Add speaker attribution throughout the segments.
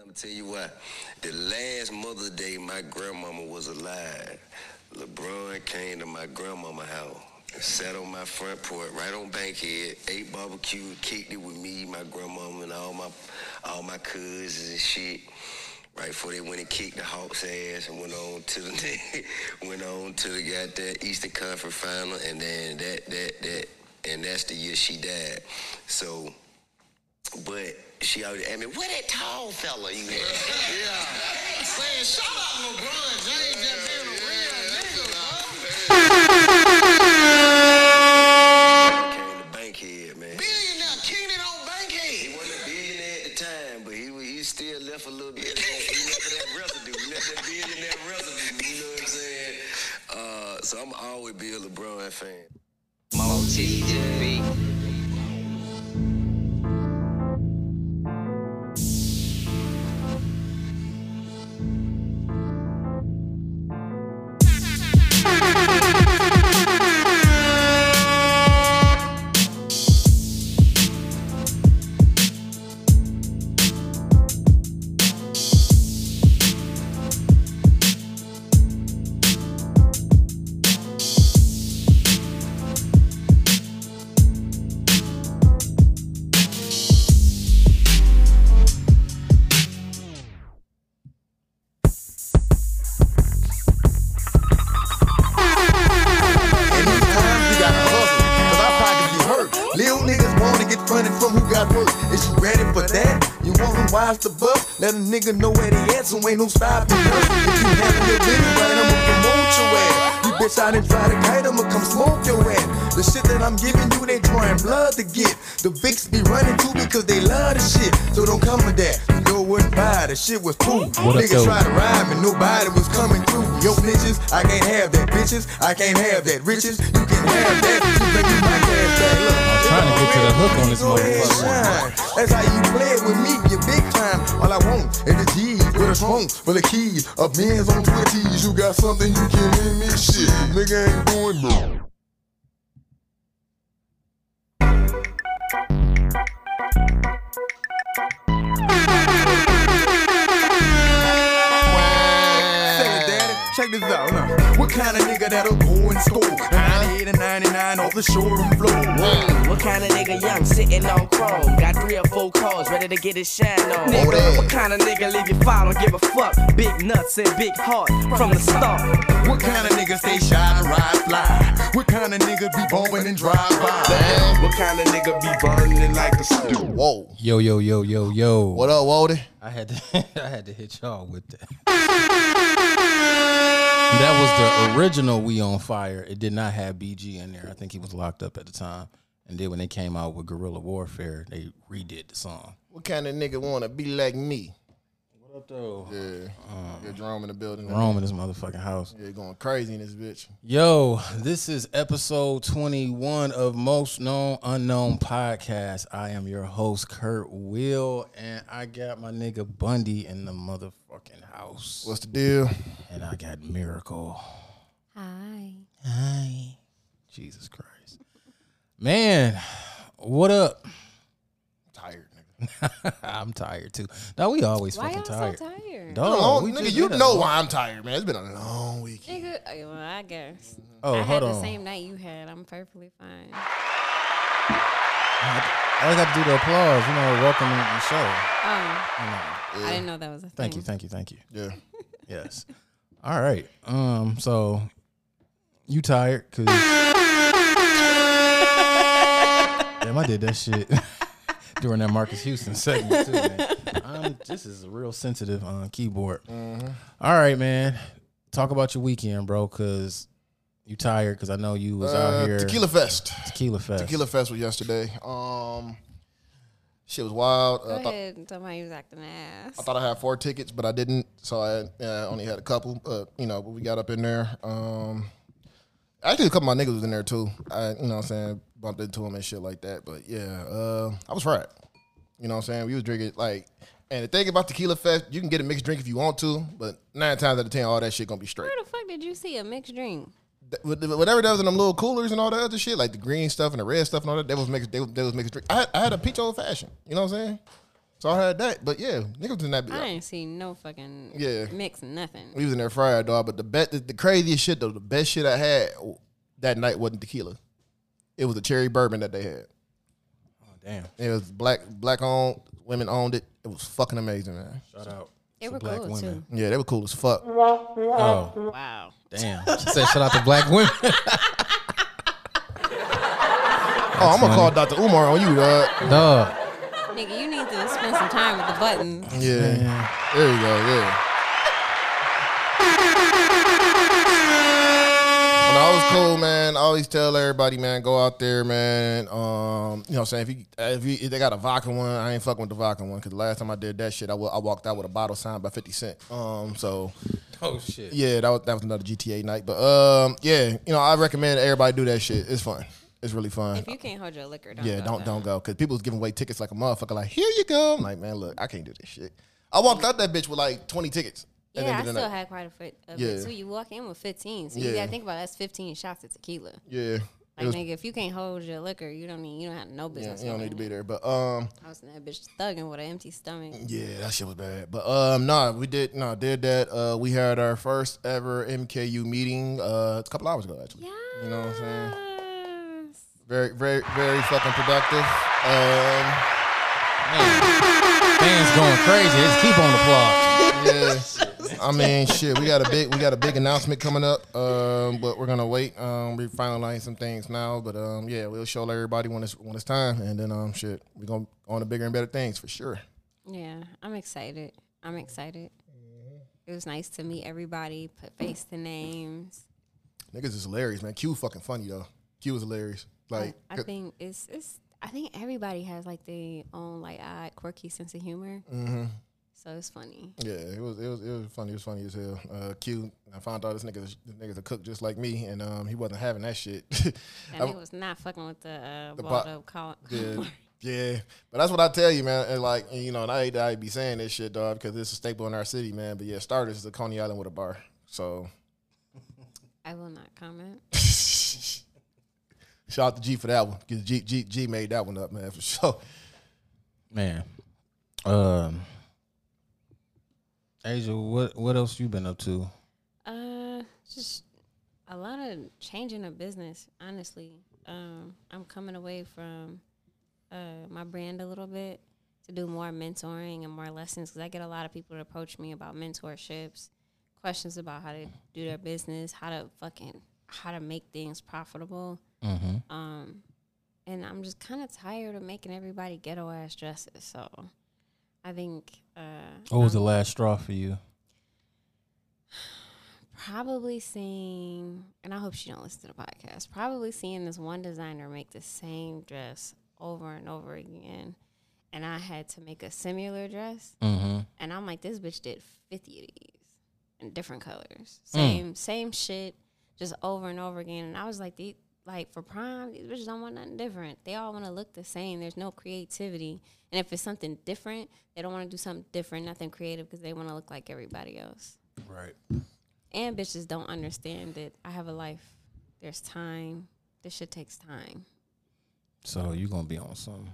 Speaker 1: I'm gonna tell you why. The last Mother's Day my grandmama was alive, LeBron came to my grandmama house, sat on my front porch, right on Bankhead, ate barbecue, kicked it with me, my grandmama, and all my all my cousins and shit. Right before they went and kicked the Hawks ass and went on to the went on to the goddamn Eastern Conference final, and then that that that and that's the year she died. So. But she always asked me, "What that tall fella you had?"
Speaker 2: Man, shout out LeBron James that being a real nigga, bro.
Speaker 1: Came to Bankhead, man.
Speaker 2: Billionaire king that on
Speaker 1: He
Speaker 2: Bankhead.
Speaker 1: wasn't a billionaire at the time, but he wa- he still left a little bit. Of that, he left that residue. He left that billionaire residue. You know what I'm saying? Uh, so I'm always be a LeBron fan.
Speaker 3: Multi to the beat.
Speaker 4: And these times you gotta hustle, cause our pockets be hurt. Little niggas wanna get funded from who got work. Is you ready for that? You want them wives to bust? Let a nigga know where they at, so ain't no stopping us. If you having your business right, I'ma promote your ass. You bitch out and try to kite, I'ma come smoke your ass. The shit that I'm giving you, they drawing blood to get. The Vicks be running too because they love the shit. So don't come with that. You know what by the shit was cool.
Speaker 5: What up,
Speaker 4: Niggas
Speaker 5: though?
Speaker 4: try to rhyme and nobody was coming through. Yo, bitches, I can't have that. Bitches, I can't have that. Riches, you can have that. You think you might have that. Look, I'm
Speaker 5: trying to get to the hook on this motherfucker.
Speaker 4: That's how you play it with me, you big time. All I want is the G's with a trunk, with the keys, a Benz on 20s. You got something you can lend me? Shit, nigga ain't doing no. Check it, daddy. Check this out now. What kind of nigga that'll go and score? 98 and 99 off the shore and floor.
Speaker 6: What kind of nigga young sitting on chrome? Got three or four cars ready to get his shine on.
Speaker 4: Hold
Speaker 6: Nigga,
Speaker 4: on.
Speaker 6: what kind of nigga leave your file? Don't give a fuck. Big nuts and big heart from the start.
Speaker 4: What kind of nigga stay shy and ride fly? What kind of nigga be bombing and drive by?
Speaker 7: What kind of nigga be burning like a stew?
Speaker 5: Whoa. Yo, yo, yo, yo, yo.
Speaker 4: What up, Wody?
Speaker 5: I had to I had to hit y'all with that. that was the original We on Fire. It did not have BG in there. I think he was locked up at the time. And then when they came out with Guerrilla Warfare, they redid the song.
Speaker 8: What kind of nigga wanna be like me?
Speaker 5: What up though? Uh,
Speaker 8: Yeah, yeah, Jerome in the building.
Speaker 5: Rome in this motherfucking house.
Speaker 8: Yeah, going crazy in this bitch.
Speaker 5: Yo, this is episode 21 of Most Known Unknown Podcast. I am your host, Kurt Will, and I got my nigga Bundy in the motherfucking house.
Speaker 8: What's the deal?
Speaker 5: And I got Miracle.
Speaker 9: Hi.
Speaker 5: Hi. Jesus Christ. Man, what up?
Speaker 8: Tired, nigga.
Speaker 5: I'm tired too. Now we always
Speaker 9: Why
Speaker 5: fucking
Speaker 9: y'all
Speaker 5: tired.
Speaker 9: so tired?
Speaker 5: Dog,
Speaker 8: Long-
Speaker 5: we
Speaker 8: nigga,
Speaker 5: just
Speaker 8: you
Speaker 5: had a
Speaker 8: know
Speaker 5: long-
Speaker 8: why I'm tired, man. It's been a long weekend.
Speaker 9: Nigga, okay, well, I guess.
Speaker 5: Oh,
Speaker 9: I had
Speaker 5: hold
Speaker 9: the
Speaker 5: on.
Speaker 9: same night you had. I'm perfectly fine.
Speaker 5: I got to do the applause. You know, welcoming the show.
Speaker 9: Oh,
Speaker 5: You know.
Speaker 9: I didn't know that was a thing.
Speaker 5: Thank you, thank you, thank you.
Speaker 8: Yeah.
Speaker 5: Yes. All right. Um. So you tired? Cause damn, I did that shit during that Marcus Houston segment too. Man. I'm, this is a real sensitive on keyboard.
Speaker 8: Mm-hmm.
Speaker 5: All right, man. Talk about your weekend, bro. Cause you tired? Cause I know you was
Speaker 8: Uh,
Speaker 5: out here.
Speaker 8: Tequila Fest.
Speaker 5: Tequila fest.
Speaker 8: Tequila Fest was yesterday. Um, shit was wild. Uh,
Speaker 9: Go
Speaker 8: I thought,
Speaker 9: ahead and tell me you was acting ass.
Speaker 8: I thought I had four tickets, but I didn't, so I uh, only had a couple. But you know, we got up in there. Um, actually, a couple of my niggas was in there too. I, you know, what I'm saying bumped into them and shit like that. But yeah, uh, I was fried. You know, what I'm saying we was drinking like. And the thing about Tequila Fest, you can get a mixed drink if you want to, but nine times out of ten, all that shit gonna be straight.
Speaker 9: Where the fuck did you see a mixed drink?
Speaker 8: Th- with- whatever that was in them little coolers and all that other shit, like the green stuff and the red stuff and all that, they was mixed. They, was- they was mixed drink. I had, I had a peach old fashioned. You know what I'm saying? So I had that, but yeah, niggas was in that.
Speaker 9: I ain't seen no fucking
Speaker 8: Yeah.
Speaker 9: mix nothing.
Speaker 8: We was in there Friday, dog. But the bet, the, the craziest shit though, the best shit I had that night wasn't tequila. It was a cherry bourbon that they had.
Speaker 5: Damn.
Speaker 8: It was black, black owned. Women owned it. It was fucking amazing, man.
Speaker 5: Shout out.
Speaker 9: They
Speaker 5: to
Speaker 9: were
Speaker 5: black
Speaker 9: cool
Speaker 5: women.
Speaker 8: Yeah, they were cool as fuck.
Speaker 5: Oh,
Speaker 9: too. Wow.
Speaker 5: damn. She said shout out to black women.
Speaker 8: Oh, I'm gonna call Dr. Umar on you, dog.
Speaker 5: Dog.
Speaker 9: Nigga, you need to spend some time with the buttons.
Speaker 8: Yeah. There you go. Yeah. When I was cool, man, I always tell everybody, man, go out there, man. Um, you know what I'm saying? If you if, you, if they got a vodka one, I ain't fucking with the vodka one because the last time I did that shit, I wa- I walked out with a bottle signed by 50 Cent. Um, so
Speaker 5: Oh shit.
Speaker 8: yeah, that was, that was another GTA night. But um, yeah, you know, I recommend everybody do that shit. It's fun. It's really fun.
Speaker 9: If you can't hold your liquor, don't
Speaker 8: Yeah,
Speaker 9: go,
Speaker 8: don't
Speaker 9: though.
Speaker 8: don't go because people was giving away tickets like a motherfucker. Like, here you go. I'm like, man, look, I can't do this shit. I walked out that bitch with like 20 tickets. at the
Speaker 9: Yeah, I
Speaker 8: end of the
Speaker 9: still
Speaker 8: night.
Speaker 9: had quite a foot of
Speaker 8: Yeah.
Speaker 9: it too. You walk in with 15, so
Speaker 8: Yeah.
Speaker 9: you gotta think about it, that's 15 shots of tequila.
Speaker 8: Yeah,
Speaker 9: Like,
Speaker 8: it was,
Speaker 9: nigga, if you can't hold your liquor, you don't need, you don't have no
Speaker 8: yeah,
Speaker 9: business.
Speaker 8: you don't need to
Speaker 9: holding
Speaker 8: be
Speaker 9: it.
Speaker 8: there. But um,
Speaker 9: I was in that bitch thugging with an empty stomach.
Speaker 8: yeah, that shit was bad. But um, nah, we did nah did that. Uh, we had our first ever MKU meeting uh a couple hours ago actually. You know what I'm saying?
Speaker 9: Yes.
Speaker 8: Very very very fucking productive. Um,
Speaker 5: Fans going crazy. Let's keep on the plug.
Speaker 8: yeah. I mean, shit. We got a big, we got a big announcement coming up. Um, but we're gonna wait. Um, we finalizing some things now. But um, yeah, we'll show everybody when it's when it's time, and then um, shit, we're gonna on to bigger and better things for sure.
Speaker 9: Yeah, I'm excited. I'm excited. It was nice to meet everybody, put face to names.
Speaker 8: Niggas is hilarious, man. Q fucking funny though. Q is hilarious. Like,
Speaker 9: I think it's it's. I think everybody has like their own like odd quirky sense of humor. Mm-hmm. So it's funny.
Speaker 8: yeah, it was it was it was funny. It was funny as hell. Uh, Q, I found out this nigga this nigga's a cook just like me, and um, he wasn't having that shit.
Speaker 9: And
Speaker 8: I-
Speaker 9: it was not fucking with the, uh,
Speaker 8: The bo-
Speaker 9: Waldo call.
Speaker 8: Yeah. Yeah, but that's what I tell you, man. And like, you know, and I hate that I be saying this shit, dog, because it's a staple in our city, man. But yeah, starters is a Coney Island with a bar. So
Speaker 9: I will not comment.
Speaker 8: shout out to G for that one, because G, G G made that one up, man, for sure.
Speaker 5: Man. Um Asia, what what else you been up to?
Speaker 9: Uh, just a lot of changing of business. Honestly, um, I'm coming away from uh, my brand a little bit to do more mentoring and more lessons because I get a lot of people that approach me about mentorships, questions about how to do their business, how to fucking how to make things profitable. Um, and I'm just kind of tired of making everybody ghetto ass dresses. So I think uh,
Speaker 5: What was the last straw for you?
Speaker 9: probably seeing, and I hope she don't listen to the podcast. Probably seeing this one designer make the same dress over and over again, and I had to make a similar dress,
Speaker 5: Mm-hmm.
Speaker 9: and I'm like, this bitch did fifty of these in different colors, same same shit, just over and over again. And I was like, the like for prime, these bitches don't want nothing different. They all want to look the same. There's no creativity, and if it's something different, they don't want to do something different, nothing creative, because they want to look like everybody else
Speaker 5: Right.
Speaker 9: and bitches don't understand that I have a life. There's time. This shit takes time.
Speaker 5: So you gonna be on some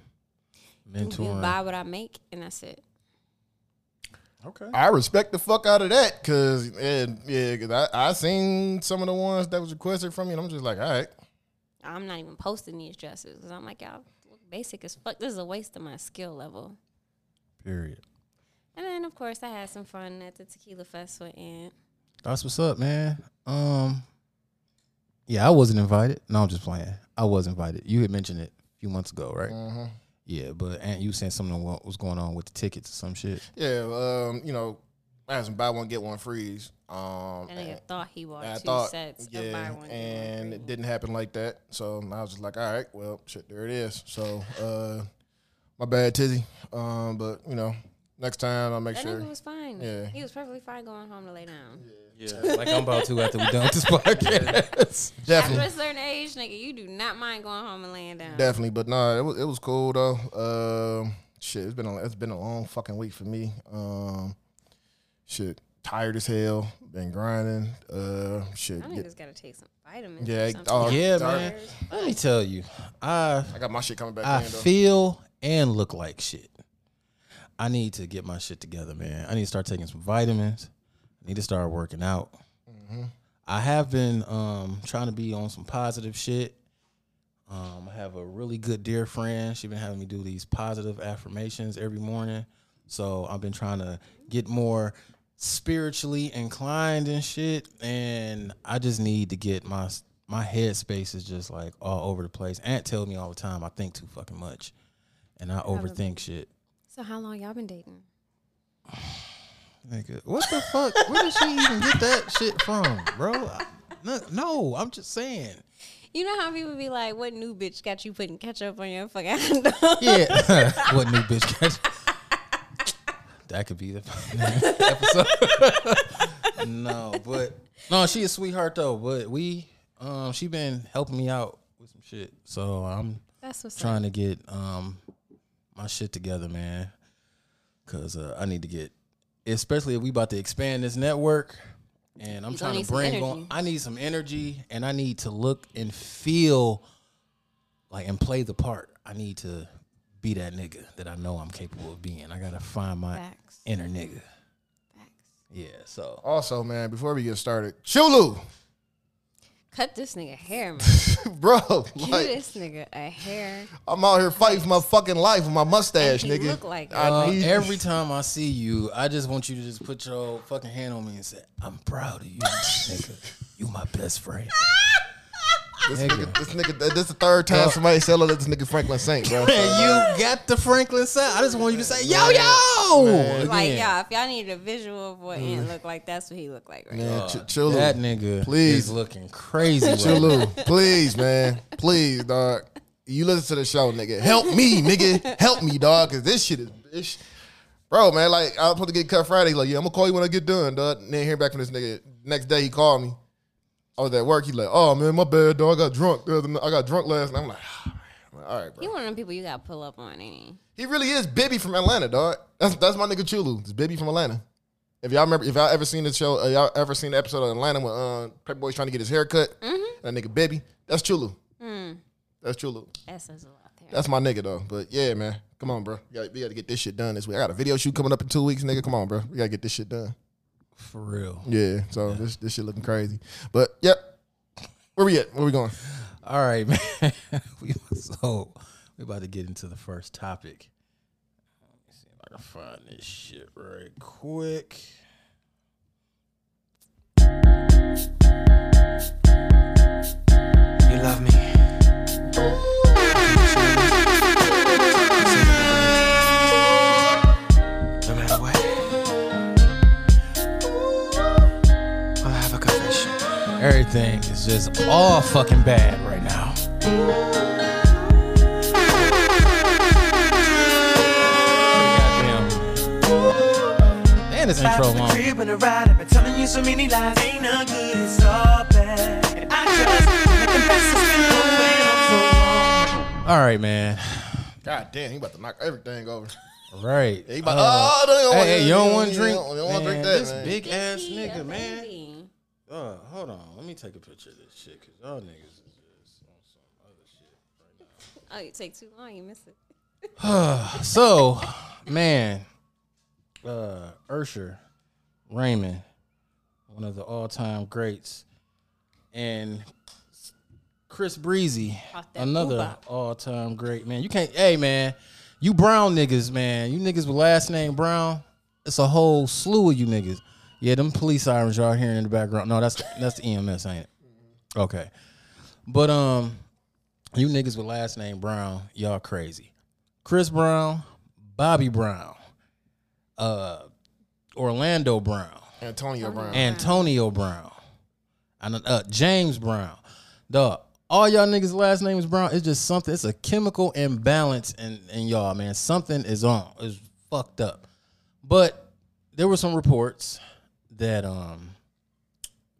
Speaker 9: You
Speaker 5: mentoring.
Speaker 9: buy what I make, and that's it.
Speaker 5: Okay.
Speaker 8: I respect the fuck out of that, cause and, yeah, cause I, I seen some of the ones that was requested from me, and I'm just like, all right,
Speaker 9: I'm not even posting these dresses because I'm like, y'all look basic as fuck. This is a waste of my skill level.
Speaker 5: Period.
Speaker 9: And then, of course, I had some fun at the tequila fest with Aunt.
Speaker 5: That's what's up, man. Um Yeah, I wasn't invited. No, I'm just playing. I was invited. You had mentioned it a few months ago, right? Yeah, but Aunt, you said something what was going on with the tickets or some shit.
Speaker 8: yeah, um, you know, I had some buy one get one freeze. Um,
Speaker 9: That nigga thought he bought
Speaker 8: I
Speaker 9: two sets of buy one. get one
Speaker 8: and
Speaker 9: free.
Speaker 8: it didn't happen like that. So I was just like, all right, well, shit, there it is. So uh, my bad, Tizzy. Um, but you know, next time I'll make
Speaker 9: That
Speaker 8: sure.
Speaker 9: nigga was fine.
Speaker 8: Yeah.
Speaker 9: He was perfectly fine going home to lay down.
Speaker 5: Yeah, like I'm about to after we done with this podcast.
Speaker 9: After
Speaker 8: Definitely,
Speaker 9: a certain age, nigga, you do not mind going home and laying down.
Speaker 8: definitely. But nah, it was it was cool though. Um, shit, it's been a, it's been a long fucking week for me. Um, shit, tired as hell. Been grinding. Uh, shit.
Speaker 9: I
Speaker 8: get-
Speaker 9: niggas gotta take some vitamins. or
Speaker 8: Yeah, it-
Speaker 9: something.
Speaker 8: oh,
Speaker 5: yeah,
Speaker 8: sorry.
Speaker 5: man. Let me tell you, I
Speaker 8: I got my shit coming back
Speaker 5: I
Speaker 8: in though.
Speaker 5: feel and look like shit. I need to get my shit together, man. I need to start taking some vitamins. I need to start working out. I have been um, trying to be on some positive shit. Um, I have a really good dear friend. She's been having me do these positive affirmations every morning. So I've been trying to get more spiritually inclined and shit. And I just need to get my my headspace is just like all over the place. Aunt tells me all the time I think too fucking much, and I overthink shit.
Speaker 9: So how long y'all been dating?
Speaker 5: Nigga, what the fuck? Where did she even get that shit from, bro? I- No, no, I'm just saying.
Speaker 9: You know how people be like, "What new bitch got you putting ketchup on your fucking hot dog?"
Speaker 5: Yeah. what new bitch got That could be the episode. no, but no, she a sweetheart though. But we, um, she been helping me out with some shit, so I'm
Speaker 9: That's what's up.
Speaker 5: trying to get um my shit together, man. Cause uh, I need to get, especially if we about to expand this network, and I'm
Speaker 9: You gonna
Speaker 5: trying
Speaker 9: need
Speaker 5: to
Speaker 9: some
Speaker 5: bring on.
Speaker 9: energy.
Speaker 5: I need some energy, and I need to look and feel like and play the part. I need to be that nigga that I know I'm capable of being. I gotta find my
Speaker 9: Facts.
Speaker 5: inner nigga. Yeah, so
Speaker 8: Also, man, before we get started, Chulu,
Speaker 9: Cut this nigga hair, man.
Speaker 8: bro,
Speaker 9: Give
Speaker 8: like
Speaker 9: this nigga a hair.
Speaker 8: I'm out here fighting for my fucking life with my mustache,
Speaker 9: And he
Speaker 8: nigga.
Speaker 9: look like
Speaker 8: I
Speaker 5: uh,
Speaker 8: need
Speaker 5: every time I see you, I just want you to just put your fucking hand on me and say, "I'm proud of you, nigga. You my best friend."
Speaker 8: this
Speaker 5: nigga.
Speaker 8: nigga. This nigga. This the third time
Speaker 5: Yo.
Speaker 8: somebody said that this nigga Franklin Saint, bro.
Speaker 5: And you got the Franklin sound. I just want you to say, yo, yo.
Speaker 8: Man.
Speaker 9: Like,
Speaker 5: Again. Mm.
Speaker 9: y'all, if y'all need a visual of what Ant look like, that's what he look like right now.
Speaker 8: Man, Ch-
Speaker 5: That
Speaker 8: Chulu,
Speaker 5: nigga
Speaker 8: Please.
Speaker 5: is looking crazy. right now.
Speaker 8: Chulu, please, man, please, dog. You listen to the show, nigga. Help me, nigga. Help me, dog. Cause this shit is, this- bro, man. Like I was supposed to get cut Friday. He's Like, yeah, I'm gonna call you when I get done, dog. And then hear back from this nigga. Next day, he called me. I was at work. He like, oh man, my bad, dog. I got drunk. the other night. I got drunk last night. I'm like, I'm like, all right, bro.
Speaker 9: He one of them people you gotta pull up on, ain't he?
Speaker 8: He really is Bibby from Atlanta, dog. That's that's my nigga Chulu. It's Bibby from Atlanta. If y'all remember, if y'all ever seen the show, uh, y'all ever seen the episode of Atlanta when uh, Paperboy's trying to get his hair cut, that nigga Bibby, that's Chulu. That's Chulu.
Speaker 9: That says a lot there.
Speaker 8: That's my nigga though. But yeah, man, come on, bro. We gotta, we gotta get this shit done this week. I got a video shoot coming up in two weeks, nigga. Come on, bro. We gotta get this shit done.
Speaker 5: For real.
Speaker 8: Yeah. So this this shit looking crazy. But yep. Where we at? Where we going?
Speaker 5: All right, man. we, so we about to get into the first topic. Let me see if I can find this shit right quick.
Speaker 3: You love me. No matter what, I'll have a confession.
Speaker 5: Everything is just all fucking bad right now. Goddamn. Man, this uh, intro long.
Speaker 3: crib and a ride. I've been telling you so many lies. Ain't no good, it's all bad. And I just confess it's been the way I'm so wrong.
Speaker 5: All right, man.
Speaker 8: God damn, he about to knock everything over.
Speaker 5: Right.
Speaker 8: He about,
Speaker 5: Uh,
Speaker 8: oh, don't even want-
Speaker 5: hey, hey, you don't want to
Speaker 8: you
Speaker 5: drink?
Speaker 8: don't- you don't want to
Speaker 5: Man,
Speaker 8: drink that.
Speaker 5: This
Speaker 8: man.
Speaker 5: big ass
Speaker 9: He a
Speaker 5: nigga, man.
Speaker 9: baby.
Speaker 5: Uh, hold on. Let me take a picture of this shit, cause y'all niggas. is-
Speaker 9: Oh, you take too long, you miss it.
Speaker 5: So, man, uh, Ursher Raymond, one of the all-time greats, and Chris Breezy,
Speaker 9: Off that
Speaker 5: another
Speaker 9: boo-bop.
Speaker 5: all-time great man. You can't, hey man, you brown niggas, man, you niggas with last name Brown. It's a whole slew of you niggas. Yeah, them police sirens y'all hearing in the background. No, that's that's the EMS, ain't it? Okay, but um, you niggas with last name Brown, y'all crazy. Chris Brown, Bobby Brown, uh, Orlando Brown,
Speaker 8: Antonio Brown.
Speaker 5: Antonio Brown, and uh, James Brown. Dog, all y'all niggas' last name is Brown. It's just something. It's a chemical imbalance in, in y'all, man. Something is on. It's fucked up. But there were some reports that um,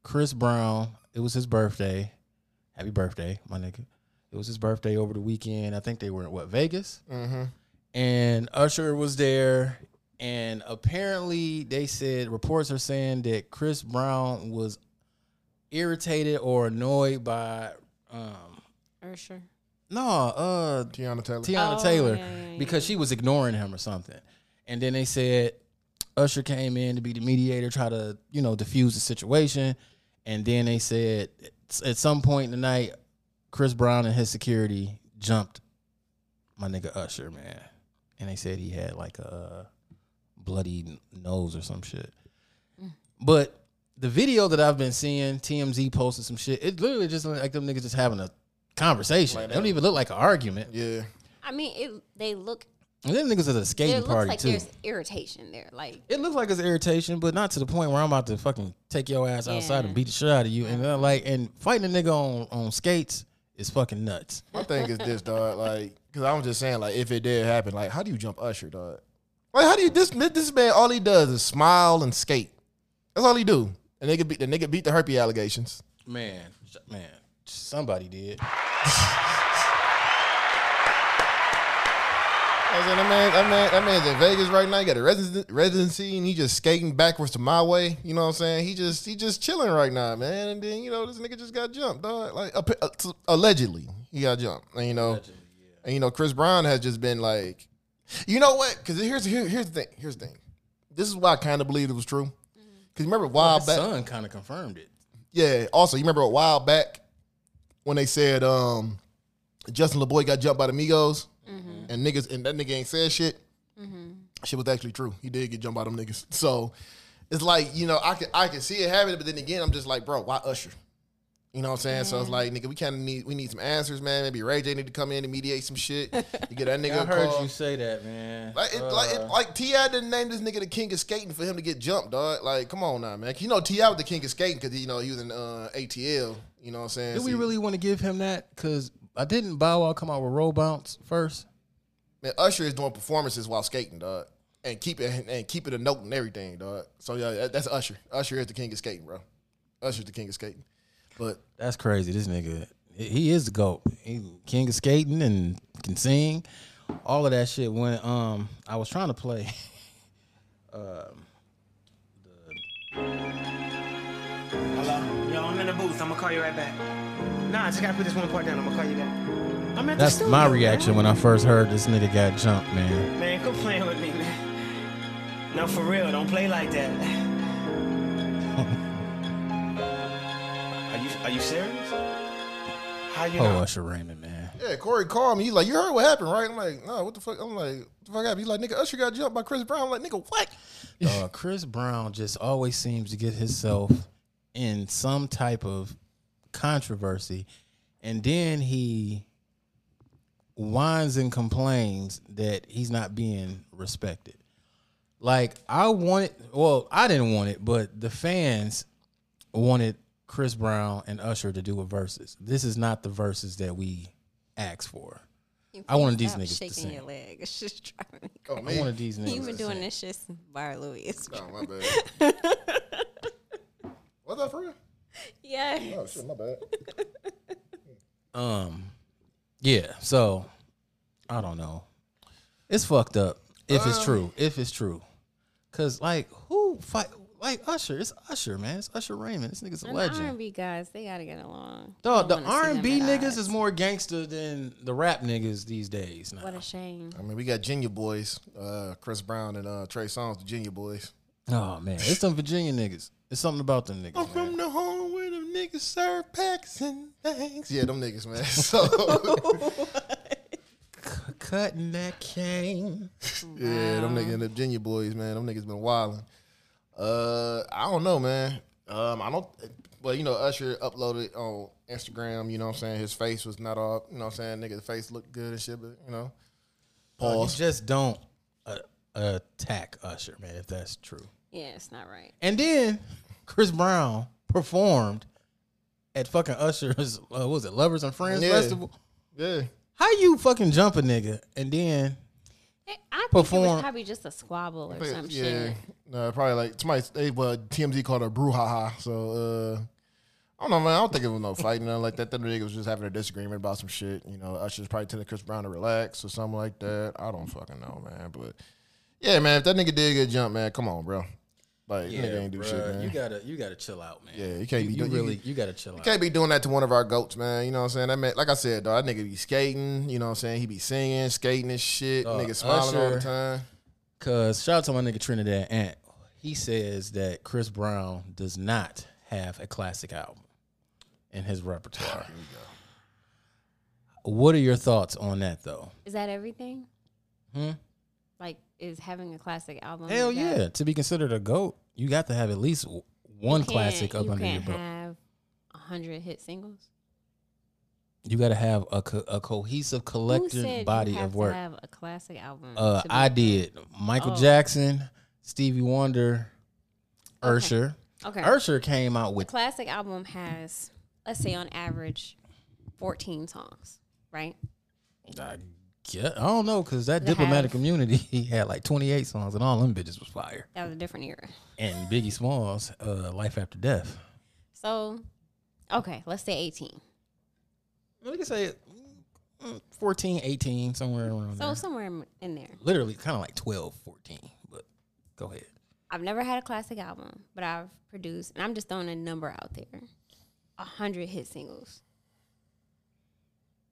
Speaker 5: Chris Brown. It was his birthday. Happy birthday, my nigga. It was his birthday over the weekend. I think they were in what Vegas and Usher was there. And apparently, they said reports are saying that Chris Brown was irritated or annoyed by um
Speaker 9: Ursher.
Speaker 5: no uh
Speaker 8: Tiana Taylor.
Speaker 5: Tiana
Speaker 9: Oh,
Speaker 5: Taylor
Speaker 9: yeah, yeah, yeah.
Speaker 5: because she was ignoring him or something. And then they said Usher came in to be the mediator, try to, you know, diffuse the situation. And then they said s- at some point in the night, Chris Brown and his security jumped my nigga Usher, man. And they said he had like a bloody n- nose or some shit. But the video that I've been seeing, TMZ posted some shit. It literally just look like them niggas just having a conversation. It don't even look like an argument.
Speaker 8: Yeah.
Speaker 9: I mean, it, they look.
Speaker 5: And them niggas at a
Speaker 9: It
Speaker 5: skating
Speaker 9: looks
Speaker 5: party
Speaker 9: like
Speaker 5: too.
Speaker 9: there's irritation there. Like
Speaker 5: It looks like it's irritation, but not to the point where I'm about to fucking take your ass outside
Speaker 9: Yeah.
Speaker 5: and beat the shit out of you. And then like, and fighting a nigga on on skates is fucking nuts.
Speaker 8: My thing is this, dog. Like, because I'm just saying, like, if it did happen, like, how do you jump Usher, dog? Like, how do you this this man? All he does is smile and skate. That's all he do. And they could beat the nigga beat the herpes allegations.
Speaker 5: Man, sh- man, somebody did.
Speaker 8: I said, that man, that man, that man's in Vegas right now. He got a residen- residency, and he just skating backwards to my way. You know what I'm saying? He just, he just chilling right now, man. And then you know, this nigga just got jumped, dog. Like ap- uh, t- allegedly, he got jumped, and you know, and you know, Chris Brown has just been like, you know what? Because here's here, here's the thing. Here's the thing. This is why I kind of believe it was true. Because remember a while
Speaker 5: His
Speaker 8: back,
Speaker 5: son kind of confirmed it.
Speaker 8: yeah. Also, you remember a while back when they said um, Justin LeBoy got jumped by the Migos and niggas, and that nigga ain't said shit. Shit was actually true. He did get jumped by them niggas. So it's like you know, I can I can see it happening, but then again, I'm just like, bro, why Usher? You know what I'm saying? So it's like, nigga, we kind of need we need some answers, man. Maybe Ray J need to come in and mediate some shit. You get that nigga.
Speaker 5: I
Speaker 8: a
Speaker 5: heard
Speaker 8: call.
Speaker 5: you say that, man. Uh,
Speaker 8: Like, it, like, it, like Ti didn't name this nigga the king of skating for him to get jumped, dog. Like, come on now, man. You know Ti was the king of skating because you know he was in uh, ATL. You know what I'm saying?
Speaker 5: Do we
Speaker 8: So,
Speaker 5: really want to give him that? Because I didn't Bow Wow come out with roll bounce first.
Speaker 8: Man, Usher is doing performances while skating, dog, and keep it and keep it a note and everything, dog. So yeah, that- that's Usher. Usher is the king of skating, bro. Usher's the king of skating. But
Speaker 5: That's crazy. This nigga, he- he is the goat. He king of skating and can sing, all of that shit. When um, I was trying to play,
Speaker 3: Hello? Yo, I'm in the booth. I'm gonna call you right back. Nah, I just gotta put this one part down. I'm gonna call you back. I'm at the
Speaker 5: that's
Speaker 3: studio,
Speaker 5: my
Speaker 3: man.
Speaker 5: reaction when I first heard this nigga got jumped, man.
Speaker 3: Man, quit playing with me, man. No, for real, don't play like that. are you are you serious? How you
Speaker 5: Oh,
Speaker 3: know?
Speaker 5: Usher Raymond, man.
Speaker 8: yeah, Corey called me. He's like, you heard what happened, right? I'm like, no, what the fuck? I'm like, what the fuck happened? He's like, nigga, Usher got jumped by Chris Brown. I'm like, nigga, what?
Speaker 5: Uh, Chris Brown just always seems to get himself in some type of controversy, and then he whines and complains that he's not being respected. Like I wanted, well, I didn't want it, but the fans wanted Chris Brown and Usher to do a verses. This is not the verses that we asked for. I wanted these
Speaker 9: Stop
Speaker 5: niggas to
Speaker 9: shaking
Speaker 5: sing.
Speaker 9: your leg. It's just driving me
Speaker 8: Oh
Speaker 9: crazy.
Speaker 5: I
Speaker 8: man,
Speaker 5: wanted these niggas.
Speaker 9: You've been
Speaker 5: to
Speaker 9: doing
Speaker 5: sing.
Speaker 9: this shit since Bar Louis. It's
Speaker 8: oh,
Speaker 9: dri-
Speaker 8: my bad. What's that for real?
Speaker 9: Yeah.
Speaker 8: Oh shit, my bad.
Speaker 5: Um, yeah. So I don't know. It's fucked up. If it's true, if it's true, cause like who fight like Usher? It's Usher, man. It's Usher Raymond. This nigga's a
Speaker 9: And the
Speaker 5: legend.
Speaker 9: R&B guys, they gotta get along.
Speaker 5: Dog, the
Speaker 9: Don't wanna see
Speaker 5: R
Speaker 9: them
Speaker 5: and B
Speaker 9: at
Speaker 5: niggas
Speaker 9: odds.
Speaker 5: is more gangster than the rap niggas these days. Now.
Speaker 9: What a shame.
Speaker 8: I mean, we got Junior Boys, uh, Chris Brown and uh, Trey Songz, the Junior Boys.
Speaker 5: Oh man, it's them Virginia niggas. It's something about them niggas. man.
Speaker 8: the home where them niggas serve packs and things. Yeah, them niggas, man. So
Speaker 5: C- cutting that cane.
Speaker 8: yeah, them niggas and the Junior Boys, man. Them niggas been wilding. Uh, I don't know, man. Um, I don't. Well, you know, Usher uploaded on Instagram. You know, what I'm saying his face was not all. You know, what I'm saying nigga's face looked good and shit, but you know,
Speaker 5: You
Speaker 8: pause.
Speaker 5: just don't uh, attack Usher, man. If that's true.
Speaker 9: Yeah, it's not right.
Speaker 5: And then Chris Brown performed at fucking Usher's, uh, what was it, Lovers and Friends
Speaker 8: Yeah.
Speaker 5: Festival?
Speaker 8: yeah,
Speaker 5: How you fucking jump a nigga and then
Speaker 9: Hey, I think it
Speaker 5: Perform-
Speaker 9: was probably just a squabble or
Speaker 8: But,
Speaker 9: some
Speaker 8: yeah.
Speaker 9: shit.
Speaker 8: No, probably like somebody. They, well, TMZ called her brouhaha. So uh, I don't know, man. I don't think it was no fighting nothing like that. That nigga was just having a disagreement about some shit. You know, Usher's probably telling Chris Brown to relax or something like that. I don't fucking know, man. But yeah, man, if that nigga did get jumped, man, come on, bro. Like that nigga ain't do
Speaker 5: bruh,
Speaker 8: shit, man.
Speaker 5: you gotta you gotta chill out, man.
Speaker 8: yeah, you can't be
Speaker 5: You
Speaker 8: doing
Speaker 5: really you gotta chill out.
Speaker 8: can't be doing that to one of our goats, man. You know what I'm saying? That man, like I said, though, that nigga be skating. You know what I'm saying? He be singing, skating and shit.
Speaker 5: Dog,
Speaker 8: nigga smiling all the
Speaker 5: Usher-
Speaker 8: time.
Speaker 5: Cause shout out to my nigga Trinidad Ant. He says that Chris Brown does not have a classic album in his repertoire. What are your thoughts on that though?
Speaker 9: Is that everything?
Speaker 5: Hmm?
Speaker 9: Like, is having a classic album?
Speaker 5: Hell
Speaker 9: is that-
Speaker 5: yeah! To be considered a goat, you got to have at least w- one
Speaker 9: You can't-
Speaker 5: classic up
Speaker 9: you
Speaker 5: under your
Speaker 9: can't
Speaker 5: belt.
Speaker 9: have a hundred hit singles.
Speaker 5: you got to have a, co- a cohesive
Speaker 9: Who said
Speaker 5: collective
Speaker 9: you
Speaker 5: body
Speaker 9: have
Speaker 5: of work.
Speaker 9: To have a classic album.
Speaker 5: Uh,
Speaker 9: to be-
Speaker 5: I did. Michael
Speaker 9: Oh.
Speaker 5: Jackson, Stevie Wonder, Usher.
Speaker 9: Okay.
Speaker 5: Usher came out
Speaker 9: A
Speaker 5: with
Speaker 9: classic album has, let's say, on average, fourteen songs. Right.
Speaker 5: I, get, I don't know because that
Speaker 9: They have-
Speaker 5: diplomatic community he had like 28 songs and all them bitches was fire.
Speaker 9: That was a different era.
Speaker 5: And Biggie Smalls, uh, Life After Death.
Speaker 9: So, okay, let's say eighteen.
Speaker 5: We can say mm, 14, 18, somewhere around
Speaker 9: So
Speaker 5: there.
Speaker 9: somewhere in- in there.
Speaker 5: Literally, kind of like 12, 14. But go ahead.
Speaker 9: I've never had a classic album, but I've produced, and I'm just throwing a number out there, a hundred hit singles.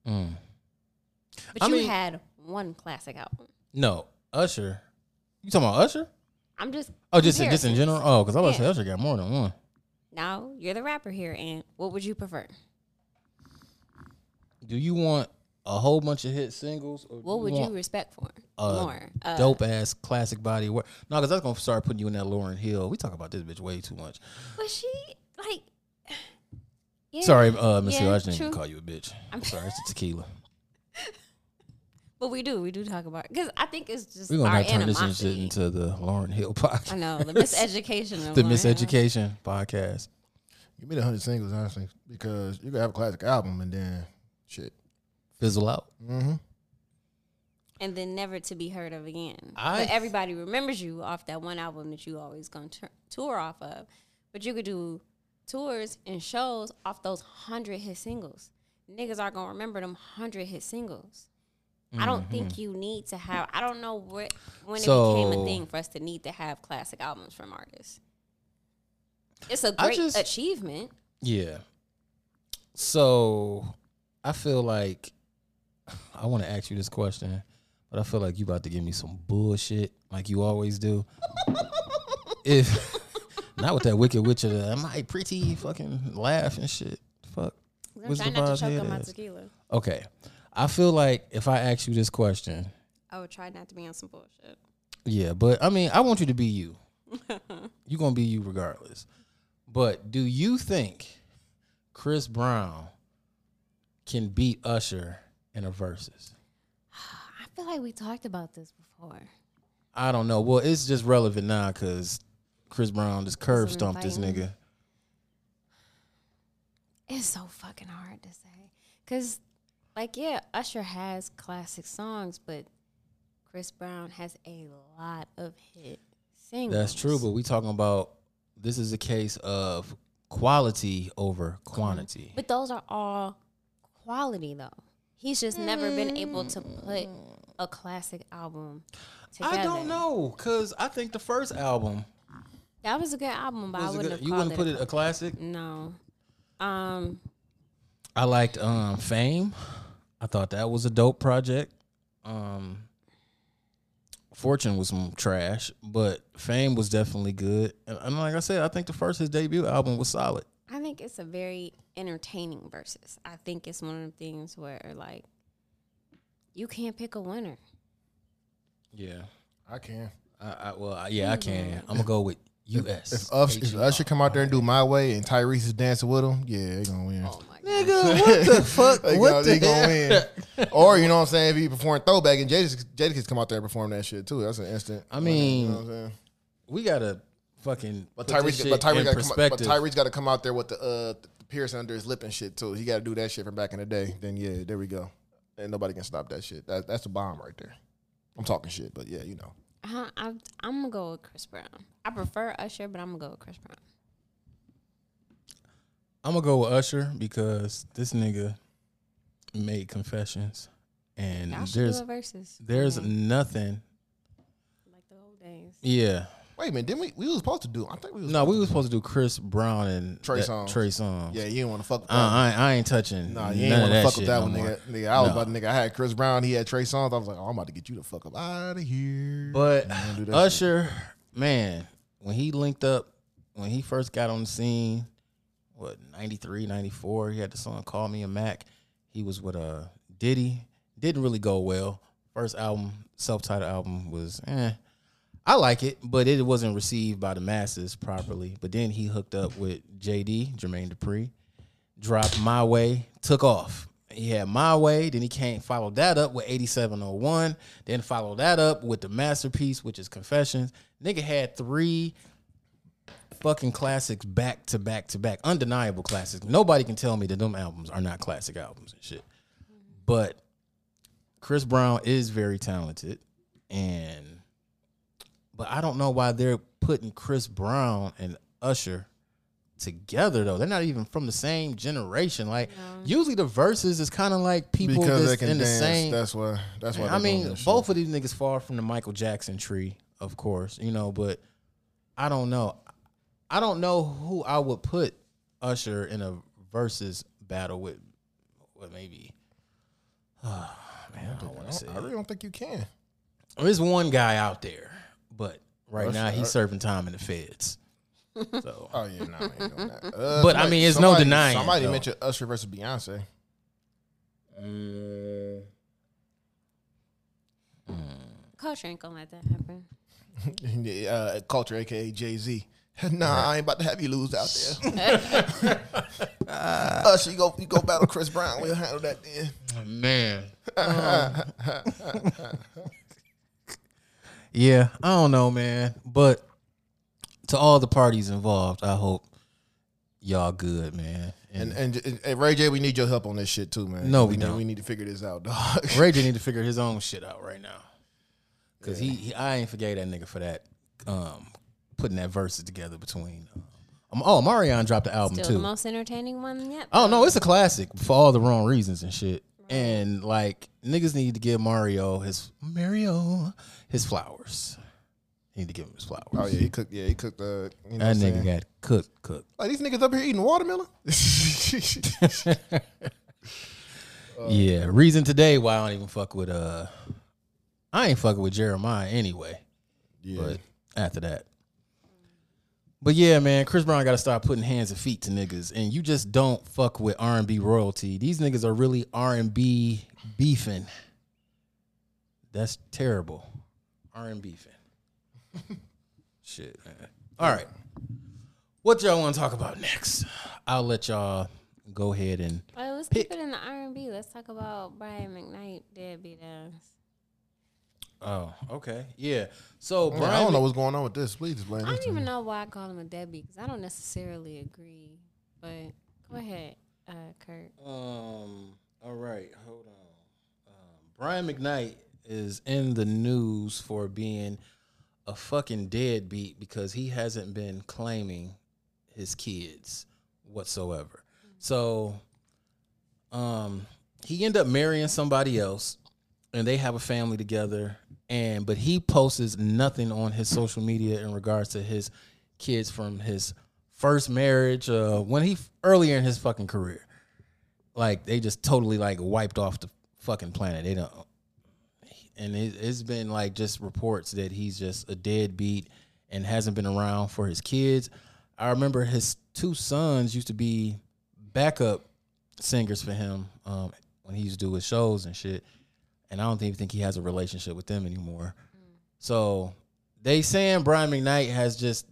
Speaker 5: Mm.
Speaker 9: But
Speaker 5: I
Speaker 9: you
Speaker 5: mean-
Speaker 9: had one classic album.
Speaker 5: No, Usher. You talking about Usher?
Speaker 9: I'm just
Speaker 5: Oh, just just in
Speaker 9: comparisons.
Speaker 5: general. Oh, because I was
Speaker 9: Yeah.
Speaker 5: about to say Usher got more than one.
Speaker 9: Now you're the rapper here, and what would you prefer?
Speaker 5: Do you want a whole bunch of hit singles? Or
Speaker 9: What
Speaker 5: do
Speaker 9: would you
Speaker 5: want
Speaker 9: respect for
Speaker 5: a
Speaker 9: more? Uh,
Speaker 5: dope ass classic body of work. No, because that's gonna start putting you in that Lauren Hill. We talk about this bitch way too much.
Speaker 9: Was she like? Yeah,
Speaker 5: Sorry, uh, Miss Hill,
Speaker 9: yeah,
Speaker 5: I didn't even
Speaker 9: true.
Speaker 5: call you a bitch. I'm sorry, it's the tequila.
Speaker 9: But we do, we do talk about because I think it's just
Speaker 5: We're gonna
Speaker 9: our
Speaker 5: have to turn this shit
Speaker 9: animosity.
Speaker 5: into the Lauren Hill podcast.
Speaker 9: I know the miseducation. of
Speaker 5: the
Speaker 9: Lauren Hill.
Speaker 5: miseducation podcast.
Speaker 8: Give me the hundred singles, honestly, because you could have a classic album and then shit.
Speaker 5: Fizzle out.
Speaker 9: and then never to be heard of again.
Speaker 5: I-
Speaker 9: but everybody remembers you off that one album that you always gonna tur- tour off of. But you could do tours and shows off those hundred hit singles. Niggas are gonna remember them hundred hit singles. I
Speaker 5: Mm-hmm.
Speaker 9: don't think you need to have. I don't know what when it became
Speaker 5: So-
Speaker 9: a thing for us to need to have classic albums from artists. It's a
Speaker 5: I
Speaker 9: great
Speaker 5: just-
Speaker 9: achievement.
Speaker 5: Yeah. So I feel like I want to ask you this question, but I feel like you about to give me some bullshit like you always do. if not with that wicked witch of the am I pretty fucking laugh and shit. Fuck.
Speaker 9: I'm
Speaker 5: What's the
Speaker 9: trying not to
Speaker 5: vibe
Speaker 9: choke
Speaker 5: here
Speaker 9: on my
Speaker 5: is?
Speaker 9: tequila.
Speaker 5: Okay. I feel like if I ask you this question,
Speaker 9: I would try not to be on some bullshit.
Speaker 5: yeah, but I mean, I want you to be you. You're gonna be you regardless. But do you think Chris Brown can beat Usher in a versus?
Speaker 9: I feel like we talked about this before.
Speaker 5: I don't know. Well, it's just relevant now because Chris Brown just curb stomped this
Speaker 9: inviting.
Speaker 5: nigga.
Speaker 9: It's so fucking hard to say. Cause like yeah, Usher has classic songs, but Chris Brown has a lot of hit singles.
Speaker 5: That's true, but we talking about this is a case of quality over quantity.
Speaker 9: But those are all quality though. He's just never been able to put a classic album together.
Speaker 5: I don't know, cause I think the first album
Speaker 9: That was a good album, but I
Speaker 5: was a
Speaker 9: wouldn't
Speaker 5: good,
Speaker 9: have
Speaker 5: you
Speaker 9: called
Speaker 5: wouldn't put it a classic.
Speaker 9: no. Um,
Speaker 5: I liked um Fame. I thought that was a dope project. Um Fortune was some trash, but Fame was definitely good. And, and like I said, I think the first his debut album was solid.
Speaker 9: I think it's a very entertaining versus. I think it's one of the things where like you can't pick a winner.
Speaker 5: Yeah.
Speaker 8: I can.
Speaker 5: I, I well I- yeah, I
Speaker 9: Mm-hmm.
Speaker 5: can. I'm gonna go with US.
Speaker 8: If Usher,
Speaker 5: E.
Speaker 8: if Usher come out there and do my way and Tyrese is dancing with him, yeah, they gonna win.
Speaker 9: Oh my god.
Speaker 5: what the fuck?
Speaker 8: They
Speaker 5: what
Speaker 8: gonna,
Speaker 5: the
Speaker 8: they gonna win. or you know what I'm saying? If he perform throwback and Jadakiss Jadakiss come out there and perform that shit too, that's an instant.
Speaker 5: I mean,
Speaker 8: you know what I'm saying?
Speaker 5: we gotta fucking
Speaker 8: But
Speaker 5: put this
Speaker 8: Tyrese,
Speaker 5: shit
Speaker 8: but Tyrese,
Speaker 5: in
Speaker 8: gotta come, but
Speaker 5: perspective.
Speaker 8: Tyrese got to come out there with the, uh, the piercing under his lip and shit too. He got to do that shit from back in the day. Then yeah, there we go, and nobody can stop that shit. That, that's a bomb right there. I'm talking shit, but yeah, you know.
Speaker 9: Huh, I'm, Uh-huh, I'm gonna go with Chris Brown. I prefer Usher, but I'm gonna go with Chris Brown.
Speaker 5: I'm gonna go with Usher because this nigga made confessions and
Speaker 9: Y'all should
Speaker 5: Mm, there's
Speaker 9: do a versus.
Speaker 5: there's
Speaker 9: Okay.
Speaker 5: nothing
Speaker 9: like the old days.
Speaker 5: Yeah.
Speaker 8: Wait a minute, didn't we? We was supposed to do. I think we was.
Speaker 5: No, we were supposed to do Chris Brown and
Speaker 8: Trey
Speaker 5: that-
Speaker 8: Songz.
Speaker 5: Trey Songz.
Speaker 8: Yeah, you didn't want to fuck with
Speaker 5: Uh,
Speaker 8: that.
Speaker 5: I, I ain't touching.
Speaker 8: Nah, you ain't
Speaker 5: none
Speaker 8: want
Speaker 5: of
Speaker 8: to
Speaker 5: that
Speaker 8: fuck with
Speaker 5: shit
Speaker 8: that
Speaker 5: no
Speaker 8: one,
Speaker 5: more.
Speaker 8: nigga. Nigga, I was
Speaker 5: No.
Speaker 8: about to, nigga. I had Chris Brown. He had Trey Songz. I was like, oh, I'm about to get you the fuck up out of here.
Speaker 5: But
Speaker 8: don't do that
Speaker 5: Usher, man, when he linked up, when he first got on the scene, what, 93, 94, he had the song Call Me a Mac. He was with uh, Diddy. Didn't really go well. First album, self titled album, was eh. I like it, but it wasn't received by the masses properly. But then he hooked up with JD, Jermaine Dupri, dropped My Way, took off. He had My Way, then he came followed that up with 8701, then followed that up with the masterpiece, which is Confessions. Nigga had three fucking classics back to back to back, undeniable classics. Nobody can tell me that them albums are not classic albums and shit. But Chris Brown is very talented, and but I don't know why they're putting Chris Brown and Usher together though. They're not even from the same generation. Like usually the verses is kind of like people
Speaker 8: because they
Speaker 5: that's
Speaker 8: can
Speaker 5: in the
Speaker 8: dance.
Speaker 5: same.
Speaker 8: That's why. That's why.
Speaker 5: I
Speaker 8: they doing
Speaker 5: mean,
Speaker 8: that shit.
Speaker 5: both of these niggas fall from the Michael Jackson tree, of course, you know, but I don't know. I don't know who I would put Usher in a versus battle with. Well, maybe. man, I don't want to say.
Speaker 8: I really don't think you can.
Speaker 5: There's one guy out there, but right now he's serving time in the feds. So
Speaker 8: Oh yeah, no, I ain't doing that. Uh,
Speaker 5: Hmm. But, I mean, it's no
Speaker 8: somebody-
Speaker 5: denying it,
Speaker 8: Somebody
Speaker 5: though.
Speaker 8: mentioned Usher versus Beyonce.
Speaker 9: Culture ain't gonna let that happen.
Speaker 8: uh, Culture, aka Jay Z. Nah, I ain't about to have you lose out there. Usher, you go, you go battle Chris Brown. We'll handle that then.
Speaker 5: man. yeah, I don't know, man. But to all the parties involved, I hope y'all good, man.
Speaker 8: And
Speaker 5: And,
Speaker 8: and, and, and Ray J, we need your help on this shit too, man.
Speaker 5: No, we
Speaker 8: need,
Speaker 5: don't.
Speaker 8: We need to figure this out, dog.
Speaker 5: Ray J need to figure his own shit out right now, cause he, he I ain't forgave that nigga for that, um, putting that verses together between. Um, oh, Marion dropped the album
Speaker 9: Still
Speaker 5: too.
Speaker 9: the most entertaining one yet.
Speaker 5: Oh no, it's a classic for all the wrong reasons and shit. And like niggas need to give Mario his Mario his flowers. Need to give him his flowers.
Speaker 8: Oh yeah, he cooked. Yeah, he cooked. Uh, you know
Speaker 5: that
Speaker 8: what I'm
Speaker 5: nigga
Speaker 8: saying?
Speaker 5: got cooked, cooked.
Speaker 8: Like these niggas up here eating watermelon.
Speaker 5: yeah, reason today why I don't even fuck with uh, I ain't fucking with Jeremiah anyway.
Speaker 8: yeah.
Speaker 5: But after that, but yeah, man, Chris Brown got to start putting hands and feet to niggas, and you just don't fuck with R and B royalty. These niggas are really R and B beefing. That's terrible. R and beefing. Shit, man. All right. What y'all want to talk about next? I'll let y'all go ahead and
Speaker 9: Well, let's keep it in the R and B. Let's talk about Brian McKnight deadbeat ass.
Speaker 5: Oh, okay. Yeah. So
Speaker 8: Yeah,
Speaker 5: Brian
Speaker 8: I don't know what's going on with this. Please explain.
Speaker 9: I
Speaker 8: this
Speaker 9: don't
Speaker 8: to me.
Speaker 9: even know why I call him a deadbeat because I don't necessarily agree. But go ahead, uh, Kurt.
Speaker 5: Um. All right. Hold on. Um, Brian McKnight is in the news for being a fucking deadbeat because he hasn't been claiming his kids whatsoever. So, um, he ended up marrying somebody else, and they have a family together. And but he posts nothing on his social media in regards to his kids from his first marriage. Uh, when he earlier in his fucking career like they just totally like wiped off the fucking planet. They don't, and it, it's been like just reports that he's just a deadbeat and hasn't been around for his kids. I remember his two sons used to be backup singers for him um, when he used to do his shows and shit. And I don't even think he has a relationship with them anymore. So they saying Brian McKnight has just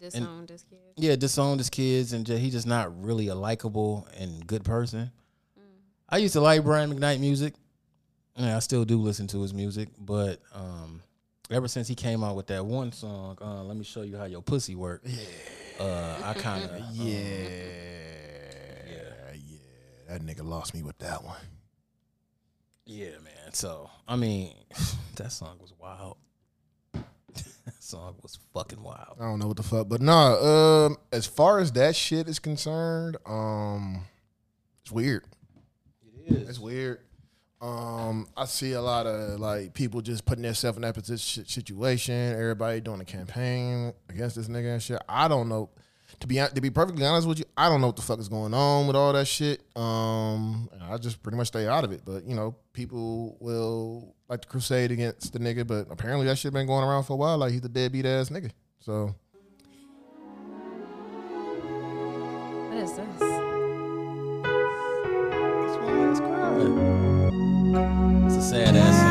Speaker 9: Disowned this kid.
Speaker 5: yeah, disowned his kids, and ju- he just not really a likable and good person. I used to like Brian McKnight music, and I still do listen to his music. But um, ever since he came out with that one song, uh, "Let Me Show You How Your Pussy Work," uh, I kind of
Speaker 8: Yeah, yeah, That nigga lost me with that one.
Speaker 5: Yeah, man. So I mean, that song was wild. that song was fucking wild.
Speaker 8: I don't know what the fuck, but nah. Um, as far as that shit is concerned, um, it's weird. It is. It's weird. Um, I see a lot of like people just putting themselves in that position situation. Everybody doing a campaign against this nigga and shit. I don't know. To be hon- to be perfectly honest with you, I don't know what the fuck is going on with all that shit. Um, and I just pretty much stay out of it. But you know, people will like to crusade against the nigga, but apparently that shit been going around for a while. Like he's a deadbeat ass nigga. So
Speaker 9: What is this?
Speaker 5: It's a sad ass song.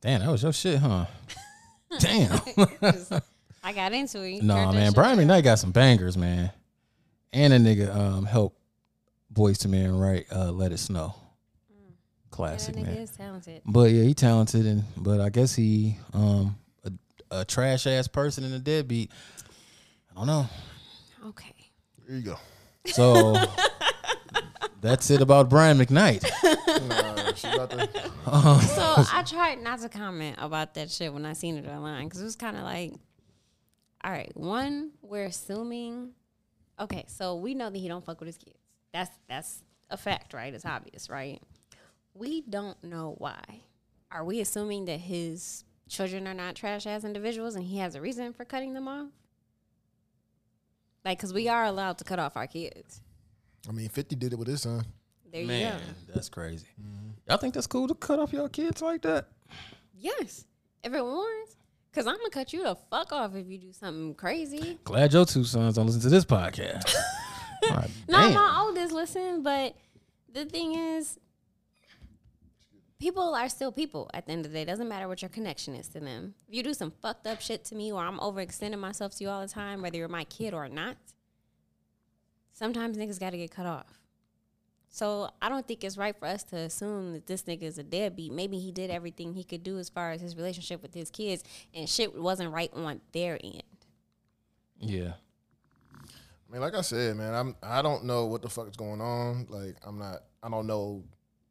Speaker 5: Damn, that was your shit, huh? Damn.
Speaker 9: I got into it. You
Speaker 5: no,
Speaker 9: heard that
Speaker 5: man.
Speaker 9: shit?
Speaker 5: Brian McKnight got some bangers, man. And a nigga um helped Boys to Men write uh, Let It Snow.
Speaker 9: Mm. Yeah, that
Speaker 5: Classic, man.
Speaker 9: nigga is talented.
Speaker 5: But yeah, he talented, and but I guess he um a, a trash ass person and a deadbeat. I don't know.
Speaker 9: Okay.
Speaker 8: here you go.
Speaker 5: So that's it about Brian McKnight.
Speaker 8: Nah, she about to-
Speaker 9: So I tried not to comment about that shit when I seen it online because it was kind of like, all right, one, we're assuming, okay, so we know that he don't fuck with his kids. That's that's a fact, right? It's obvious, right? We don't know why. Are we assuming that his children are not trash ass individuals and he has a reason for cutting them off? Like, cause we are allowed to cut off our kids.
Speaker 8: I mean, Fifty did it with his son.
Speaker 9: There you
Speaker 5: Man,
Speaker 9: go.
Speaker 5: that's crazy.
Speaker 9: Mm-hmm.
Speaker 5: Y'all think that's cool to cut off your kids like that?
Speaker 9: Yes, if it warrants. Cause I'm gonna cut you the fuck off if you do something crazy.
Speaker 5: Glad your two sons don't listen to this podcast. My
Speaker 9: No,
Speaker 5: damn.
Speaker 9: my oldest listen, but the thing is, people are still people. At the end of the day, doesn't matter what your connection is to them. If you do some fucked up shit to me, or I'm overextending myself to you all the time, whether you're my kid or not, sometimes niggas got to get cut off. So I don't think it's right for us to assume that this nigga is a deadbeat. Maybe he did everything he could do as far as his relationship with his kids, and shit wasn't right on their end.
Speaker 5: Yeah.
Speaker 8: I mean, like I said, man, I'm I don't know what the fuck is going on. Like, I'm not I don't know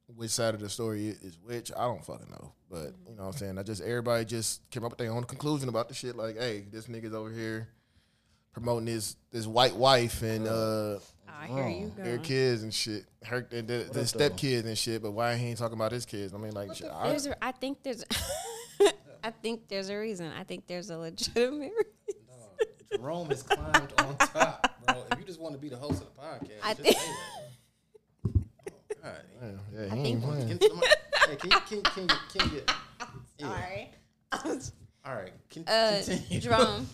Speaker 8: which side of the story i- is which. I don't fucking know. But you know what I'm saying? I just everybody just came up with their own conclusion about the shit. Like, hey, this nigga's over here promoting his this white wife and uh
Speaker 9: I hear you.
Speaker 8: her kids and shit. Her and the, the stepkids and shit, but why he ain't talking about his kids? I mean like shit, I,
Speaker 9: There's a, I think there's I think there's a reason. I think there's a legitimate reason.
Speaker 5: Jerome has climbed on top, bro. If you just want to be the host of the podcast,
Speaker 9: I think
Speaker 8: yeah, he ain't playing.
Speaker 5: can you, can, can you, can you,
Speaker 9: sorry.
Speaker 5: all right, can,
Speaker 9: Uh, Jerome.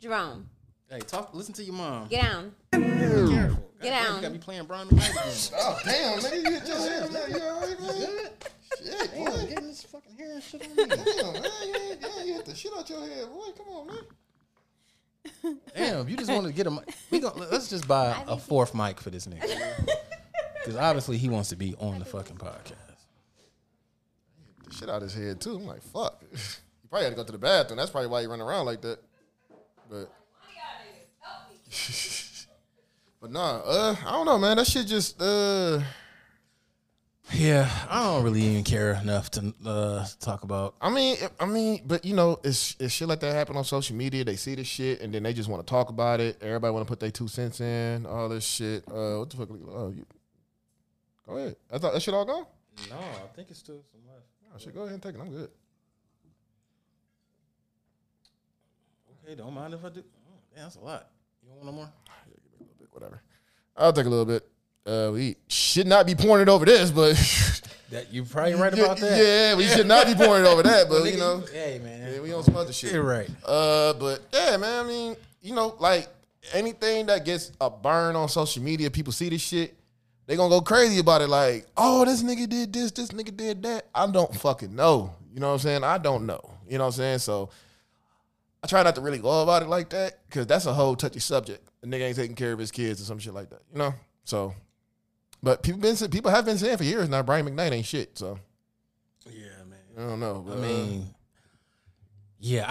Speaker 9: Jerome.
Speaker 5: Hey, talk. Listen to your mom.
Speaker 9: Get down.
Speaker 5: Careful.
Speaker 9: Get down.
Speaker 5: You gotta be playing Brian McKnight.
Speaker 8: Oh damn, nigga, you hit your head, man. You all right, man? Shit, boy.
Speaker 5: Damn, getting this fucking hair and shit on me.
Speaker 8: Damn, man, you, ain't- yeah, you hit the shit out your head, boy. Come on, man.
Speaker 5: Damn, you just want to get a mic. We gonna, let's just buy a fourth mic for this nigga. Because obviously he wants to be on the fucking podcast.
Speaker 8: The shit out his head too. I'm like, fuck. You probably had to go to the bathroom. That's probably why you run around like that. But but nah, uh, I don't know, man. That shit just uh
Speaker 5: Yeah, I don't really even care enough to uh, talk about.
Speaker 8: I mean, I mean, but you know, it's it's shit like that happen on social media. They see this shit and then they just want to talk about it. Everybody want to put their two cents in, all this shit. Uh, what the fuck? Oh, you go ahead. I thought that shit all gone.
Speaker 5: No, I think it's still some left.
Speaker 8: I should go ahead and take it. I'm good.
Speaker 5: Okay, don't mind if I do. Oh, damn, that's a lot. You don't want no more?
Speaker 8: Whatever. I'll take a little bit. Uh, we should not be pouring it over this, but
Speaker 5: That you probably right about that.
Speaker 8: yeah, we should not be pouring it over that. But
Speaker 5: Nigga,
Speaker 8: you know,
Speaker 5: hey man,
Speaker 8: yeah, we don't sponsor shit.
Speaker 5: you're right.
Speaker 8: Uh, but yeah, man. I mean, you know, like anything that gets a burn on social media, people see this shit, they gonna go crazy about it. Like, oh, this nigga did this, this nigga did that. I don't fucking know. You know what I'm saying? I don't know. You know what I'm saying? So I try not to really go about it like that because that's a whole touchy subject. A nigga ain't taking care of his kids or some shit like that. You know? So, but people been people have been saying for years now Brian McKnight ain't shit. So
Speaker 5: Yeah, man.
Speaker 8: I don't know.
Speaker 5: I
Speaker 8: but, uh,
Speaker 5: mean, yeah,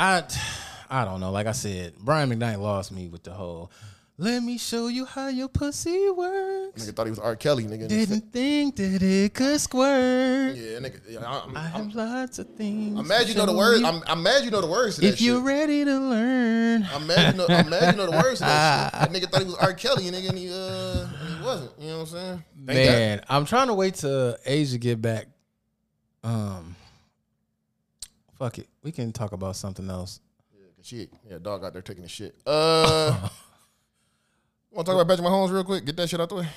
Speaker 5: I, I don't know. Like I said, Brian McKnight lost me with the whole Let me show you how your pussy works.
Speaker 8: Nigga thought he was R. Kelly, nigga.
Speaker 5: Didn't think that it could squirt.
Speaker 8: Yeah, nigga. Yeah, I- I'm,
Speaker 5: I
Speaker 8: I'm,
Speaker 5: have lots of things.
Speaker 8: I'm mad
Speaker 5: to
Speaker 8: you know the
Speaker 5: show
Speaker 8: words.
Speaker 5: you.
Speaker 8: I'm, I'm mad you know the words to that
Speaker 5: if you're
Speaker 8: shit.
Speaker 5: ready to learn,
Speaker 8: I'm mad, you know, I'm mad you know the words to that shit. That nigga thought he was R. Kelly, nigga, and he, uh, and he wasn't. You know what I'm saying? Thank God.
Speaker 5: man, I'm trying to wait till Asia get back. Um, fuck it, we can talk about something else.
Speaker 8: Shit. Yeah, dog out there taking the shit. Uh, want to talk about Patrick Mahomes real quick? Get that shit out the way.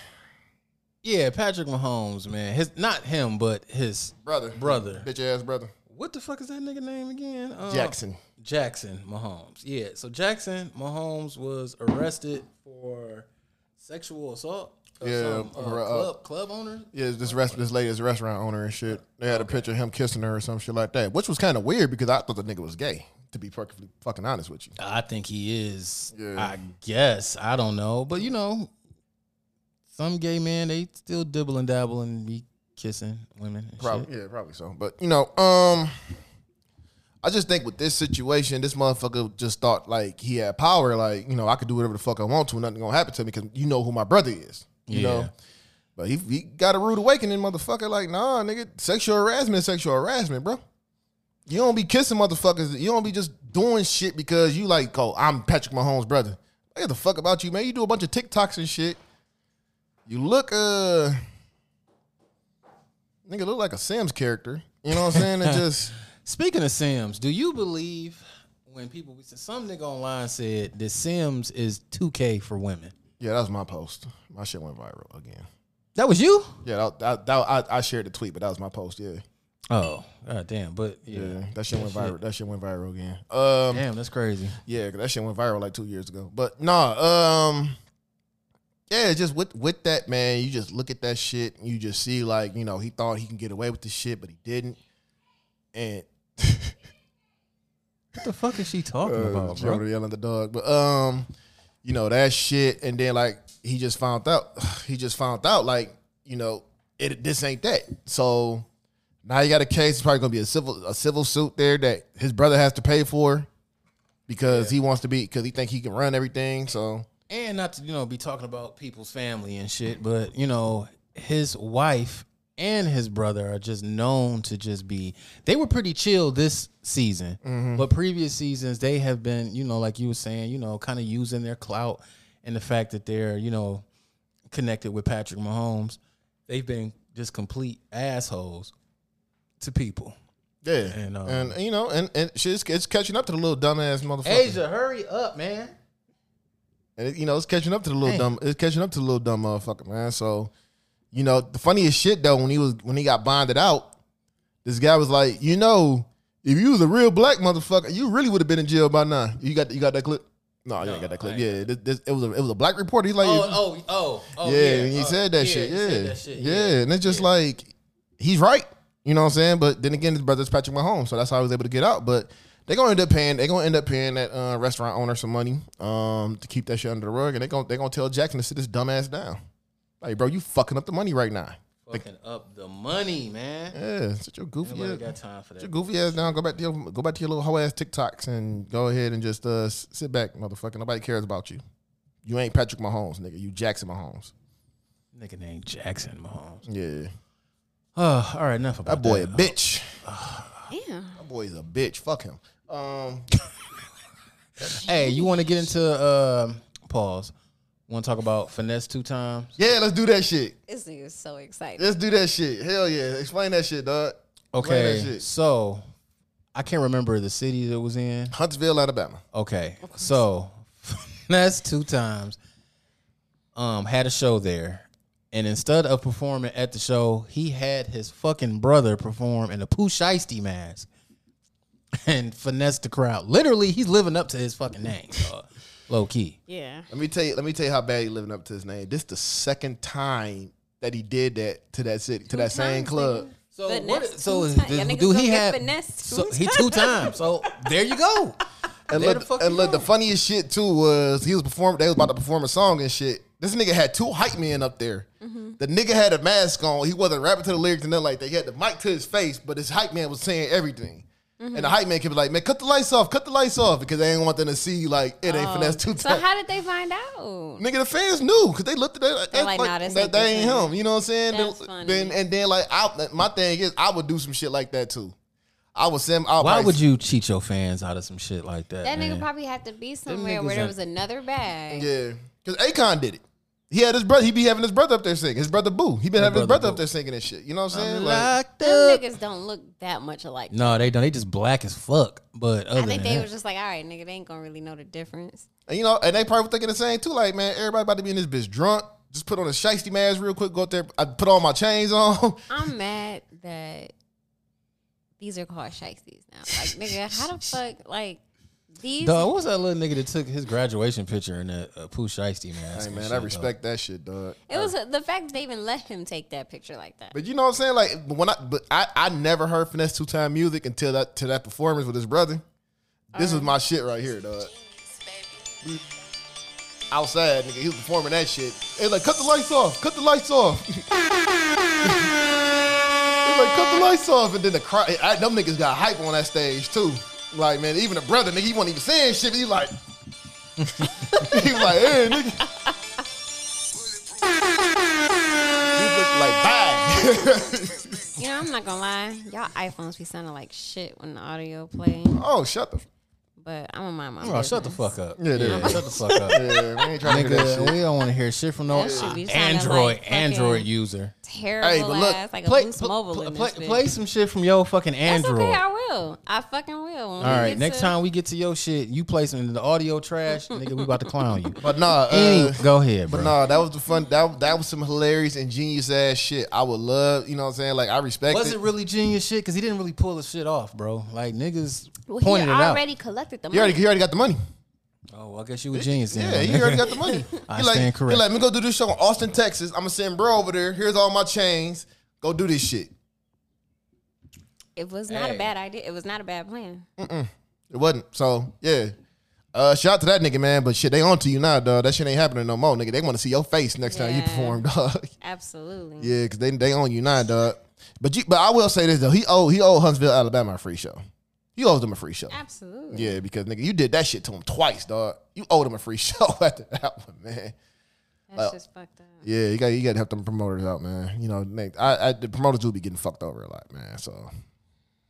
Speaker 5: Yeah, Patrick Mahomes, man, his not him, but his
Speaker 8: Brother.
Speaker 5: Brother.
Speaker 8: Bitch ass brother.
Speaker 5: what the fuck is that nigga name again? Uh,
Speaker 8: Jackson.
Speaker 5: Jackson Mahomes. Yeah, so Jackson Mahomes was arrested for sexual assault. of
Speaker 8: Yeah,
Speaker 5: some, uh,
Speaker 8: or, uh,
Speaker 5: club club owner.
Speaker 8: Yeah, this rest this lady is a restaurant owner and shit. They had a picture of him kissing her or some shit like that, which was kind of weird because I thought the nigga was gay. To be perfectly fucking honest with you,
Speaker 5: I think he is.
Speaker 8: Yeah.
Speaker 5: I guess I don't know, but you know, some gay men they still dibble and dabble and be kissing women. And
Speaker 8: probably
Speaker 5: shit.
Speaker 8: yeah, probably so. But you know, um, I just think with this situation, this motherfucker just thought like he had power. Like you know, I could do whatever the fuck I want to, and nothing gonna happen to me because you know who my brother is. You
Speaker 5: Yeah.
Speaker 8: know, but he he got a rude awakening, motherfucker. Like nah, nigga, sexual harassment, is sexual harassment, bro. You don't be kissing motherfuckers. You don't be just doing shit because you like, oh, I'm Patrick Mahomes' brother. I give the fuck about you, man. You do a bunch of TikToks and shit. You look, uh, nigga, look like a Sims character. You know what I'm saying? It just,
Speaker 5: Speaking of Sims, do you believe when people some nigga online said that Sims is 2K for women?
Speaker 8: yeah, that was my post. My shit went viral again.
Speaker 5: That was you?
Speaker 8: Yeah, that, that, that I, I shared the tweet, but that was my post. Yeah,
Speaker 5: Oh, god damn! But yeah,
Speaker 8: yeah, that shit went viral. That shit went viral again. Um,
Speaker 5: damn, that's crazy.
Speaker 8: Yeah, 'cause that shit went viral like two years ago. But nah, um, yeah, just with with that man, you just look at that shit, and you just see like you know he thought he can get away with the shit, but he didn't. And
Speaker 5: What the fuck is she talking
Speaker 8: uh,
Speaker 5: about, bro?
Speaker 8: Jonah yelling at the dog, but um, you know that shit, and then like he just found out, he just found out like you know it this ain't that. So now you got a case. It's probably gonna be a civil a civil suit there that his brother has to pay for because he wants to be because he think he can run everything. So.
Speaker 5: and not to you know be talking about people's family and shit, but you know his wife and his brother are just known to just be they were pretty chill this season,
Speaker 8: Mm-hmm.
Speaker 5: but previous seasons they have been you know like you were saying you know kind of using their clout and the fact that they're you know connected with Patrick Mahomes, they've been just complete assholes to people.
Speaker 8: Yeah,
Speaker 5: And,
Speaker 8: and, uh,
Speaker 5: um,
Speaker 8: and you know, and and shit, it's, it's catching up to the little dumbass motherfucker.
Speaker 5: Asia, hurry up, man.
Speaker 8: and it, you know, it's catching up to the little
Speaker 5: Hey.
Speaker 8: dumb. It's catching up to the little dumb motherfucker, man. So, you know, the funniest shit though, when he was when he got bonded out, this guy was like, you know, if you was a real black motherfucker, you really would have been in jail by now. You got you got that clip? No, you Oh, ain't got that clip. Yeah, this, this, it was a it was a black reporter. He's like,
Speaker 5: Oh, oh, oh, oh
Speaker 8: yeah,
Speaker 5: yeah.
Speaker 8: and he
Speaker 5: uh,
Speaker 8: said that shit.
Speaker 5: he
Speaker 8: Yeah.
Speaker 5: said that shit,
Speaker 8: yeah, and it's just like he's right. You know what I'm saying? But then again, his brother's Patrick Mahomes, so that's how he was able to get out. But they're gonna end up paying. They're gonna end up paying that uh, restaurant owner some money um, to keep that shit under the rug, and they're gonna they're gonna tell Jackson to sit his dumb ass down. Like, bro, you fucking up the money right now.
Speaker 5: Fucking up the money, man.
Speaker 8: Yeah, sit your goofy.
Speaker 5: Nobody
Speaker 8: ass-
Speaker 5: got time for
Speaker 8: sit your
Speaker 5: that.
Speaker 8: goofy ass down. Go back to your go back to your little hoe ass TikToks and go ahead and just uh, s- sit back, motherfucker. Nobody cares about you. You ain't Patrick Mahomes, nigga. You Jackson Mahomes.
Speaker 5: Nigga named Jackson Mahomes.
Speaker 8: Yeah,
Speaker 5: Oh, all right, enough
Speaker 8: that
Speaker 5: about
Speaker 8: boy a bitch.
Speaker 9: Damn.
Speaker 8: That boy's a bitch. Fuck him. Um,
Speaker 5: Hey, you want to get into um pause? Want to talk about finesse two times?
Speaker 8: yeah, let's do that shit.
Speaker 9: This nigga is so excited.
Speaker 8: Let's do that shit. Hell yeah. Explain that shit, dog. Explain that
Speaker 5: Okay,
Speaker 8: shit.
Speaker 5: so I can't remember the city that it was in.
Speaker 8: Huntsville, Alabama.
Speaker 5: Okay, so finesse two times. Um, had a show there, and instead of performing at the show, he had his fucking brother perform in a Pooh Shiesty mask. And finesse the crowd. Literally, he's living up to his fucking name, dog. low key.
Speaker 9: Yeah.
Speaker 8: Let me tell you. Let me tell you how bad he living up to his name. This the second time that he did that to that city, to that same
Speaker 9: times,
Speaker 8: club.
Speaker 5: So
Speaker 9: Finesse
Speaker 5: what?
Speaker 9: two
Speaker 5: So
Speaker 9: times.
Speaker 5: do-
Speaker 9: Y'all niggas
Speaker 5: do
Speaker 9: gonna
Speaker 5: he
Speaker 9: get
Speaker 5: have?
Speaker 9: finessed two
Speaker 5: so he two times. So there you go.
Speaker 8: And
Speaker 5: There
Speaker 8: look,
Speaker 5: the fuck
Speaker 8: and
Speaker 5: you
Speaker 8: look, the
Speaker 5: go.
Speaker 8: funniest shit too was he was performing. They was about to perform a song and shit. This nigga had two hype men up there.
Speaker 9: Mm-hmm.
Speaker 8: The nigga had a mask on. He wasn't rapping to the lyrics and nothing like that. He had the mic to his face, but his hype man was saying everything.
Speaker 9: Mm-hmm.
Speaker 8: And the hype man can be like, man, cut the lights off, cut the lights off, because they ain't want them to see like it ain't finesse too
Speaker 9: Oh. So
Speaker 8: tight.
Speaker 9: how did they find out?
Speaker 8: Nigga, the fans knew because they looked at that.
Speaker 9: They're
Speaker 8: that's
Speaker 9: like,
Speaker 8: like,
Speaker 9: nah, this
Speaker 8: that,
Speaker 9: ain't
Speaker 8: that
Speaker 9: this
Speaker 8: ain't
Speaker 9: nigga.
Speaker 8: him. You know what I'm saying?
Speaker 9: That's
Speaker 8: Then-
Speaker 9: funny.
Speaker 8: Then and then like, I, my thing is, I would do some shit like that too. I would send. I
Speaker 5: Why would you cheat your fans out of some shit like that?
Speaker 9: That nigga
Speaker 5: man?
Speaker 9: probably had to be somewhere
Speaker 5: niggas
Speaker 9: where there
Speaker 5: ain't-
Speaker 9: was another bag.
Speaker 8: Yeah, because Akon did it. He had his brother. He be having his brother up there singing. His brother Boo. He been having his
Speaker 5: brother
Speaker 8: brother up
Speaker 5: Boo.
Speaker 8: there singing and shit. You know what I'm saying?
Speaker 5: I'm
Speaker 8: like,
Speaker 5: locked
Speaker 9: Them
Speaker 5: up.
Speaker 9: niggas don't look that much alike.
Speaker 5: No, they don't. They just black as fuck. But
Speaker 9: I
Speaker 5: other
Speaker 9: think
Speaker 5: than
Speaker 9: they
Speaker 5: that,
Speaker 9: was just like, all right, nigga, they ain't gonna really know the difference.
Speaker 8: And you know, and they probably thinking the same too. Like, man, everybody about to be in this bitch drunk. Just put on a shiesty mask real quick. Go out there. I put all my chains on.
Speaker 9: I'm mad that these are called shiesties now. Like, nigga, how the fuck, like, these.
Speaker 5: dog, what was that little nigga that took his graduation picture in that uh, Pooh Shiesty mask?
Speaker 8: hey
Speaker 5: and
Speaker 8: man,
Speaker 5: shit,
Speaker 8: I
Speaker 5: dog?
Speaker 8: respect that shit, dog.
Speaker 9: It was the fact that they even let him take that picture like that.
Speaker 8: But you know what I'm saying? Like when I but I, I never heard finesse two time music until that to that performance with his brother. This was my shit right here, dog. Outside, nigga, he was performing that shit. It was like cut the lights off, cut the lights off. It was like cut the lights off, and then the crowd. I, them niggas got hype on that stage too. Like man, even the brother, nigga, he wasn't even saying shit. But he like, he was like, hey, nigga. He was like, bye.
Speaker 9: You know, I'm not gonna lie. Y'all iPhones be sounding like shit when the audio play,
Speaker 8: Oh, shut the.
Speaker 9: but I'm gonna mind my
Speaker 5: Oh, shut the
Speaker 9: business.
Speaker 5: fuck up.
Speaker 8: Yeah,
Speaker 5: Yeah,
Speaker 8: it is.
Speaker 5: shut the fuck up.
Speaker 8: Yeah, we ain't trying to do that shit.
Speaker 5: Nigga, we don't want to hear shit from no
Speaker 9: That shit be sounding
Speaker 5: Android
Speaker 9: like
Speaker 5: Android
Speaker 9: fucking-
Speaker 5: user.
Speaker 9: Terrible
Speaker 8: Hey, but look,
Speaker 9: ass, like a
Speaker 5: Play,
Speaker 9: Boost
Speaker 5: pl-
Speaker 9: Mobile
Speaker 5: pl-
Speaker 9: in
Speaker 5: play,
Speaker 9: this bitch.
Speaker 5: play some shit from your fucking
Speaker 9: That's
Speaker 5: Android.
Speaker 9: okay. I will. I fucking will. All
Speaker 5: All right, next time we get to your shit, you play some of the audio trash, nigga. We about to clown you.
Speaker 8: But nah,
Speaker 5: Any,
Speaker 8: uh,
Speaker 5: go ahead, bro.
Speaker 8: but nah, that was the fun. That that was some hilarious and genius ass shit. I would love, you know what I'm saying? Like I respect
Speaker 5: was
Speaker 8: it.
Speaker 5: it really genius shit? Because he didn't really pull his shit off, bro. Like niggas
Speaker 9: Well,
Speaker 5: pointed
Speaker 9: he
Speaker 5: it out.
Speaker 9: already collected the money.
Speaker 8: you already, you already got the money.
Speaker 5: Oh, well, I guess you a genius then.
Speaker 8: Yeah,
Speaker 5: my
Speaker 8: you
Speaker 5: nigga.
Speaker 8: already got the money.
Speaker 5: I
Speaker 8: he like,
Speaker 5: stand
Speaker 8: He
Speaker 5: corrected.
Speaker 8: like, let me go do this show in Austin, Texas. I'm gonna send bro over there. Here's all my chains. Go do this shit.
Speaker 9: It was not
Speaker 5: Hey.
Speaker 9: a bad idea. It was not a bad plan.
Speaker 8: It wasn't. So yeah. Uh, shout out to that nigga, man. But shit, they on to you now, dog. That shit ain't happening no more, nigga. They want to see your face next time you
Speaker 9: Yeah.
Speaker 8: perform, dog.
Speaker 9: Absolutely.
Speaker 8: yeah, because they they own you now, dog. But you, but I will say this though, he owe he owe Huntsville, Alabama, a free show. He owes them a free show.
Speaker 9: Absolutely.
Speaker 8: Yeah, because nigga, you did that shit to him twice, dog. You owed him a free show after that one, man.
Speaker 9: That's just fucked up.
Speaker 8: Yeah, you got you got to help them promoters out, man. You know, they, I, I the promoters do be getting fucked over a lot, man. So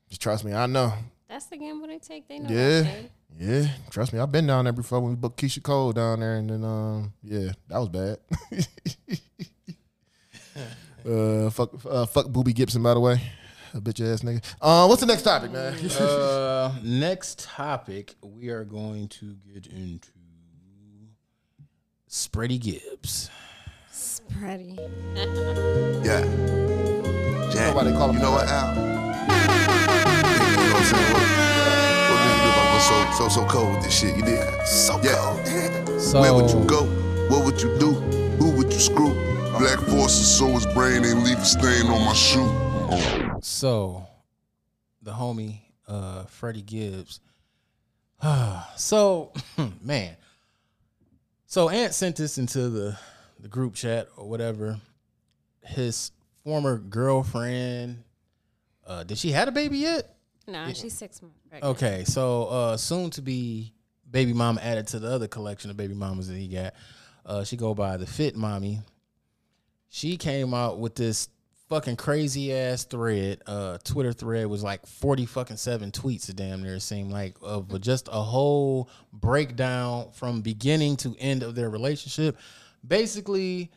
Speaker 8: just trust me, I know.
Speaker 9: That's the gamble they take. They know
Speaker 8: Yeah,
Speaker 9: that shit.
Speaker 8: yeah, trust me, I've been down there before when we booked Keisha Cole down there, and then um, yeah, that was bad. uh, fuck, uh, fuck, Booby Gibson, by the way, a bitch ass nigga. Uh, what's the next topic, man?
Speaker 5: Uh, next topic, we are going to get into Spready Gibbs.
Speaker 9: Spready.
Speaker 4: Yeah. Jack,
Speaker 8: Nobody call him
Speaker 4: you know what, Al? You know what I'm saying? What, what do you do if I was so, so, so cold with this shit? You did? So cold.
Speaker 5: So
Speaker 4: Where would you go? What would you do? Who would you screw? Black forces, so his brain ain't leave a stain on my shoe.
Speaker 5: So, the homie, uh, Freddie Gibbs. so, man. So, Ant sent this into the, the group chat or whatever. His former girlfriend. Uh, did she had a baby yet?
Speaker 9: No, she's six months. pregnant.
Speaker 5: Okay, so uh, soon to be baby mama added to the other collection of baby mamas that he got. Uh, she go by the fit mommy. She came out with this fucking crazy ass thread. Uh, Twitter thread was like forty fucking seven tweets. A damn near it seemed like of just a whole breakdown from beginning to end of their relationship. Basically,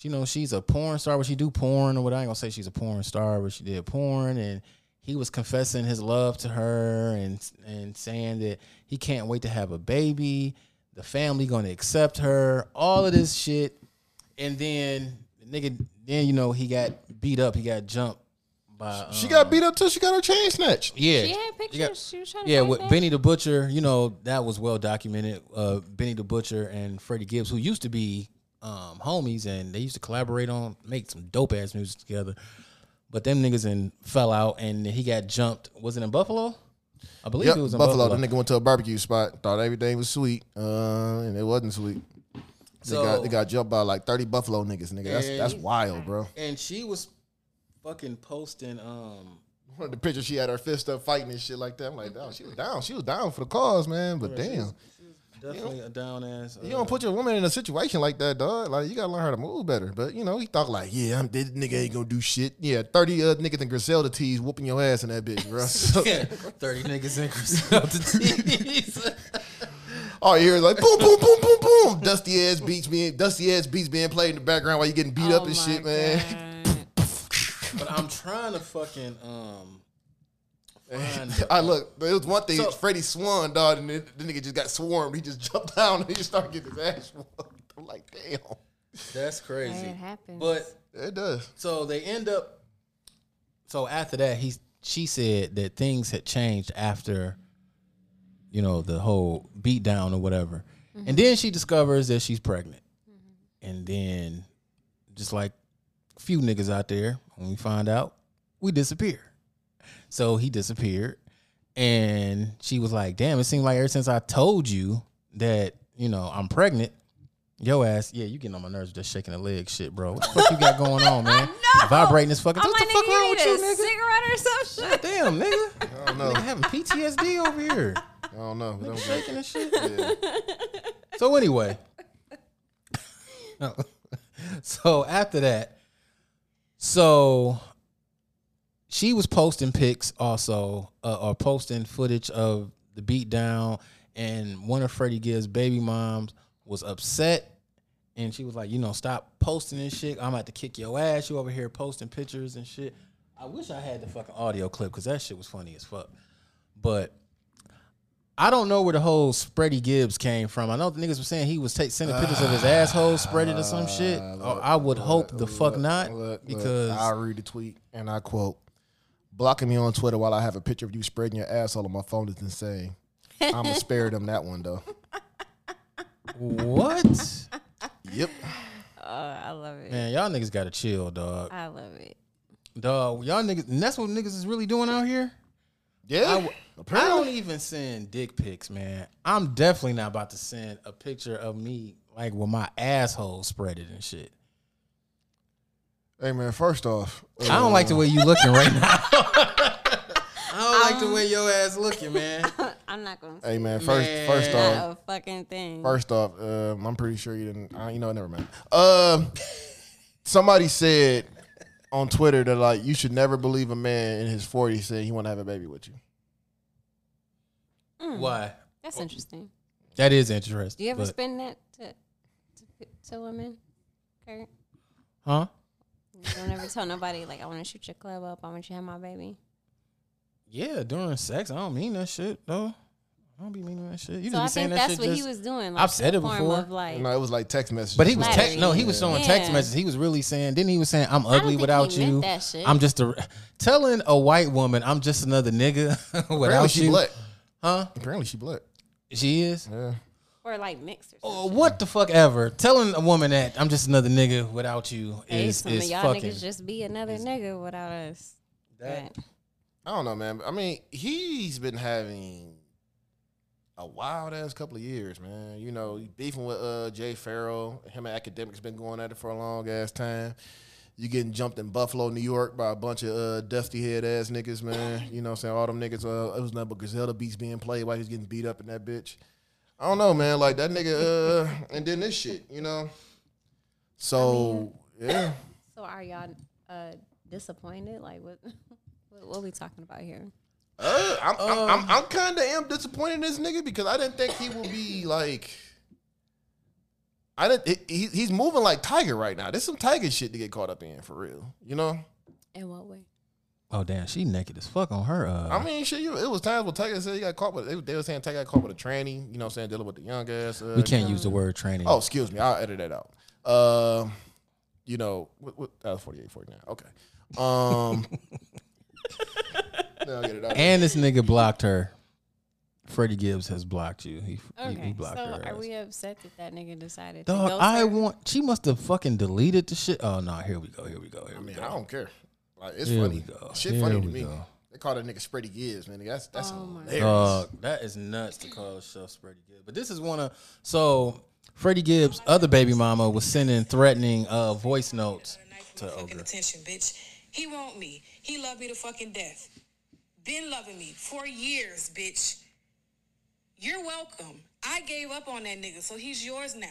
Speaker 5: you know, she's a porn star, but she do porn or what I ain't gonna say she's a porn star, but she did porn and he was confessing his love to her and and saying that he can't wait to have a baby, the family gonna accept her, all of this shit. And then nigga then you know he got beat up, he got jumped by um,
Speaker 8: she got beat up till she got her chain snatched.
Speaker 5: yeah.
Speaker 9: She had pictures.
Speaker 5: She got-
Speaker 9: she was trying to
Speaker 5: yeah,
Speaker 9: fight
Speaker 5: with
Speaker 9: back.
Speaker 5: Benny the Butcher, you know that was well documented. Uh, Benny the Butcher and Freddie Gibbs, who used to be um, homies, and they used to collaborate on make some dope ass music together. But them niggas and fell out, and he got jumped. Was it in Buffalo? I believe
Speaker 8: Yep,
Speaker 5: it was in
Speaker 8: Buffalo.
Speaker 5: Buffalo.
Speaker 8: The nigga went to a barbecue spot, thought everything was sweet, uh, and it wasn't sweet. They,
Speaker 5: So-
Speaker 8: got, they got jumped by like thirty Buffalo niggas, nigga. That's that's wild, bro.
Speaker 5: and she was fucking posting um
Speaker 8: One of the pictures, she had her fist up fighting and shit like that. I'm like, damn, she was down. She was down for the cause, man. But damn,
Speaker 5: Definitely a down ass.
Speaker 8: you don't put your woman in a situation like that, dog. Like, you gotta learn how to move better. But you know, he thought like, yeah, I'm this nigga ain't gonna do shit. Yeah, thirty uh, niggas in Griselda tees whooping your ass in that bitch, bro. So,
Speaker 5: uh, thirty niggas in Griselda.
Speaker 8: Oh, you hear is like boom, boom, boom, boom, boom. Dusty ass beats being dusty ass beats being played in the background while you getting
Speaker 9: Oh
Speaker 8: beat up and shit, man.
Speaker 5: but I'm trying to fucking um. Find
Speaker 8: I look. It was one thing. Freddie Swan, dog, and the, the nigga just got swarmed. He just jumped down and he just started getting his ass whooped. I'm like, damn,
Speaker 5: That's crazy.
Speaker 9: It happens.
Speaker 5: But
Speaker 8: it does.
Speaker 5: so they end up. So after that, he she said that things had changed after, you know, the whole beatdown or whatever,
Speaker 9: Mm-hmm.
Speaker 5: and then she discovers that she's pregnant, and then, just like a few niggas out there, when we find out, we disappear. So he disappeared, and she was like, "Damn, it seemed like ever since I told you that you know I'm pregnant." Yo ass, yeah, you getting on my nerves with that shaking the leg shit, bro. What the fuck you got going on, man?
Speaker 9: know.
Speaker 5: Vibrating this fucking.
Speaker 9: I'm
Speaker 5: what
Speaker 9: like,
Speaker 5: the fuck
Speaker 9: Oh, nigga,
Speaker 5: wrong
Speaker 9: you
Speaker 5: with
Speaker 9: need
Speaker 5: you,
Speaker 9: a
Speaker 5: nigga?
Speaker 9: cigarette or some shit.
Speaker 5: Damn, nigga.
Speaker 8: I don't know.
Speaker 5: Nigga having PTSD over here.
Speaker 8: I don't know. But don't
Speaker 5: Shaking and shit. So anyway. so after that, so she was posting pics also, uh, or posting footage of the beatdown, and one of Freddie Gibbs' baby moms was upset. And she was like, you know, stop posting this shit. I'm about to kick your ass. You over here posting pictures and shit. I wish I had the fucking audio clip because that shit was funny as fuck. But I don't know where the whole Spready Gibbs came from. I know the niggas were saying he was ta- sending pictures of his asshole spread it or some shit. Or I would hope the fuck not because
Speaker 8: I read the tweet and I quote: "Blocking me on Twitter while I have a picture of you spreading your asshole on my phone is insane." I'ma spare them that one though.
Speaker 5: what?
Speaker 8: Yep.
Speaker 9: I love it.
Speaker 5: Man, y'all niggas gotta chill, dog.
Speaker 9: I love it.
Speaker 5: Dog, y'all niggas, and that's what niggas is really doing out here.
Speaker 8: Yeah.
Speaker 5: I, I don't even send dick pics, man. I'm definitely not about to send a picture of me like with my asshole spreaded and shit.
Speaker 8: hey man, first off, uh,
Speaker 5: I don't like the way you looking right now. I don't like the way your ass looking, man.
Speaker 9: I'm not gonna say
Speaker 8: uh, hey man, first first off,
Speaker 9: not a fucking thing.
Speaker 8: First off, um, I'm pretty sure you didn't. Uh, you know, never mind. Um, somebody said on Twitter that like you should never believe a man in his 40s saying he want to have a baby with you.
Speaker 5: Why?
Speaker 9: That's interesting.
Speaker 5: That is interesting.
Speaker 9: Do you ever
Speaker 5: Oh. but-
Speaker 9: spend that to to, to women? Kurt?
Speaker 5: Huh?
Speaker 9: You Don't ever tell nobody like I want to shoot your club up. I want you to have my baby.
Speaker 5: Yeah, during sex, I don't mean that shit though. I don't be meaning that shit. You
Speaker 9: So
Speaker 5: just be
Speaker 9: I
Speaker 5: saying
Speaker 9: think
Speaker 5: that
Speaker 9: that's
Speaker 5: shit
Speaker 9: what he
Speaker 5: just-
Speaker 9: was doing.
Speaker 5: I've said
Speaker 9: some
Speaker 5: it
Speaker 9: form
Speaker 5: before.
Speaker 9: Of, like,
Speaker 8: No, it was like text messages.
Speaker 5: But he was
Speaker 9: Flattery.
Speaker 5: text. No, he was showing text
Speaker 9: Yeah.
Speaker 5: messages. He was really saying. Then he was saying, "I'm
Speaker 9: don't
Speaker 5: ugly
Speaker 9: think
Speaker 5: without
Speaker 9: he
Speaker 5: you."
Speaker 9: meant that shit.
Speaker 5: I'm just a telling a white woman, "I'm just another nigga
Speaker 8: apparently
Speaker 5: without
Speaker 8: she
Speaker 5: you."
Speaker 8: black.
Speaker 5: Huh?
Speaker 8: Apparently she black.
Speaker 5: She is.
Speaker 9: or like mixed or something.
Speaker 5: Oh, what the fuck ever? Telling a woman that I'm just another nigga without you
Speaker 9: Hey,
Speaker 5: is
Speaker 9: some of
Speaker 5: is
Speaker 9: y'all
Speaker 5: fucking.
Speaker 9: niggas just be another nigga without us. But
Speaker 8: I don't know, man. I mean, he's been having a wild ass couple of years, man. You know, he beefing with uh Jay Farrell. Him and academics been going at it for a long ass time. You getting jumped in Buffalo, New York by a bunch of uh, dusty head ass niggas, man. You know what I'm saying? All them niggas, uh, it was nothing but Griselda beats being played while he's getting beat up in that bitch. I don't know, man. Like that nigga, uh, and then this shit, you know? So, yeah.
Speaker 9: so are y'all uh, disappointed? Like what? What, what we talking about here?
Speaker 8: Uh, I'm, I'm, I'm, I'm kind of am disappointed in this nigga because I didn't think he would be like. I didn't. He, he- he's moving like Tiger right now. There's some Tiger shit to get caught up in for real. You know.
Speaker 9: In what way?
Speaker 5: Oh damn, she naked as fuck on her. Uh,
Speaker 8: I mean, shit. You, it was times when Tiger said he got caught with. They, they were saying Tiger got caught with a tranny. You know, what I'm saying dealing with the young ass. Uh,
Speaker 5: we can't use the word training.
Speaker 8: Oh, excuse me. I'll edit that out. Um, you know, what, what, that was 48, 49. Okay. Um. now I'll get it out.
Speaker 5: And this nigga blocked her. Freddie Gibbs has blocked you. He, he- he,
Speaker 9: Okay, so
Speaker 5: blocked her.
Speaker 9: are
Speaker 5: ass.
Speaker 9: we upset that that nigga decided? to
Speaker 5: Dog,
Speaker 9: ghost
Speaker 5: I
Speaker 9: her?
Speaker 5: want. She must have fucking deleted the shit. Oh no, here we go. Here we go. Here
Speaker 8: I
Speaker 5: we
Speaker 8: mean,
Speaker 5: go.
Speaker 8: I don't care. Like it's
Speaker 5: Here
Speaker 8: funny.
Speaker 5: we go.
Speaker 8: Shit
Speaker 5: Here
Speaker 8: funny to
Speaker 5: we
Speaker 8: me.
Speaker 5: go.
Speaker 8: They call that nigga Spready Gibbs, man. That's that's
Speaker 9: Oh
Speaker 8: hilarious.
Speaker 5: Dog, that is nuts to call yourself Freddie Gibbs. But this is one of so Freddie Gibbs' other baby mama was sending threatening uh, voice notes to Ogre.
Speaker 10: attention, bitch. He want me. He loved me to fucking death. Been loving me for years, bitch. You're welcome. I gave up on that nigga, so he's yours now.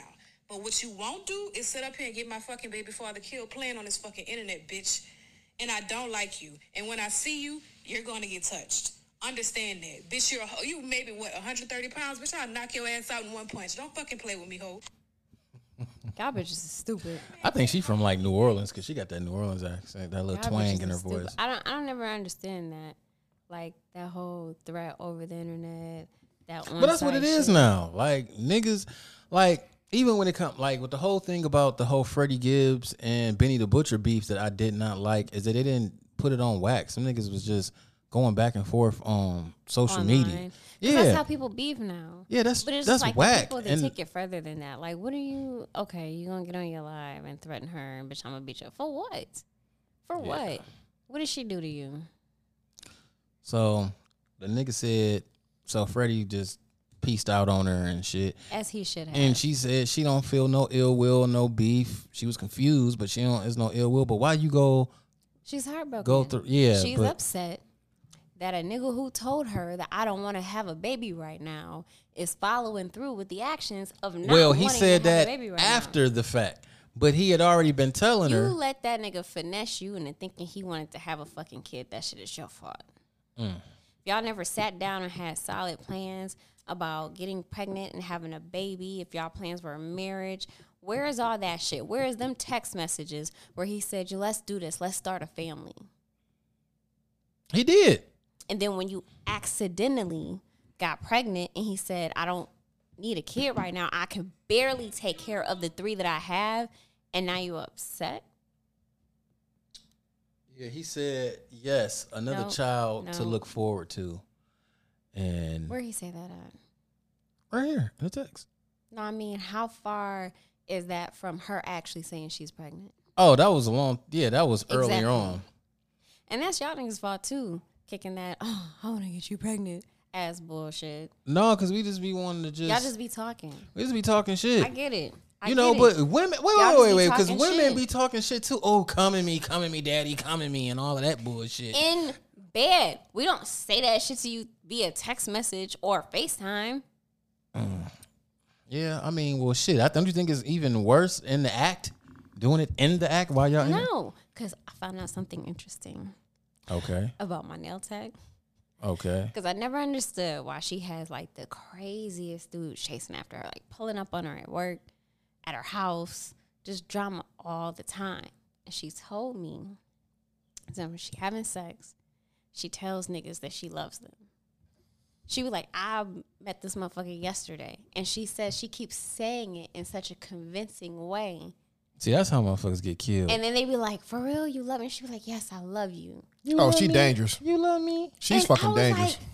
Speaker 10: But what you won't do is sit up here and get my fucking baby father killed playing on this fucking internet, bitch. And I don't like you. And when I see you, you're gonna get touched. Understand that, bitch. You're a ho- you maybe what 130 pounds, bitch. I'll knock your ass out in one punch. Don't fucking play with me, hoe.
Speaker 9: Y'all bitches is stupid.
Speaker 5: I think she from like New Orleans because she got that New Orleans accent, that little
Speaker 9: Y'all
Speaker 5: twang
Speaker 9: bitches
Speaker 5: in her
Speaker 9: is stupid.
Speaker 5: voice.
Speaker 9: I don't. I don't ever understand that. Like that whole threat over the internet. That one.
Speaker 5: But that's what it is now. Like niggas, like even when it comes like with the whole thing about the whole Freddie Gibbs and Benny the Butcher beefs that I did not like is that they didn't put it on wax. Some niggas was just going back and forth on social media.
Speaker 9: Yeah. That's
Speaker 5: Yeah,
Speaker 9: how people beef now.
Speaker 5: Yeah, that's-
Speaker 9: but it's
Speaker 5: that's
Speaker 9: just like
Speaker 5: whack,
Speaker 9: people that
Speaker 5: and-
Speaker 9: take it further than that. Like, what are you? Okay, you gonna get on your live and threaten her and bitch, I'm gonna beat you up. for what? For what? What did she do to you?
Speaker 5: so the nigga said so Freddie just pieced out on her and shit.
Speaker 9: As he should have.
Speaker 5: And she said she don't feel no ill will, no beef. She was confused, but she don't. It's no ill will. But why you go?
Speaker 9: She's heartbroken.
Speaker 5: Go through- yeah,
Speaker 9: She's
Speaker 5: but-
Speaker 9: upset that a nigga who told her that I don't want to have a baby right now is following through with the actions of not
Speaker 5: well, he
Speaker 9: wanting
Speaker 5: said
Speaker 9: to have
Speaker 5: that
Speaker 9: a baby right
Speaker 5: after the fact, but he had already been telling
Speaker 9: now. You
Speaker 5: her.
Speaker 9: let that nigga finesse you into thinking he wanted to have a fucking kid. That shit is your fault.
Speaker 5: Mm.
Speaker 9: Y'all never sat down and had solid plans about getting pregnant and having a baby. If y'all plans were a marriage, where is all that shit? Where is them text messages where he said, "You let's do this. Let's start a family."
Speaker 5: He did.
Speaker 9: And then when you accidentally got pregnant and he said, I don't need a kid right now. I can barely take care of the three that I have. And now you upset?
Speaker 5: Yeah, he said yes, another
Speaker 9: No,
Speaker 5: child to
Speaker 9: no.
Speaker 5: look forward to, and
Speaker 9: Where he say that at?
Speaker 5: right here in the text.
Speaker 9: No, I mean, how far is that from her actually saying she's pregnant?
Speaker 5: Oh, that was a long. Yeah, that was earlier
Speaker 9: Exactly.
Speaker 5: on.
Speaker 9: And that's y'all niggas' fault too, kicking that, oh, I want to get you pregnant ass bullshit.
Speaker 5: No, because we just be wanting to just,
Speaker 9: y'all just be talking.
Speaker 5: we just be talking shit.
Speaker 9: I get it. I
Speaker 5: you know,
Speaker 9: get
Speaker 5: but
Speaker 9: it.
Speaker 5: women, wait,
Speaker 9: Y'all
Speaker 5: wait,
Speaker 9: just
Speaker 5: wait,
Speaker 9: be
Speaker 5: wait, because
Speaker 9: talking
Speaker 5: women
Speaker 9: shit.
Speaker 5: be talking shit too. Oh, come at me, come at me, daddy, come at me, and all of that bullshit.
Speaker 9: in bed. We don't say that shit to you via text message or FaceTime.
Speaker 5: Yeah, I mean, well, shit. I don't you think it's even worse in the act, doing it in the act while y'all in it?
Speaker 9: No, because I found out something interesting
Speaker 5: Okay,
Speaker 9: about my nail tech.
Speaker 5: okay.
Speaker 9: Because I never understood why she has like the craziest dudes chasing after her, like pulling up on her at work, at her house, just drama all the time. And she told me that when she having sex, she tells niggas that she loves them. She was like, I met this motherfucker yesterday. And she says she keeps saying it in such a convincing way.
Speaker 5: See, that's how motherfuckers get killed.
Speaker 9: And then they be like, For real, you love me? She was like, Yes, I love you.
Speaker 5: You
Speaker 8: Oh,
Speaker 5: love
Speaker 8: she
Speaker 5: me?
Speaker 8: dangerous.
Speaker 5: You love me?
Speaker 8: She's
Speaker 9: And I
Speaker 8: fucking
Speaker 9: was
Speaker 8: dangerous.
Speaker 9: like,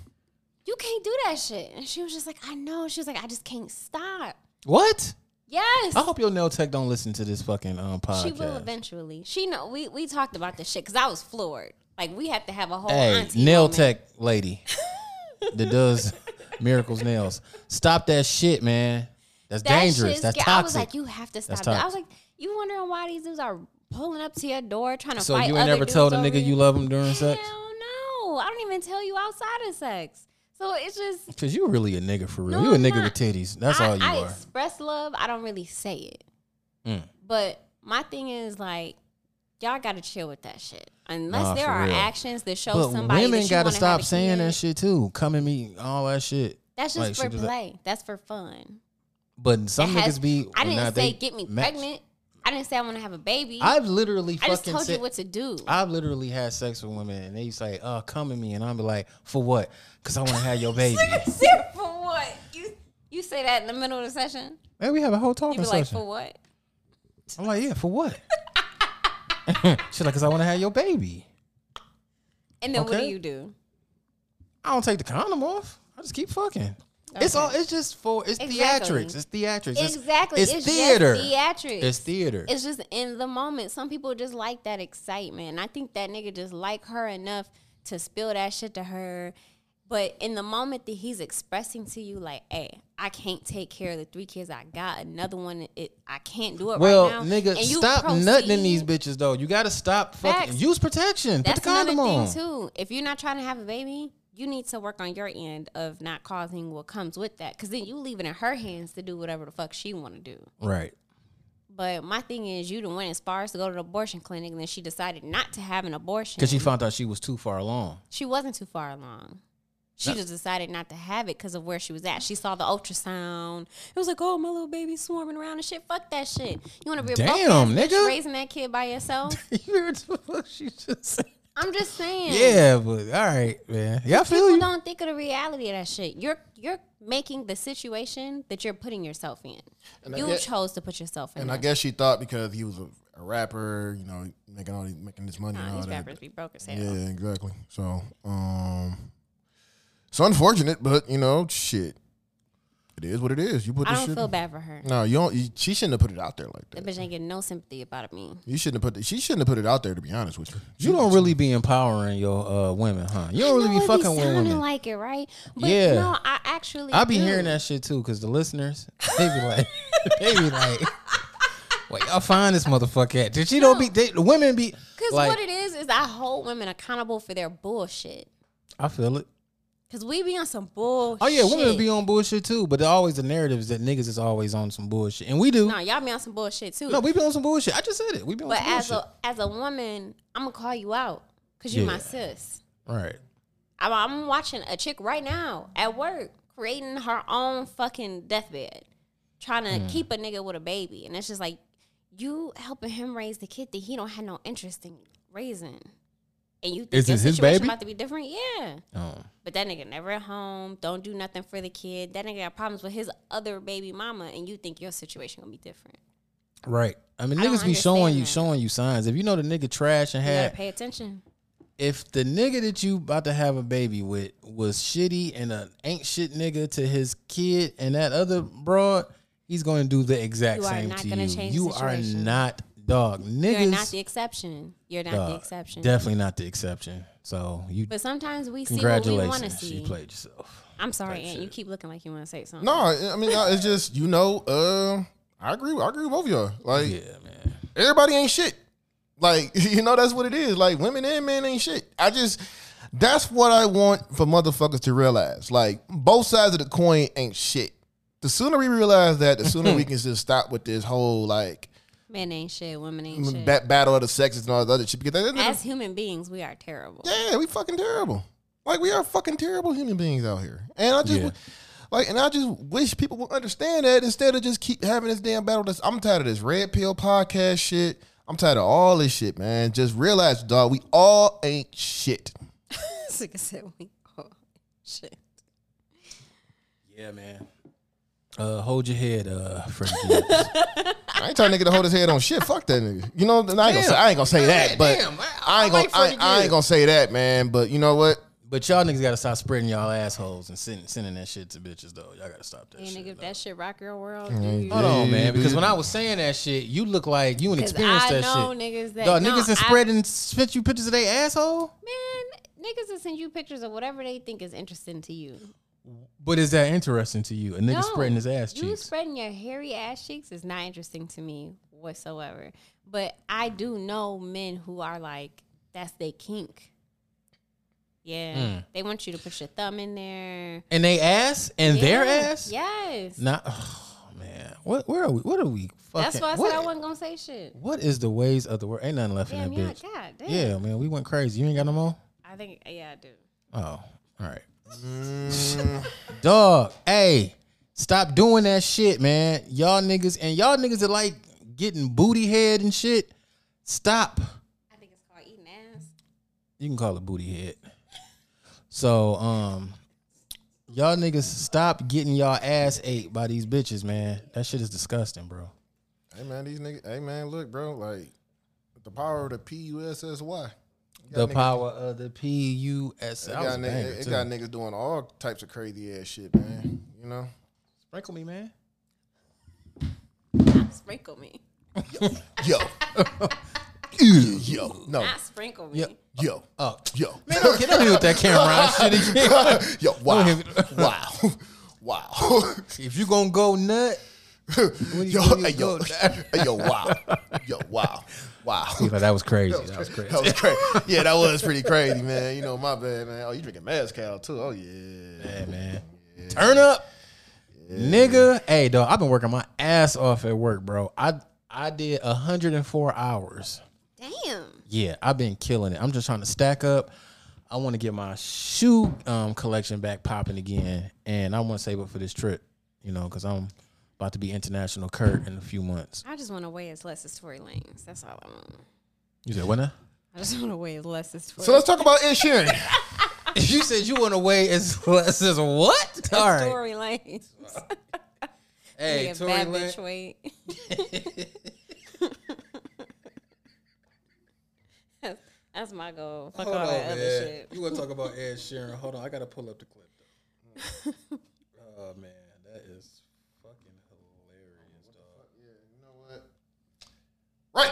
Speaker 9: you can't do that shit. And she was just like, I know. She was like, I just can't stop.
Speaker 5: What?
Speaker 9: Yes.
Speaker 5: I hope your nail tech don't listen to this fucking um podcast.
Speaker 9: she will eventually. She know we we talked about this shit because I was floored. Like we have to have a whole
Speaker 5: hey,
Speaker 9: auntie
Speaker 5: nail
Speaker 9: moment.
Speaker 5: tech lady that does miracles nails. Stop that shit, man. That's
Speaker 9: That
Speaker 5: dangerous.
Speaker 9: shit's
Speaker 5: That's
Speaker 9: ga-
Speaker 5: toxic.
Speaker 9: I was like, you have to
Speaker 5: That's
Speaker 9: stop that. I was
Speaker 5: toxic.
Speaker 9: like, you wondering why these dudes are pulling up to your door trying to
Speaker 5: so
Speaker 9: fight
Speaker 5: you ain't
Speaker 9: other
Speaker 5: never
Speaker 9: dudes
Speaker 5: told a
Speaker 9: over
Speaker 5: nigga
Speaker 9: you?
Speaker 5: you love him during sex?
Speaker 9: Hell no. I don't even tell you outside of sex. So it's just
Speaker 5: Cause you really a nigga for real.
Speaker 9: No,
Speaker 5: you a
Speaker 9: I'm
Speaker 5: nigga
Speaker 9: not.
Speaker 5: with titties. That's
Speaker 9: I,
Speaker 5: all you
Speaker 9: I
Speaker 5: are.
Speaker 9: express love. I don't really say it.
Speaker 5: Mm.
Speaker 9: But my thing is like, y'all got to chill with that shit. Unless
Speaker 5: Nah,
Speaker 9: there
Speaker 5: for
Speaker 9: are
Speaker 5: real.
Speaker 9: actions that show
Speaker 5: But
Speaker 9: somebody
Speaker 5: women
Speaker 9: that you
Speaker 5: gotta
Speaker 9: wanna have
Speaker 5: stop
Speaker 9: a
Speaker 5: saying
Speaker 9: kid,
Speaker 5: that shit too. Come at me, all that shit.
Speaker 9: That's
Speaker 5: Like,
Speaker 9: just
Speaker 5: she
Speaker 9: for
Speaker 5: was
Speaker 9: play.
Speaker 5: like-
Speaker 9: That's for fun.
Speaker 5: but some
Speaker 9: It has-
Speaker 5: niggas be.
Speaker 9: I
Speaker 5: nah,
Speaker 9: didn't
Speaker 5: they
Speaker 9: say get me
Speaker 5: match-
Speaker 9: pregnant. I didn't say I want to have a baby.
Speaker 5: I've literally
Speaker 9: I
Speaker 5: fucking
Speaker 9: just told
Speaker 5: said,
Speaker 9: you what to do.
Speaker 5: I've literally had sex with women and they say, "Oh, come at me," and I'm be like, "For what? Cause I want to have your baby."
Speaker 9: Sit for what? You you say that in the middle of the session?
Speaker 5: Man, we have a whole
Speaker 9: You
Speaker 5: talking
Speaker 9: be like,
Speaker 5: session.
Speaker 9: for what?
Speaker 5: I'm like, "Yeah, for what?" She's like, "Cause I want to have your baby."
Speaker 9: And then what do
Speaker 5: Okay.
Speaker 9: you do?
Speaker 5: I don't take the condom off. I just keep fucking. It's
Speaker 9: Okay.
Speaker 5: all. It's just for. It's
Speaker 9: Exactly.
Speaker 5: theatrics. It's theatrics. It's-
Speaker 9: Exactly.
Speaker 5: It's,
Speaker 9: It's just
Speaker 5: theater.
Speaker 9: theatrics.
Speaker 5: It's theater.
Speaker 9: It's just in the moment. Some people just like that excitement. And I think that nigga just like her enough to spill that shit to her. But in the moment that he's expressing to you, like, "Hey, I can't take care of the three kids I got. Another one, it I can't do it
Speaker 5: Well,
Speaker 9: right now."
Speaker 5: nigga,
Speaker 9: and you
Speaker 5: stop nutting in
Speaker 9: proceed-
Speaker 5: these bitches though. You gotta stop fucking.
Speaker 9: Facts.
Speaker 5: Use protection.
Speaker 9: That's
Speaker 5: Put the condom
Speaker 9: another
Speaker 5: on.
Speaker 9: thing too. If you're not trying to have a baby, you need to work on your end of not causing what comes with that, because then you leave it in her hands to do whatever the fuck she want to do.
Speaker 5: Right.
Speaker 9: But my thing is, you the one inspires to go to the abortion clinic, and then she decided not to have an abortion
Speaker 5: Because she found out she was too far along.
Speaker 9: she wasn't too far along. She
Speaker 5: That-
Speaker 9: just decided not to have it because of where she was at. She saw the ultrasound. It was like, oh, my little baby's swarming around and shit. Fuck that shit. You want to be a broke
Speaker 5: Damn,
Speaker 9: ass bitch
Speaker 5: nigga.
Speaker 9: raising that kid by yourself?
Speaker 5: you heard what she just said.
Speaker 9: I'm just saying.
Speaker 5: Yeah, but all right, man. Yeah, I feel
Speaker 9: People
Speaker 5: you.
Speaker 9: don't think of the reality of that shit. You're you're making the situation that you're putting yourself in.
Speaker 8: I
Speaker 9: you
Speaker 8: get-
Speaker 9: chose to put yourself in.
Speaker 8: And I
Speaker 9: that.
Speaker 8: guess she thought because he was a, a rapper, you know, making all these, making this money.
Speaker 9: Nah,
Speaker 8: and all
Speaker 9: these
Speaker 8: that.
Speaker 9: rappers be broke as hell.
Speaker 8: Yeah, exactly. So, um, it's unfortunate, but you know, shit, it is what it is. You put.
Speaker 9: I
Speaker 8: this
Speaker 9: don't
Speaker 8: shit-
Speaker 9: feel bad for her.
Speaker 8: No, you don't. You, she shouldn't have put it out there like
Speaker 9: That
Speaker 8: that.
Speaker 9: bitch ain't getting no sympathy about me.
Speaker 8: You shouldn't have put. The, she shouldn't have put it out there. To be honest with you,
Speaker 5: You don't really be empowering your uh, women, huh? You don't really
Speaker 9: No,
Speaker 5: be
Speaker 9: it
Speaker 5: fucking with
Speaker 9: sounding
Speaker 5: women.
Speaker 9: like it, right? But
Speaker 5: Yeah.
Speaker 9: no, I actually
Speaker 5: I be
Speaker 9: do.
Speaker 5: hearing that shit too, because the listeners, they be like, they be like, where y'all find this motherfucker at? Did she don't be? They, the women be
Speaker 9: Because
Speaker 5: like,
Speaker 9: what it is is I hold women accountable for their bullshit.
Speaker 5: I feel it.
Speaker 9: Cause we be on some bullshit.
Speaker 5: Oh yeah, women be on bullshit too, but always the narrative is that niggas is always on some bullshit, and we do.
Speaker 9: No, y'all be on some bullshit too.
Speaker 5: No, we been on some bullshit. I just said it. We been on
Speaker 9: But
Speaker 5: some
Speaker 9: as
Speaker 5: bullshit.
Speaker 9: a as a woman, I'm gonna call you out because you're my
Speaker 5: Yeah.
Speaker 9: sis.
Speaker 5: right.
Speaker 9: I'm, I'm watching a chick right now at work creating her own fucking deathbed, trying to
Speaker 5: Mm.
Speaker 9: keep a nigga with a baby, and it's just like you helping him raise the kid that he don't have no interest in raising, and you think
Speaker 5: Is
Speaker 9: your
Speaker 5: this his
Speaker 9: situation
Speaker 5: baby?
Speaker 9: about to be different? Yeah.
Speaker 5: Um,
Speaker 9: But that nigga never at home. Don't do nothing for the kid. That nigga got problems with his other baby mama, and you think your situation gonna be different.
Speaker 5: right. I mean,
Speaker 9: I don't
Speaker 5: niggas be showing
Speaker 9: understand
Speaker 5: you,
Speaker 9: that.
Speaker 5: showing you signs. If you know the nigga trash and
Speaker 9: You
Speaker 5: had
Speaker 9: gotta pay attention.
Speaker 5: if the nigga that you about to have a baby with was shitty and an ain't shit nigga to his kid and that other broad, he's going to do the exact
Speaker 9: You are
Speaker 5: same
Speaker 9: not
Speaker 5: to
Speaker 9: gonna
Speaker 5: you.
Speaker 9: change
Speaker 5: you
Speaker 9: the
Speaker 5: are
Speaker 9: situation.
Speaker 5: not dog niggas.
Speaker 9: You're not the exception. You're not the
Speaker 5: dog,
Speaker 9: exception.
Speaker 5: Definitely not the exception. So you.
Speaker 9: But sometimes we see what we want to
Speaker 5: Congratulations,
Speaker 9: see.
Speaker 5: you played yourself.
Speaker 9: I'm sorry, Aunt. You keep looking like you want to say something.
Speaker 8: No, I I mean, no, it's just you know. Uh, I agree. I agree with both of y'all. Like,
Speaker 5: Yeah, man.
Speaker 8: everybody ain't shit. Like, you know, that's what it is. Like, women and men ain't shit. I just, that's what I want for motherfuckers to realize. Like, both sides of the coin ain't shit. The sooner we realize that, the sooner we can just stop with this whole, like,
Speaker 9: Men ain't shit. Women ain't
Speaker 5: Mm,
Speaker 9: shit.
Speaker 8: bat- battle of the sexes and all that other shit. Because that-
Speaker 9: As human beings, we are terrible.
Speaker 8: yeah, we fucking terrible. Like, we are fucking terrible human beings out here. And I just,
Speaker 5: Yeah.
Speaker 8: like, and I just wish people would understand that instead of just keep having this damn battle. This I'm tired of this red pill podcast shit. I'm tired of all this shit, man. Just realize, dog, we all ain't shit.
Speaker 9: This nigga said we all shit.
Speaker 5: Yeah, man. Uh, hold your head, uh, Freddie. Gibbs.
Speaker 8: I ain't telling nigga to hold his head on shit. Fuck that nigga. You know, and I ain't gonna say, I ain't gonna say that, but
Speaker 5: damn, I-
Speaker 8: I,
Speaker 5: I
Speaker 8: ain't gonna,
Speaker 5: like
Speaker 8: I,
Speaker 5: Freddie
Speaker 8: I ain't
Speaker 5: Gibbs.
Speaker 8: gonna say that, man. But you know what?
Speaker 5: but y'all niggas gotta stop spreading y'all assholes and sending sending that shit to bitches though. Y'all gotta stop that.
Speaker 9: And
Speaker 5: shit.
Speaker 9: nigga, if that shit rock your world, dude.
Speaker 5: Hold on, man. Because when I was saying that shit, you look like you didn't
Speaker 9: 'Cause
Speaker 5: experience
Speaker 9: I
Speaker 5: that
Speaker 9: know
Speaker 5: shit.
Speaker 9: niggas that-
Speaker 5: Dog,
Speaker 9: no,
Speaker 5: niggas
Speaker 9: I-
Speaker 5: is spreading sent you pictures of their asshole.
Speaker 9: man, niggas will send you pictures of whatever they think is interesting to you.
Speaker 5: But is that interesting to you? A nigga spreading his ass
Speaker 9: You
Speaker 5: cheeks.
Speaker 9: spreading your hairy ass cheeks is not interesting to me whatsoever. But I do know men who are like, that's they kink. Yeah.
Speaker 5: Mm.
Speaker 9: They want you to put your thumb in there.
Speaker 5: and they ass and their
Speaker 9: Yeah.
Speaker 5: ass.
Speaker 9: Yes.
Speaker 5: Not. Oh, man. What? Where are we? What are we? Fucking,
Speaker 9: That's why I said
Speaker 5: what,
Speaker 9: I wasn't gonna say shit.
Speaker 5: What is the ways of the world? Ain't nothing left
Speaker 9: Damn,
Speaker 5: in
Speaker 9: yeah,
Speaker 5: that bitch.
Speaker 9: God damn.
Speaker 5: Yeah, man. We went crazy. You ain't got no more.
Speaker 9: I think yeah, I do.
Speaker 5: Oh, all right. Dog, hey, stop doing that shit, man. Y'all niggas and y'all niggas that like getting booty head and shit. Stop.
Speaker 9: I think it's called eating ass.
Speaker 5: You can call it booty head. So, um, y'all niggas stop getting y'all ass ate by these bitches, man. That shit is disgusting, bro.
Speaker 8: Hey man, these niggas. Hey man, look, bro, like the power of the P U S S Y.
Speaker 5: The power of the P U S.
Speaker 8: It got, niggas, it got niggas doing all types of crazy ass shit, man. You know?
Speaker 5: Sprinkle me, man.
Speaker 9: Sprinkle me.
Speaker 8: Yo. ew, yo, no,
Speaker 9: Not sprinkle me.
Speaker 8: yo, yo, uh, yo,
Speaker 5: Man, don't get up here with that camera. Shit
Speaker 8: yo, wow, wow, wow.
Speaker 5: if you gonna go nut, when you,
Speaker 8: yo,
Speaker 5: when you
Speaker 8: hey, yo,
Speaker 5: go-
Speaker 8: hey, yo, wow, yo, wow, wow.
Speaker 5: He's like, that was crazy. That was crazy.
Speaker 8: That was crazy. Yeah, that was pretty crazy, man. You know, my bad, man. Oh, you drinking mezcal too? Oh yeah.
Speaker 5: Yeah, man. Turn up, nigga. Hey, dog. I've been working my ass off at work, bro. I I did 104 hours.
Speaker 9: Damn.
Speaker 5: Yeah, I've been killing it. I'm just trying to stack up. I want to get my shoe um, collection back popping again, and I want to save up for this trip, you know, because I'm about to be international Kurt in a few months.
Speaker 9: I just want to weigh as less as Tory Lanez. That's all I want.
Speaker 5: You said what now?
Speaker 9: I just want to weigh as less as Tory.
Speaker 8: So let's talk about Ed Sheeran.
Speaker 5: you said you went away as less as what? All
Speaker 9: Lanez.
Speaker 5: right.
Speaker 9: Tory Lanez.
Speaker 5: Hey,
Speaker 9: yeah,
Speaker 5: Tory
Speaker 9: bad
Speaker 5: Lan-
Speaker 9: bitch weight. that's, that's my goal. Fuck all that other shit.
Speaker 5: You want to talk about Ed Sheeran? Hold on, I gotta pull up the clip. Though. oh man, that is fucking hilarious, dog.
Speaker 8: Right.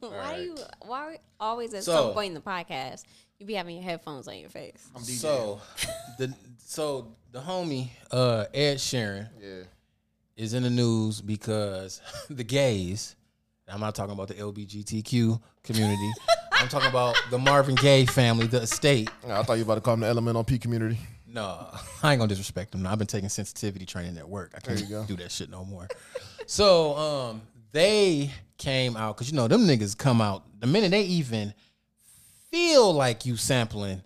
Speaker 9: why do you? Why are we always at
Speaker 5: So-
Speaker 9: some point in the podcast you be having your headphones on your face?
Speaker 5: So, the so the homie uh, Ed Sheeran
Speaker 8: Yeah.
Speaker 5: is in the news because the gays. I'm not talking about the LBGTQ community. I'm talking about the Marvin Gaye family, the estate.
Speaker 8: I thought you were about to call him the element on P community.
Speaker 5: No, I ain't gonna disrespect them. I've been taking sensitivity training at work. I
Speaker 8: you go.
Speaker 5: can't do that shit no more. so um, they came out because you know them niggas come out the minute they even feel like you sampling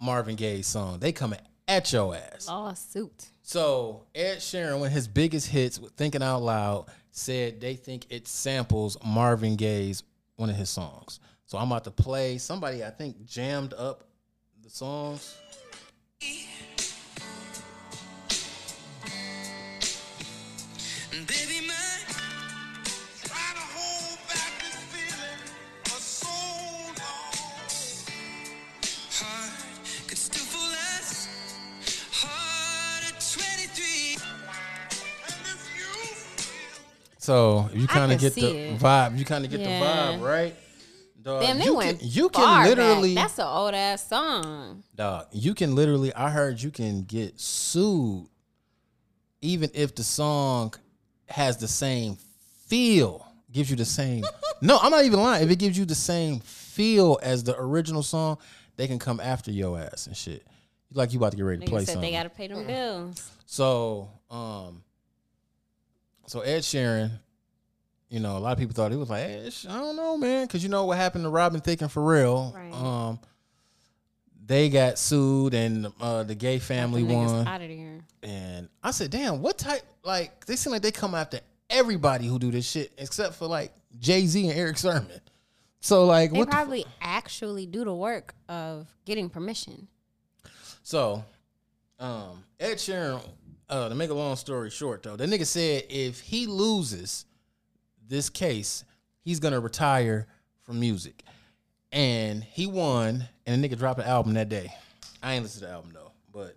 Speaker 5: Marvin Gaye's song, they coming at your ass.
Speaker 9: Oh. Lawsuit.
Speaker 5: So Ed Sheeran, one of his biggest hits, with "Thinking Out Loud," said they think it samples Marvin Gaye's one of his songs. So I'm about to play somebody I think jammed up the songs.
Speaker 2: Baby, man, try to hold back this feeling for so long. Heart could still fool us. Heart at 23. And if you feel
Speaker 5: So you
Speaker 9: I
Speaker 5: kind
Speaker 9: can
Speaker 5: of get
Speaker 9: see
Speaker 5: the
Speaker 9: it.
Speaker 5: vibe. You kind of get
Speaker 9: Yeah.
Speaker 5: the vibe, right?
Speaker 8: Uh,
Speaker 5: Dog,
Speaker 9: Damn, they
Speaker 5: you
Speaker 9: went.
Speaker 5: can, you
Speaker 9: far
Speaker 5: can
Speaker 9: back.
Speaker 5: literally,
Speaker 9: That's an old ass song.
Speaker 5: dog. You can literally. I heard you can get sued, even if the song has the same feel, gives you the same. no, I'm not even lying. If it gives you the same feel as the original song, they can come after your ass and shit. Like you about to get ready to play
Speaker 9: Nigga said
Speaker 5: something.
Speaker 9: they gotta pay them bills.
Speaker 5: So, um, so Ed Sheeran, you know, a lot of people thought he was like, "Ed Sh- I don't know, man, because you know what happened to Robin Thicke and Pharrell.
Speaker 9: Right.
Speaker 5: Um, they got sued, and uh, the gay family
Speaker 9: Them niggas
Speaker 5: won.
Speaker 9: Out of here.
Speaker 5: and I said, "Damn, what type? Like, they seem like they come after everybody who do this shit, except for like Jay Z and Eric Sermon. So, like,
Speaker 9: They
Speaker 5: what? the fu-
Speaker 9: probably actually do the work of getting permission.
Speaker 5: So, um, Ed Sheeran, uh, to make a long story short, though, that nigga said if he loses this case, he's gonna retire from music. And he won, and the nigga dropped an album that day. I ain't listened to the album though, but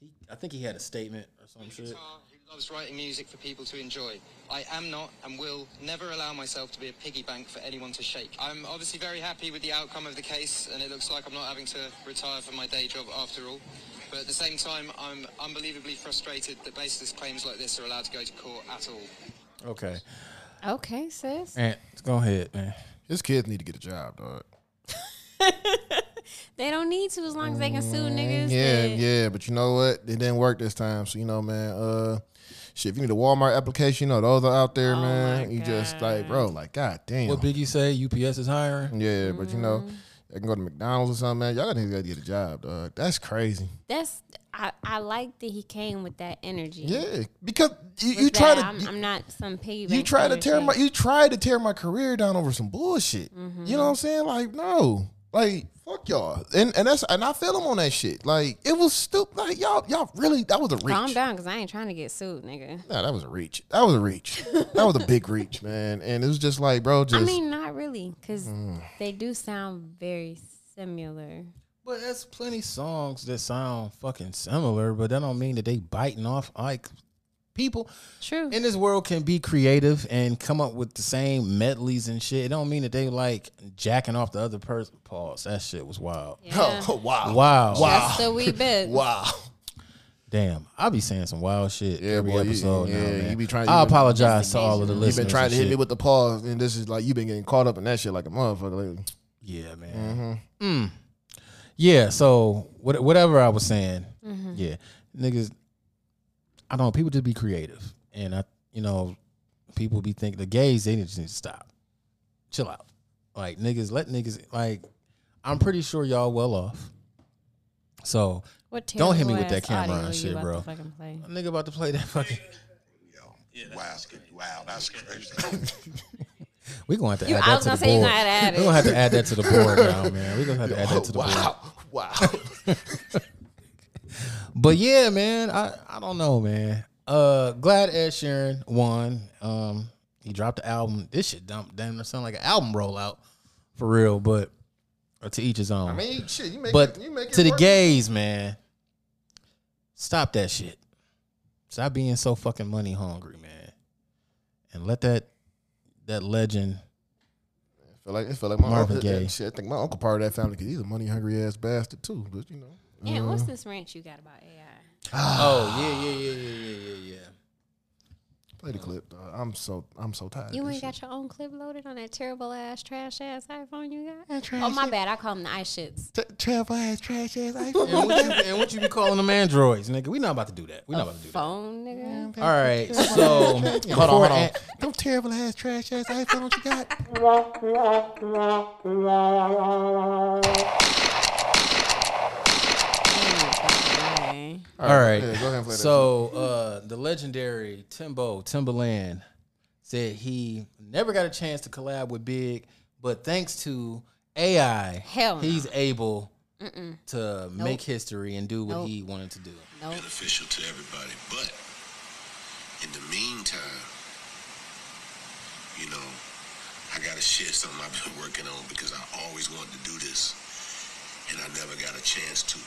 Speaker 5: he, I think he had a statement or some shit.
Speaker 11: guitar who loves writing music for people to enjoy. I am not and will never allow myself to be a piggy bank for anyone to shake. I'm obviously very happy with the outcome of the case and it looks like I'm not having to retire from my day job after all. But at the same time, I'm unbelievably frustrated that baseless claims like this are allowed to go to court at all.
Speaker 5: Okay,
Speaker 9: Okay, sis.
Speaker 5: and go ahead, man.
Speaker 8: His kids need to get a job, dog.
Speaker 9: They don't need to as long as they can sue niggas.
Speaker 8: Mm, Yeah,
Speaker 9: that-
Speaker 8: yeah, but you know what? It didn't work this time. So you know, man. Uh, shit. If you need a Walmart application, you know those are out there,
Speaker 9: Oh
Speaker 8: man. You just like, bro, like, god damn.
Speaker 5: What Biggie say? UPS is hiring.
Speaker 8: yeah, but you
Speaker 9: Mm.
Speaker 8: know, they can go to McDonald's or something, man. Y'all niggas gotta get a job, dog. That's crazy.
Speaker 9: That's I, I like that he came with that energy.
Speaker 8: Yeah, because you,
Speaker 9: With
Speaker 8: you try
Speaker 9: that,
Speaker 8: to
Speaker 9: I'm, I'm not some piggy
Speaker 8: you
Speaker 9: bank
Speaker 8: try to
Speaker 9: kind of
Speaker 8: tear my
Speaker 9: shit.
Speaker 8: you try to tear my career down over some bullshit.
Speaker 9: Mm-hmm.
Speaker 8: You know what I'm saying? Like no, like fuck y'all. And and that's and I feel him on that shit. Like it was stupid. Like y'all y'all really that was a reach.
Speaker 9: calm down because I ain't trying to get sued, nigga.
Speaker 8: Nah, that was a reach. That was a reach. that was a big reach, man. And it was just like, bro, just Mm.
Speaker 9: I mean, not really because they do sound very similar.
Speaker 5: But that's plenty songs that sound fucking similar, but that don't mean that they biting off like people
Speaker 9: True.
Speaker 5: in this world can be creative and come up with the same medleys and shit. It don't mean that they like jacking off the other person. Pause. That shit was wild.
Speaker 9: Yeah.
Speaker 8: Oh, wow.
Speaker 5: Wow.
Speaker 9: That's the wee bit.
Speaker 8: Wow.
Speaker 5: Damn, I be saying some wild shit every
Speaker 8: boy, you-
Speaker 5: episode. now,
Speaker 8: yeah,
Speaker 5: man.
Speaker 8: you be trying-
Speaker 5: I
Speaker 8: you been-
Speaker 5: apologize to all of the
Speaker 8: You've
Speaker 5: listeners.
Speaker 8: been trying
Speaker 5: and
Speaker 8: to hit
Speaker 5: shit.
Speaker 8: me with the pause, and this is like you've been getting caught up in that shit like a motherfucker lately.
Speaker 5: Yeah, man. Mm. Yeah, so what, whatever I was saying,
Speaker 9: Mm-hmm.
Speaker 8: Mhm.
Speaker 5: yeah, niggas, I don't know, people just be creative. And I, you know, people be thinking the gays, they just need to stop. Chill out. Like, niggas, let niggas, like, I'm pretty sure y'all well off. So
Speaker 9: What
Speaker 5: don't hit me
Speaker 9: terrible
Speaker 5: with that
Speaker 9: ass
Speaker 5: camera
Speaker 9: audio
Speaker 5: and
Speaker 9: you
Speaker 5: shit,
Speaker 9: about
Speaker 5: bro.
Speaker 9: to fucking play.
Speaker 5: A nigga about to play that fucking.
Speaker 1: wow, wow, that's crazy.
Speaker 5: We're gonna have to
Speaker 9: You-
Speaker 5: add
Speaker 9: I
Speaker 5: that
Speaker 9: was
Speaker 5: to
Speaker 9: gonna
Speaker 5: the
Speaker 9: say you gonna
Speaker 5: board.
Speaker 9: have to add
Speaker 5: We're gonna have
Speaker 9: it.
Speaker 5: to add that to the board now, man. We're gonna have to add that to the
Speaker 8: Wow.
Speaker 5: board.
Speaker 8: Wow.
Speaker 5: But yeah, man, I, I don't know, man. Uh glad Ed Sheeran won. Um he dropped the album. This shit dump damn near sound like an album rollout for real, but or to each his own.
Speaker 8: I mean, shit, you make
Speaker 5: but
Speaker 8: it- you make it
Speaker 5: to the
Speaker 8: work.
Speaker 5: gays, man. Stop that shit. Stop being so fucking money hungry, man. And let that that legend
Speaker 8: feel like it feel like my
Speaker 5: Marvin
Speaker 8: uncle,
Speaker 5: Gaye.
Speaker 8: Shit, I think my uncle part of that family because he's a money hungry ass bastard too. But you know,
Speaker 9: Yeah,
Speaker 8: uh,
Speaker 9: what's
Speaker 5: Mm-hmm.
Speaker 9: this rant you got about AI?
Speaker 5: Oh yeah, yeah, yeah, yeah, yeah, yeah, yeah.
Speaker 8: play the clip. dog. I'm so I'm so tired.
Speaker 9: You
Speaker 8: of
Speaker 9: ain't
Speaker 8: this
Speaker 9: got your own clip loaded on that terrible ass, trash ass iPhone you got?
Speaker 8: trash
Speaker 9: Oh, my
Speaker 8: shit.
Speaker 9: bad. I call them the eye shits.
Speaker 8: shit. Travel ass trash ass
Speaker 5: And what, you,
Speaker 8: iPhone.
Speaker 5: and what you be calling them androids, nigga? We not about to do that. We not about to do that.
Speaker 9: Phone, nigga.
Speaker 5: All right, so
Speaker 8: hold on,
Speaker 5: before
Speaker 8: hold on.
Speaker 5: An-
Speaker 8: Them terrible ass trash ass iPhones you got.
Speaker 5: All right.
Speaker 8: Yeah, go ahead and play that
Speaker 5: so uh, the legendary Timbo Timbaland said he never got a chance to collab with Big, but thanks to AI,
Speaker 9: Hell no.
Speaker 5: he's able
Speaker 9: Mm-mm.
Speaker 5: to make history and do what
Speaker 9: Nope.
Speaker 5: he wanted to do.
Speaker 1: beneficial to everybody. But in the meantime, you know, I gotta share something I've been working on because I always wanted to do this, and I never got a chance to.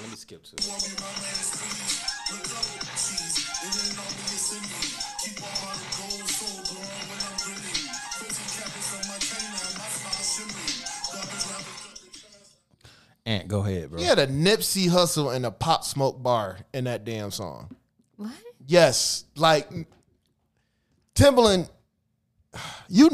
Speaker 5: let me skip to it. Ant, go ahead, bro.
Speaker 8: He had a Nipsey Hustle and a Pop Smoke bar in that damn song.
Speaker 9: What?
Speaker 8: Yes, like Timbaland, you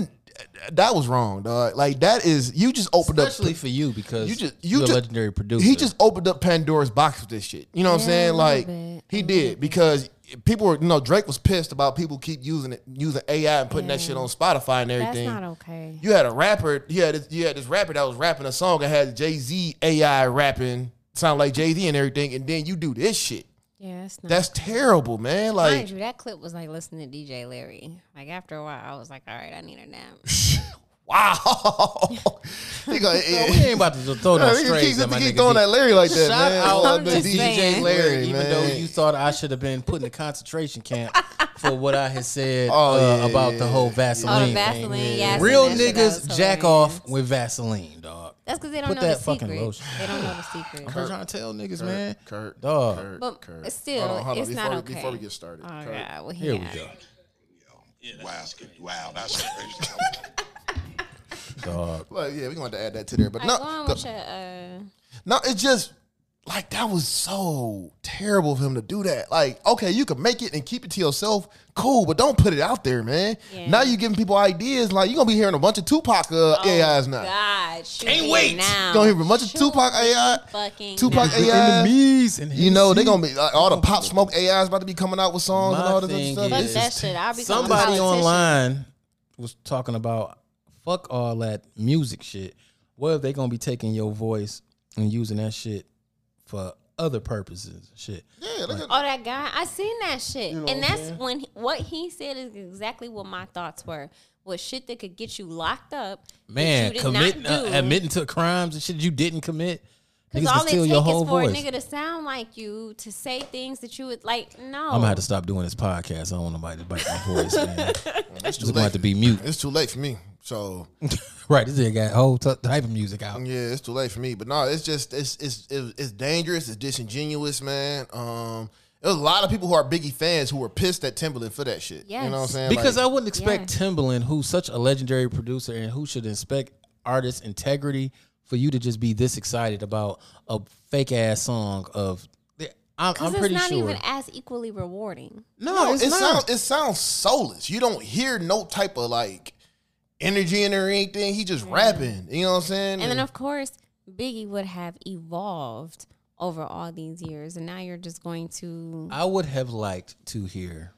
Speaker 8: that was wrong, dog. Like that is you just opened
Speaker 5: Especially
Speaker 8: up.
Speaker 5: for you because
Speaker 8: You just-
Speaker 5: you
Speaker 8: you
Speaker 5: are a
Speaker 8: just-
Speaker 5: legendary producer.
Speaker 8: He just opened up Pandora's box with this shit. You know what
Speaker 9: Yeah,
Speaker 8: I'm saying?
Speaker 9: a
Speaker 8: Like
Speaker 9: little bit,
Speaker 8: he did because people were, you know, Drake was pissed about people keep using it, using AI and putting that
Speaker 9: Yeah.
Speaker 8: shit on Spotify and
Speaker 9: That's
Speaker 8: everything.
Speaker 9: not okay.
Speaker 8: You had a rapper, you had this, you had this rapper that was rapping a song that had Jay Z AI rapping, sound like Jay Z and everything, and then you do this shit.
Speaker 9: Yeah, that's not.
Speaker 8: That's terrible, man. Like
Speaker 9: Hmm. Mind you, that clip was like listening to DJ Larry. Like after a while, I was like, all right, I need a nap.
Speaker 8: Wow. He go-
Speaker 5: Bro, we ain't about to just throw
Speaker 8: Yeah,
Speaker 5: no
Speaker 8: nigga
Speaker 5: strays
Speaker 8: keep-
Speaker 5: at my
Speaker 8: keep
Speaker 5: nigga
Speaker 8: throwing
Speaker 5: D.
Speaker 8: that Larry like that,
Speaker 5: Shout
Speaker 8: man.
Speaker 5: out
Speaker 8: I'm
Speaker 5: to
Speaker 8: just
Speaker 5: DJ
Speaker 8: saying.
Speaker 5: Larry,
Speaker 8: Larry,
Speaker 5: even
Speaker 8: man.
Speaker 5: though you thought I should have been put in a concentration camp for what I had said
Speaker 8: Oh,
Speaker 5: uh,
Speaker 8: yeah,
Speaker 5: about
Speaker 8: yeah,
Speaker 5: the whole
Speaker 8: yeah.
Speaker 5: Vaseline.
Speaker 9: Oh, the
Speaker 5: thing.
Speaker 9: Vaseline, yeah. I seen
Speaker 5: Real
Speaker 9: that shit. That was
Speaker 5: niggas
Speaker 9: hilarious.
Speaker 5: jack off with Vaseline, dog.
Speaker 9: That's because they don't
Speaker 5: Put
Speaker 9: know
Speaker 5: that
Speaker 9: the
Speaker 5: fucking
Speaker 9: secret.
Speaker 5: lotion.
Speaker 9: They don't know the secret.
Speaker 5: I'm trying to tell niggas, man.
Speaker 8: Kurt,
Speaker 5: Dog.
Speaker 8: Kurt,
Speaker 9: But
Speaker 8: Kurt.
Speaker 9: still,
Speaker 8: Hold on, hold on.
Speaker 9: it's
Speaker 8: Before
Speaker 9: not
Speaker 8: we-
Speaker 9: okay.
Speaker 8: before we get started,
Speaker 9: Oh,
Speaker 8: Kurt.
Speaker 9: God. Well,
Speaker 5: Here we
Speaker 9: yeah.
Speaker 5: go,
Speaker 1: Wow, wow, that's crazy.
Speaker 5: dog.
Speaker 8: Well, yeah, we going to add that to there, but
Speaker 9: Like,
Speaker 8: no,
Speaker 9: go and
Speaker 8: the-
Speaker 9: watch a, uh,
Speaker 8: no, it's just like that was so terrible of him to do that. Like, okay, you can make it and keep it to yourself, cool, but don't put it out there, man.
Speaker 9: Yeah. Oh,
Speaker 8: Now you giving people ideas. Like, you are gonna be hearing a bunch of Tupac uh, AIs now.
Speaker 9: God, shoot
Speaker 5: Can't
Speaker 9: me
Speaker 5: wait.
Speaker 9: Now.
Speaker 8: Gonna hear a bunch of Tupac AI,
Speaker 9: Fucking
Speaker 8: Tupac
Speaker 9: now.
Speaker 8: AI.
Speaker 5: Enemies and
Speaker 8: uh, You know they gonna be like, all the pop smoke AIs about to be coming out with songs
Speaker 5: My
Speaker 8: and all this
Speaker 5: thing
Speaker 8: other stuff.
Speaker 9: Fuck
Speaker 5: is- This
Speaker 9: that
Speaker 5: is-
Speaker 9: shit. I'll be calling
Speaker 5: Somebody
Speaker 9: politicians.
Speaker 5: online was talking about fuck all that music shit. What if they gonna be taking your voice and using that shit for other purposes? and Shit.
Speaker 8: Yeah, look at
Speaker 9: Oh, that guy! I seen that shit, and
Speaker 8: know what I'm
Speaker 9: that's
Speaker 8: saying?
Speaker 9: when he- what he said is exactly what my thoughts were. Was shit that could get you locked up, that
Speaker 5: Man,
Speaker 9: you did not
Speaker 5: committing, uh,
Speaker 9: do.
Speaker 5: admitting to crimes and shit you didn't commit. Niggas
Speaker 9: Because
Speaker 5: can
Speaker 9: all it
Speaker 5: steal
Speaker 9: takes
Speaker 5: your
Speaker 9: is
Speaker 5: whole
Speaker 9: for
Speaker 5: voice.
Speaker 9: a nigga to sound like you, to say things that you would like. No,
Speaker 5: I'm gonna have to stop doing this podcast. I don't want nobody to bite my voice, man.
Speaker 8: It's too
Speaker 5: It's gonna
Speaker 8: late.
Speaker 5: have to be mute.
Speaker 8: It's too late for me. So
Speaker 5: right, this nigga got whole t- type of music out.
Speaker 8: yeah, it's too late for me. But no, it's just it's it's it's, it's dangerous. It's disingenuous, man. Um, There's a lot of people who are Biggie fans who were pissed at Timberland for that shit. You know what I'm saying?
Speaker 5: Because
Speaker 8: Like-
Speaker 5: I wouldn't expect Timbaland, who's such a legendary producer and who should inspect artist integrity, for you to just be this excited about a fake ass song of. I'm, I'm
Speaker 9: Because it's
Speaker 5: pretty
Speaker 9: not
Speaker 5: sure.
Speaker 9: even as equally rewarding.
Speaker 8: No, it sounds it sounds soulless. You don't hear no type of like energy in it or anything. He just rapping. You know what I'm saying?
Speaker 9: And then
Speaker 5: Mm.
Speaker 9: of course, Biggie would have evolved over all these years, and now you're just going to.
Speaker 5: I would have liked to hear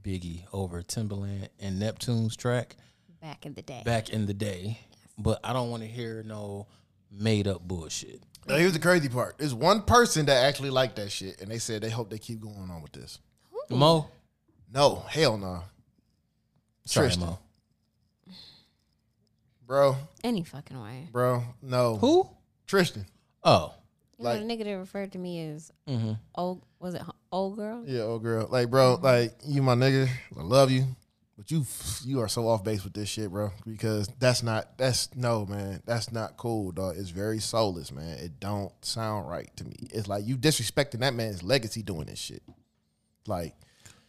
Speaker 5: Biggie over Timbaland and Neptune's track
Speaker 9: back in the day.
Speaker 5: back in the day, but I don't want to hear no made up bullshit.
Speaker 8: now, here's the crazy part. There's one person that actually liked that shit, and they said they hope they keep going on with this.
Speaker 5: Mo?
Speaker 8: No, hell no.
Speaker 5: Sorry,
Speaker 8: Tristan.
Speaker 5: Mo.
Speaker 8: Bro,
Speaker 9: Any fucking way.
Speaker 8: bro, no.
Speaker 5: Who?
Speaker 8: Tristan.
Speaker 5: Oh.
Speaker 9: You know, the nigga that referred to me as
Speaker 5: Mm-hmm.
Speaker 8: Mhm.
Speaker 9: old was it h- old girl?
Speaker 8: Yeah, old girl. Like, bro,
Speaker 9: Mm-hmm.
Speaker 8: like you my nigga. I love you, but you you are so off base with this shit, bro. Because that's not that's no man. That's not cool, dog. It's very soulless, man. It don't sound right to me. It's like you disrespecting that man's legacy doing this shit. Like,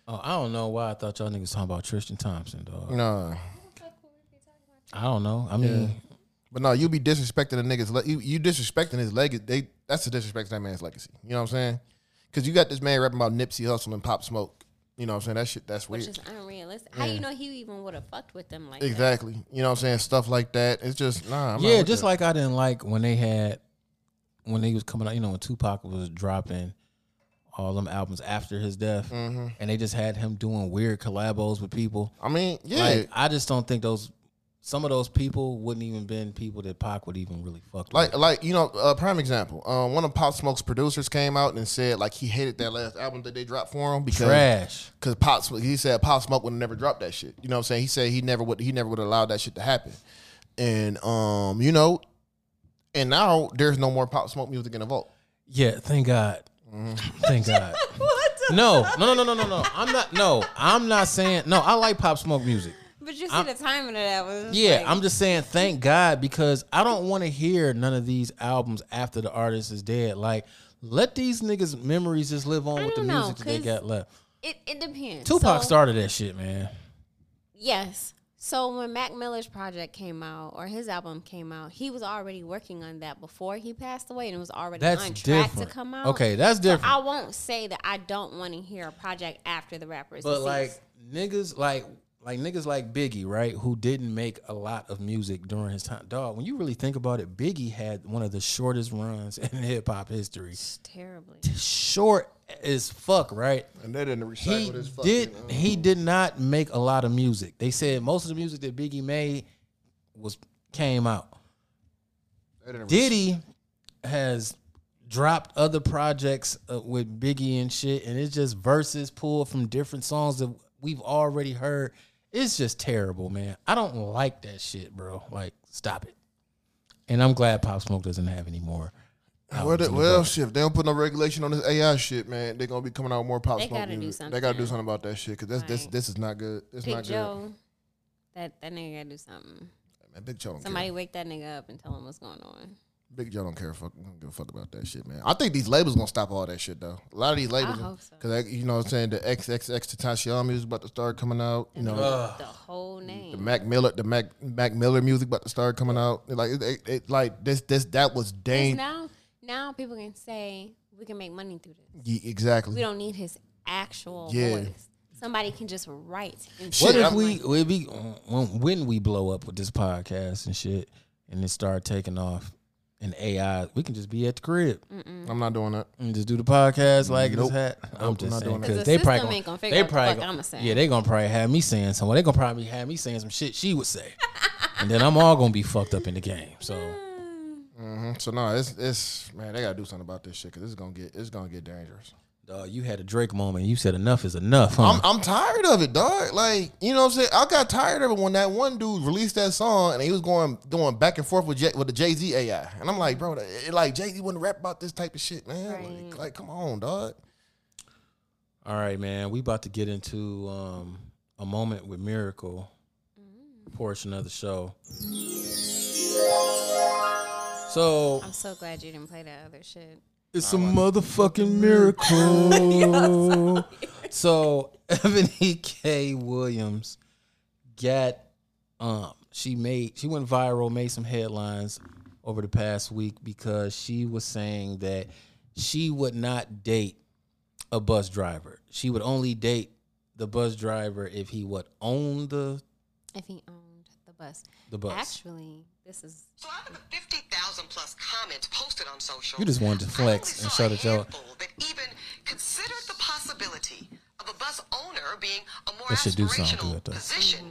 Speaker 5: Oh, I don't know why I thought y'all niggas talking about Tristan Thompson, dog.
Speaker 8: no.
Speaker 5: I don't know. I mean,
Speaker 8: But no, you be disrespecting a nigga's le- you, you disrespecting his legacy. They that's a disrespect to that man's legacy. You know what I'm saying? Because you got this man rapping about Nipsey Hussle and Pop Smoke. You know what I'm saying? That shit that's
Speaker 9: Which
Speaker 8: weird.
Speaker 9: is unrealistic. How you
Speaker 8: Yeah.
Speaker 9: know he even would have fucked with them like that?
Speaker 8: Exactly. You know what I'm saying? Stuff like that. It's just nah. I'm not
Speaker 5: yeah,
Speaker 8: with
Speaker 5: just
Speaker 8: that.
Speaker 5: like I didn't like when they had when they was coming out. You know, when Tupac was dropping all them albums after his death,
Speaker 8: Mhm.
Speaker 5: and they just had him doing weird collabos with people.
Speaker 8: I mean, yeah.
Speaker 5: Like, I just don't think those some of those people wouldn't even been people that Pac would even really fuck
Speaker 8: like like you know uh, prime example. Um, one of Pop Smoke's producers came out and said like he hated that last album that they dropped for him because
Speaker 5: Trash.
Speaker 8: Because Pop Smoke, he said Pop Smoke would have never dropped that shit. You know what I'm saying? He said he never would he never would allow that shit to happen. And um, you know, and now there's no more Pop Smoke music in the vault.
Speaker 5: Yeah, thank God.
Speaker 8: Mm-hmm.
Speaker 5: Thank God. No, no, no, no, no, no, no. I'm not. No, I'm not saying. No, I like pop smoke music.
Speaker 9: But you see
Speaker 5: I'm-
Speaker 9: the timing of that was just
Speaker 5: Yeah,
Speaker 9: like-
Speaker 5: I'm just saying thank God because I don't want to hear none of these albums after the artist is dead. Like, let these niggas' memories just live on with the
Speaker 9: don't know,
Speaker 5: music that they
Speaker 9: 'cause
Speaker 5: got left.
Speaker 9: it, it depends.
Speaker 5: Tupac
Speaker 9: So-
Speaker 5: started that shit, man.
Speaker 9: Yes. So when Mac Miller's project came out or his album came out, he was already working on that before he passed away, and it was already
Speaker 5: That's
Speaker 9: on track
Speaker 5: different.
Speaker 9: to come out.
Speaker 5: Okay, that's
Speaker 9: So
Speaker 5: different.
Speaker 9: I won't say that I don't want to hear a project after the rapper's
Speaker 5: But
Speaker 9: deceased.
Speaker 5: like niggas like like niggas like Biggie, right? Who didn't make a lot of music during his time. Dog, when you really think about it, Biggie had one of the shortest runs in hip hop history.
Speaker 9: terribly.
Speaker 5: Short as fuck, right?
Speaker 8: And they didn't recycle
Speaker 5: he
Speaker 8: this fucking, uh,
Speaker 5: Did he did not make a lot of music. They said most of the music that Biggie made was came out. Diddy has dropped other projects uh, with Biggie and shit, and it's just verses pulled from different songs that we've already heard. It's just terrible, man. I don't like that shit, bro. Like, stop it. And I'm glad Pop Smoke doesn't have any more.
Speaker 8: Well,
Speaker 5: albums
Speaker 8: they,
Speaker 5: in the
Speaker 8: well,
Speaker 5: vault.
Speaker 8: shit. If they don't put no regulation on this AI shit, man, they're gonna be coming out with more pop
Speaker 9: They
Speaker 8: smoke.
Speaker 9: gotta do
Speaker 8: music. They
Speaker 9: something.
Speaker 8: gotta do something about that shit because that's this this is not good. It's
Speaker 9: Big
Speaker 8: not
Speaker 9: Joe, that that nigga gotta do something.
Speaker 8: good. Man, Big Joe. Don't
Speaker 9: Somebody
Speaker 8: care.
Speaker 9: wake that nigga up and tell him what's going on.
Speaker 8: Big Joe don't care. Fuck, don't give a fuck about that shit, man. I think these labels gonna stop all that shit though. A lot of these labels,
Speaker 9: hope so.
Speaker 8: because you know what I'm saying the XXX Tentacion music about to start coming out. You know,
Speaker 9: the whole name.
Speaker 8: the Mac Miller, the Mac Mac Miller music about to start coming out. Like it, it, it- like this this that was
Speaker 9: 'Cause
Speaker 8: dang
Speaker 9: now now people can say we can make money through this.
Speaker 8: Ye- exactly.
Speaker 9: We don't need his actual
Speaker 5: Yeah.
Speaker 9: voice. Somebody can just write. And
Speaker 5: What
Speaker 9: do
Speaker 5: if
Speaker 9: it.
Speaker 5: we we be when, when we blow up with this podcast and shit, and it start taking off, and AI, we can just be at the crib.
Speaker 9: Mm-mm.
Speaker 8: I'm not doing that.
Speaker 5: And just do the podcast like
Speaker 8: Nope.
Speaker 5: it's hat. I'm
Speaker 8: Nope,
Speaker 5: just
Speaker 8: not
Speaker 5: saying
Speaker 8: doing that.
Speaker 5: because
Speaker 9: The
Speaker 5: they probably
Speaker 9: system
Speaker 5: gonna,
Speaker 9: ain't gonna figure
Speaker 5: they
Speaker 9: out the
Speaker 5: probably
Speaker 9: fuck
Speaker 5: gonna-
Speaker 9: I'ma say.
Speaker 5: yeah they gonna probably have me saying something. They gonna probably have me saying some shit she would say, and then I'm all gonna be fucked up in the game. So
Speaker 9: Mm.
Speaker 8: hmm So no, it's it's man, they gotta do something about this shit because it's gonna get it's gonna get dangerous.
Speaker 5: dog, you had a Drake moment. You said enough is enough. Huh?
Speaker 8: I'm I'm tired of it, dog. Like you know what I'm saying. I got tired of it when that one dude released that song and he was going going back and forth with Jay, with the Jay Z AI, and I'm like, bro, it- it- like Jay Z wouldn't rap about this type of shit, man. Like, like, come on, dog.
Speaker 5: All right, man. We about to get into um, a moment with miracle portion of the show. So
Speaker 9: I'm so glad you didn't play that other shit.
Speaker 5: It's a motherfucking miracle. so Ebony K. Williams got um she made she went viral, made some headlines over the past week because she was saying that she would not date a bus driver. She would only date the bus driver if he would own the
Speaker 9: If he owned the bus.
Speaker 5: The bus.
Speaker 9: Actually, this is.
Speaker 12: So out of the 50,000 plus comments posted on social,
Speaker 5: You just wanted to flex and shut it out.
Speaker 12: that even considered the possibility of a bus owner being a more
Speaker 5: That should do sound
Speaker 12: aspirational
Speaker 5: good, though.
Speaker 12: position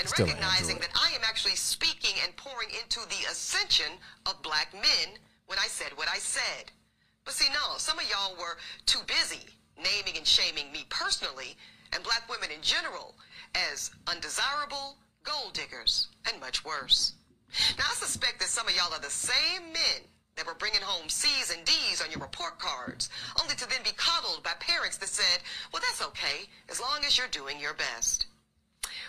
Speaker 12: and
Speaker 5: Still, I enjoy
Speaker 12: recognizing
Speaker 5: it.
Speaker 12: that I am actually speaking and pouring into the ascension of black men when I said what I said. But see, no, some of y'all were too busy naming and shaming me personally and black women in general as undesirable gold diggers and much worse. Now, I suspect that some of y'all are the same men that were bringing home C's and D's on your report cards, only to then be coddled by parents that said, well, that's okay, as long as you're doing your best.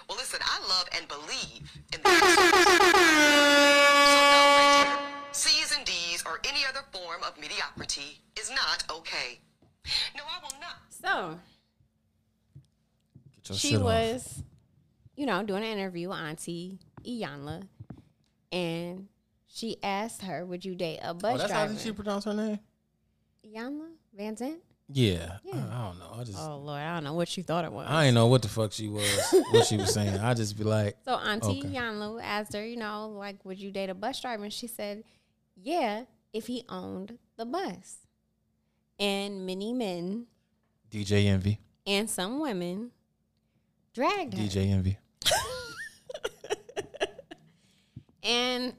Speaker 12: Well, listen, I love and believe in the So no, right there, C's and D's or any other form of mediocrity is not okay. No, I will not.
Speaker 9: So,
Speaker 5: your
Speaker 9: she
Speaker 5: shit off.
Speaker 9: was, you know, doing an interview with Auntie Iyanla, and she asked her, "Would you date a bus
Speaker 5: Oh, that's
Speaker 9: driver?"
Speaker 5: how she pronounced her name?
Speaker 9: Iyanla Van Zant.
Speaker 5: Yeah. I, I don't know. I just
Speaker 9: Oh Lord, I don't know what you thought it was.
Speaker 5: I ain't know what the fuck she was, what she was saying. I just be like,
Speaker 9: So Auntie
Speaker 5: okay.
Speaker 9: Yanlu asked her, you know, like, would you date a bus driver? And she said, yeah, if he owned the bus. And many men
Speaker 5: DJ Envy,
Speaker 9: and some women dragged her.
Speaker 5: DJ Envy.
Speaker 9: And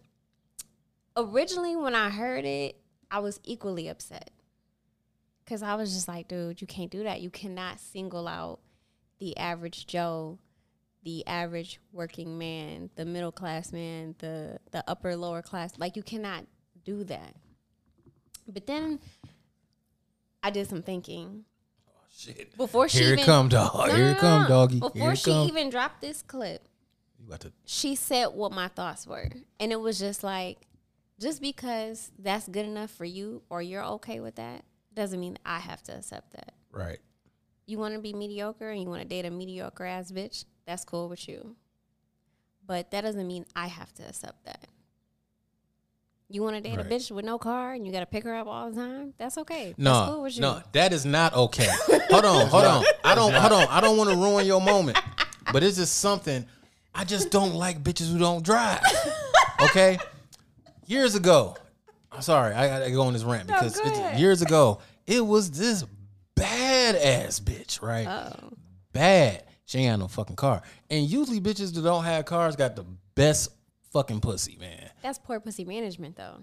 Speaker 9: originally, when I heard it, I was equally upset because I was just like, dude, you can't do that. You cannot single out the average Joe, the average working man, the middle class man, the the upper lower class. Like, you cannot do that. But then I did some thinking.
Speaker 5: Shit.
Speaker 9: Before she
Speaker 5: Here it
Speaker 9: even,
Speaker 5: come, dog.
Speaker 9: No,
Speaker 5: Here it
Speaker 9: no,
Speaker 5: come,
Speaker 9: no.
Speaker 5: doggy. Here
Speaker 9: Before
Speaker 5: it
Speaker 9: she
Speaker 5: come.
Speaker 9: even dropped this clip,
Speaker 5: You about to
Speaker 9: she said what my thoughts were. And it was just like, just because that's good enough for you or you're okay with that, doesn't mean I have to accept that.
Speaker 5: right.
Speaker 9: You want to be mediocre and you want to date a mediocre ass bitch, that's cool with you. But that doesn't mean I have to accept that. You want to date
Speaker 5: Right.
Speaker 9: a bitch with no car and you got to pick her up all the time? That's okay.
Speaker 5: No,
Speaker 9: that's cool with you.
Speaker 5: no, that is not okay. hold on, hold on. I don't, hold on. I don't want to ruin your moment, but it's just something. I just don't like bitches who don't drive. Okay, years ago, I'm sorry, I gotta go on this rant
Speaker 13: No,
Speaker 5: because
Speaker 13: go
Speaker 5: it's,
Speaker 13: ahead.
Speaker 5: years ago it was this badass bitch, right? Bad. She ain't got no fucking car, and usually bitches that don't have cars got the best fucking pussy, man.
Speaker 9: That's poor pussy management, though.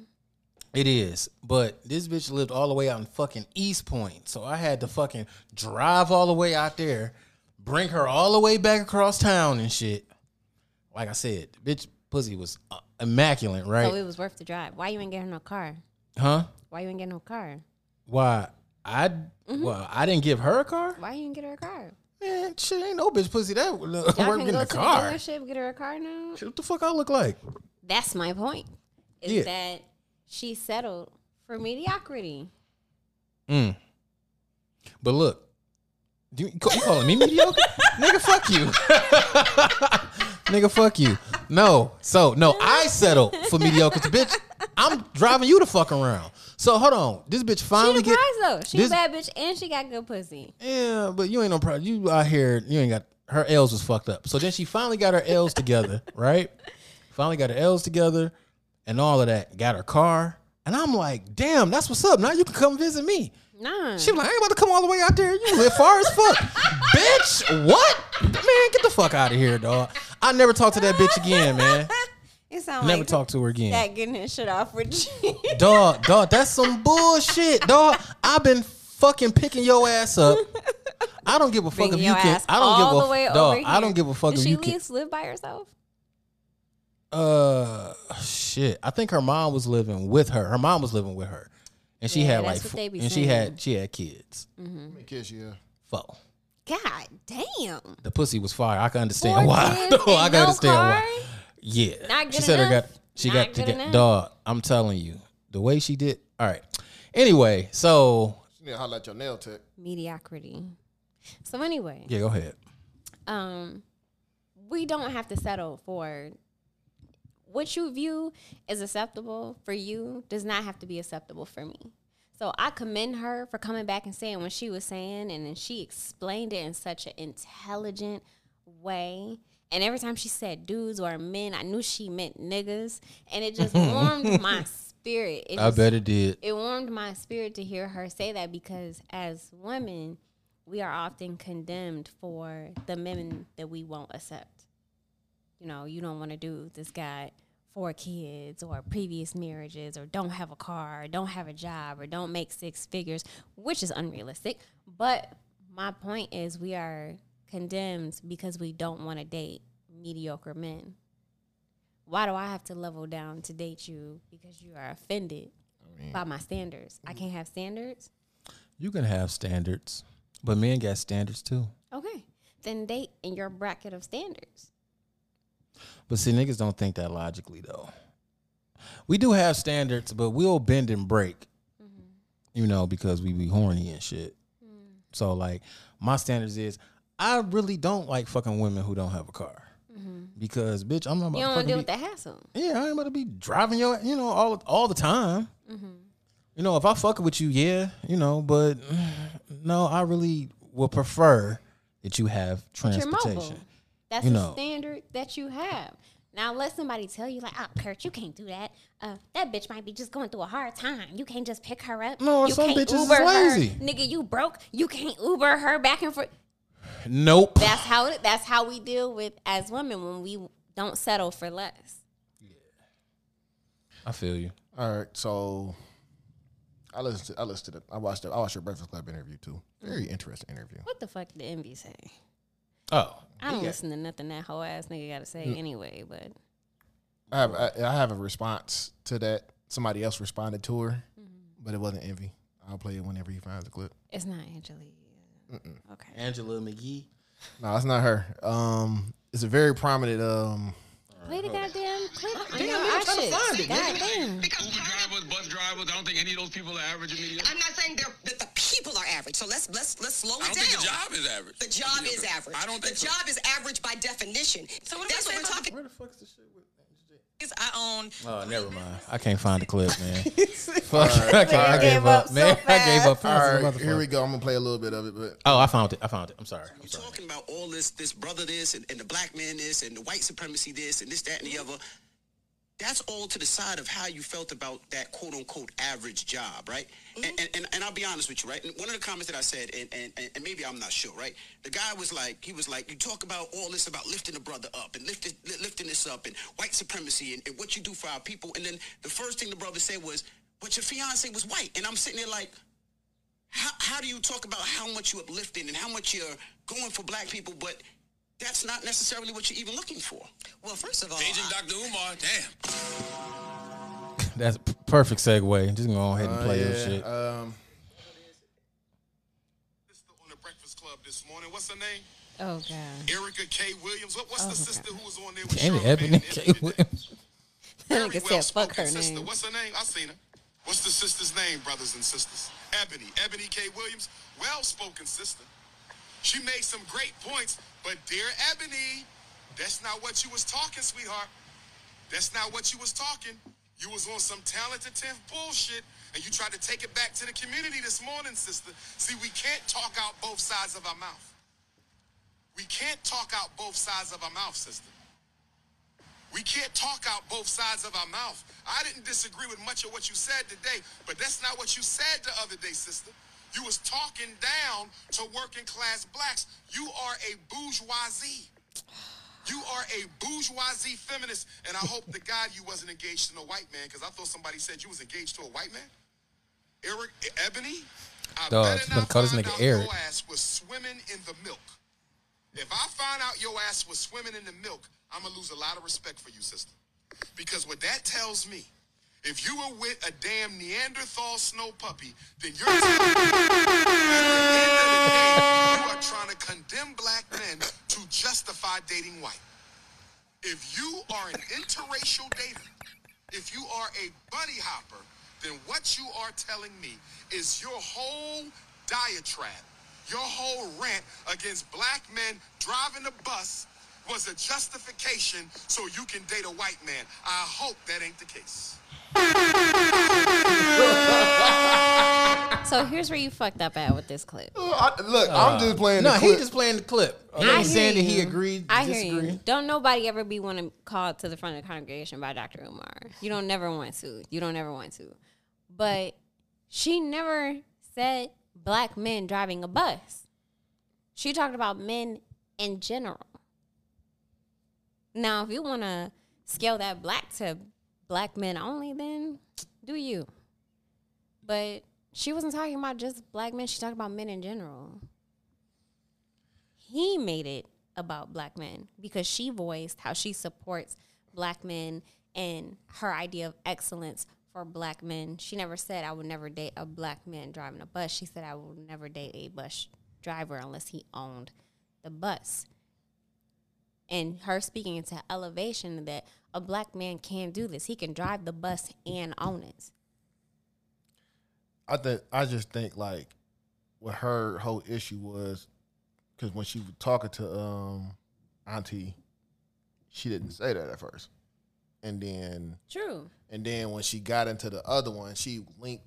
Speaker 5: It is, but this bitch lived all the way out in fucking East Point, so I had to fucking drive all the way out there, bring her all the way back across town and shit. Like I said, the bitch pussy was uh, immaculate, right?
Speaker 9: So Oh, it was worth the drive. Why you ain't getting no car?
Speaker 5: huh?
Speaker 9: Why you ain't getting no car?
Speaker 5: Why? I
Speaker 9: Mm-hmm.
Speaker 5: well, I didn't give her a car.
Speaker 9: Why you didn't get her a car?
Speaker 5: Man, shit, ain't no bitch pussy that would
Speaker 9: Y'all can
Speaker 5: work in
Speaker 9: go
Speaker 5: a
Speaker 9: to
Speaker 5: car.
Speaker 9: the dealership, get her a car now.
Speaker 5: Shit, what the fuck I look like?
Speaker 9: That's my point. Is
Speaker 5: Yeah.
Speaker 9: that she settled for mediocrity?
Speaker 5: Mm. But look, you, you calling me mediocre? Nigga, fuck you. Nigga, fuck you. No, so no, I settle for mediocre, bitch. I'm driving you the fuck around. So hold on, this bitch
Speaker 9: She
Speaker 5: finally
Speaker 9: the
Speaker 5: get.
Speaker 9: prize though. She
Speaker 5: this-
Speaker 9: a bad bitch and she got good pussy.
Speaker 5: Yeah, but you ain't no problem. You out here, you ain't got her L's was fucked up. So then she finally got her L's together, right? Finally got her L's together and all of that. Got her car, and I'm like, damn, that's what's up. Now you can come visit me.
Speaker 9: Nah.
Speaker 5: She was like, I ain't about to come all the way out there. You live far as fuck. bitch, what? Man, get the fuck out of here, dog. I never talk to that bitch again, man.
Speaker 9: It sound
Speaker 5: Never
Speaker 9: like
Speaker 5: talk to her again.
Speaker 9: that getting his shit off with you.
Speaker 5: Dog, dog, that's some bullshit, dog. I've been fucking picking your ass up. I don't give a fuck
Speaker 9: Bringing
Speaker 5: if you
Speaker 9: your
Speaker 5: can.
Speaker 9: ass
Speaker 5: I don't
Speaker 9: all
Speaker 5: give a
Speaker 9: the way
Speaker 5: f- dog.
Speaker 9: over
Speaker 5: I don't
Speaker 9: here.
Speaker 5: give a fuck
Speaker 9: Does
Speaker 5: if
Speaker 9: she
Speaker 5: you
Speaker 9: at
Speaker 5: can.
Speaker 9: least live by herself?
Speaker 5: Uh, shit. I think her mom was living with her. Her mom was living with her, and she
Speaker 8: Yeah, that's
Speaker 5: had like,
Speaker 8: what
Speaker 5: f-
Speaker 8: they be
Speaker 5: and she had she had kids.
Speaker 9: Mm-hmm.
Speaker 8: Kiss yeah.
Speaker 5: Four.
Speaker 9: God damn.
Speaker 5: The pussy was fire. I can understand why.
Speaker 9: kids
Speaker 5: No, I
Speaker 9: and
Speaker 5: can
Speaker 9: no
Speaker 5: understand
Speaker 9: car?
Speaker 5: why. Yeah.
Speaker 9: Not
Speaker 5: she
Speaker 9: good
Speaker 5: said
Speaker 9: enough?
Speaker 5: her got she
Speaker 9: Not
Speaker 5: got to
Speaker 9: good
Speaker 5: get
Speaker 9: enough?
Speaker 5: dog. I'm telling you, the way she did. All right. Anyway, so
Speaker 8: You need to holler at your nail tech.
Speaker 9: mediocrity. So anyway,
Speaker 5: yeah, go ahead.
Speaker 9: um, we don't have to settle for what you view is acceptable for you does not have to be acceptable for me. So I commend her for coming back and saying what she was saying, and then she explained it in such an intelligent way. And every time she said dudes or men, I knew she meant niggas, and it just warmed my spirit. It
Speaker 5: I
Speaker 9: just-
Speaker 5: bet it did.
Speaker 9: It warmed my spirit to hear her say that because as women, we are often condemned for the men that we won't accept. You know, you don't want to do this guy four kids or previous marriages or don't have a car or don't have a job or don't make six figures, which is unrealistic. But my point is we are condemned because we don't want to date mediocre men. Why do I have to level down to date you because you are offended by
Speaker 5: Mm.
Speaker 9: my standards? I can't have standards.
Speaker 5: You can have standards, but men got standards too.
Speaker 9: Okay. Then date in your bracket of standards.
Speaker 5: But see, niggas don't think that logically though. We do have standards, but we'll bend and break,
Speaker 9: Mm-hmm.
Speaker 5: you know, because we be horny and shit.
Speaker 9: Mm.
Speaker 5: So like, my standards is I really don't like fucking women who don't have a car because bitch, I'm not
Speaker 9: Mm-hmm.
Speaker 5: about
Speaker 9: You
Speaker 5: to
Speaker 9: don't want
Speaker 5: fucking
Speaker 9: to deal
Speaker 5: be-
Speaker 9: with the hassle.
Speaker 5: Yeah, I ain't about to be driving your, you know, all all the time. You know, if I fuck with you, yeah, you know, but no, I really would prefer that you have
Speaker 9: But you're mobile.
Speaker 5: transportation.
Speaker 9: That's
Speaker 5: You
Speaker 9: the
Speaker 5: know.
Speaker 9: standard that you have. Now, let somebody tell you, like, oh, Kurt, you can't do that. Uh, that bitch might be just going through a hard time. You can't just pick her up.
Speaker 5: No,
Speaker 9: you
Speaker 5: some
Speaker 9: can't
Speaker 5: bitches is lazy.
Speaker 9: Her. Nigga, you broke. You can't Uber her back and forth.
Speaker 5: Nope.
Speaker 9: That's how that's how we deal with as women when we don't settle for less.
Speaker 5: I feel you.
Speaker 8: All right, so I listened. To, I listened to. The, I watched. The, I watched your Breakfast Club interview too. Very interesting interview.
Speaker 9: What the fuck did Envy say?
Speaker 5: Oh,
Speaker 9: I don't
Speaker 8: Yeah.
Speaker 9: listen to nothing that whole ass nigga got to say
Speaker 8: Mm.
Speaker 9: anyway, but
Speaker 8: I have. I, I have a response to that. Somebody else responded to her, but it wasn't envy. I'll play it whenever he finds the clip.
Speaker 9: it's not Angelique.
Speaker 8: Mm-mm.
Speaker 9: Okay.
Speaker 5: Angela McGee.
Speaker 8: No, it's not her. Um, it's a very prominent. Um,
Speaker 9: Play the goddamn clip on
Speaker 2: Oh. Damn,
Speaker 9: your
Speaker 2: nigga, I'm trying to find
Speaker 9: iShit.
Speaker 2: it, nigga.
Speaker 9: Goddamn.
Speaker 12: I'm not saying they're, that the people are average. So let's let's let's slow it
Speaker 2: I don't
Speaker 12: down.
Speaker 2: think the job is average.
Speaker 12: The job is
Speaker 2: Yeah,
Speaker 12: average.
Speaker 2: I don't think
Speaker 12: the
Speaker 2: so.
Speaker 12: job is average by definition. So
Speaker 2: what are we
Speaker 12: That's what
Speaker 2: saying
Speaker 12: we're
Speaker 2: about-
Speaker 12: talking.
Speaker 5: Where the fuck's the shit with?
Speaker 12: Is I own
Speaker 5: Oh, never mind. I can't find the clip, man. Fuck,
Speaker 8: All right.
Speaker 5: I, can't, I gave up, man. I gave up.
Speaker 8: All
Speaker 5: fast
Speaker 8: right,
Speaker 5: as a
Speaker 8: here we
Speaker 5: motherfucker.
Speaker 8: go. I'm gonna play a little bit of it, but
Speaker 5: Oh, I found it. I found it. I'm sorry. I'm sorry.
Speaker 1: talking about all this, this brother this, and, and the black man this, and the white supremacy this, and this, that, and the other. That's all to the side of how you felt about that quote unquote average job, right?
Speaker 2: Mm-hmm.
Speaker 1: And, and, and, and I'll be honest with you, right? And one of the comments that I said, and, and, and and maybe I'm not sure, right? The guy was like, he was like, you talk about all this about lifting a brother up and lifting, li- lifting this up and white supremacy and, and what you do for our people. And then the first thing the brother said was, but your fiance was white. And I'm sitting there like, how, how do you talk about how much you're uplifting and how much you're going for black people, but that's not necessarily what you're even looking for? Well, first of all, Agent Dr. Umar, damn.
Speaker 5: That's a p- perfect segue. Just go ahead and
Speaker 8: Uh,
Speaker 5: play
Speaker 8: yeah,
Speaker 5: your shit.
Speaker 8: Um,
Speaker 9: Oh god.
Speaker 13: Erica K. Williams. What, what's
Speaker 9: Oh,
Speaker 13: the
Speaker 9: my
Speaker 13: sister who was on there with
Speaker 5: Ain't it
Speaker 13: Charlamagne
Speaker 5: Ebony
Speaker 13: and
Speaker 5: K. Williams?
Speaker 9: That nigga said fuck her
Speaker 13: sister?
Speaker 9: name.
Speaker 13: What's her name? I seen her. What's the sister's name, brothers and sisters? Ebony. Ebony K. Williams. Well-spoken sister. She made some great points, but dear Ebony, that's not what you was talking, sweetheart. That's not what you was talking. You was on some talented 10th bullshit, and you tried to take it back to the community this morning, sister. See, we can't talk out both sides of our mouth. We can't talk out both sides of our mouth, sister. We can't talk out both sides of our mouth. I didn't disagree with much of what you said today, but that's not what you said the other day, sister. You was talking down to working class blacks. You are a bourgeoisie. You are a bourgeoisie feminist, and I hope to God you wasn't engaged to no white man, because I thought somebody said you was engaged to a white man. Eric Ebony, I
Speaker 5: Dog,
Speaker 13: better
Speaker 5: you better
Speaker 13: not
Speaker 5: call this
Speaker 13: find
Speaker 5: nigga
Speaker 13: out
Speaker 5: Eric.
Speaker 13: your ass was swimming in the milk. If I find out your ass was swimming in the milk, I'm gonna lose a lot of respect for you, sister. Because what that tells me, if you were with a damn Neanderthal snow puppy, then you're at the end of the day, you are trying to condemn black men to justify dating white. If you are an interracial dater, if you are a buddy hopper, then what you are telling me is your whole diatribe, your whole rant against black men driving the bus was a justification so you can date a white man. I hope that ain't the case.
Speaker 9: So here's where you fucked up at with this clip.
Speaker 8: look, I'm just playing
Speaker 5: No,
Speaker 8: the
Speaker 5: Uh, he
Speaker 8: clip.
Speaker 5: just playing the clip.
Speaker 9: I
Speaker 5: He ain't
Speaker 9: hear
Speaker 5: saying Oh, that he
Speaker 9: you.
Speaker 5: agreed.
Speaker 9: I
Speaker 5: disagree.
Speaker 9: hear you. Don't nobody ever be want to call to the front of the congregation by Dr. Umar. You don't never want to. You don't ever want to. But she never said black men driving a bus. She talked about men in general. Now, if you want to scale that black to black men only, then do you. But she wasn't talking about just black men. She talked about men in general. He made it about black men because she voiced how she supports black men and her idea of excellence for black men. She never said, I would never date a black man driving a bus. She said, I will never date a bus driver unless he owned the bus. And her speaking into elevation that a black man can do this. He can drive the bus and own it.
Speaker 8: I think I just think like what her whole issue was because when she was talking to um Auntie, she didn't say that at first, and then
Speaker 9: True.
Speaker 8: and then when she got into the other one, she linked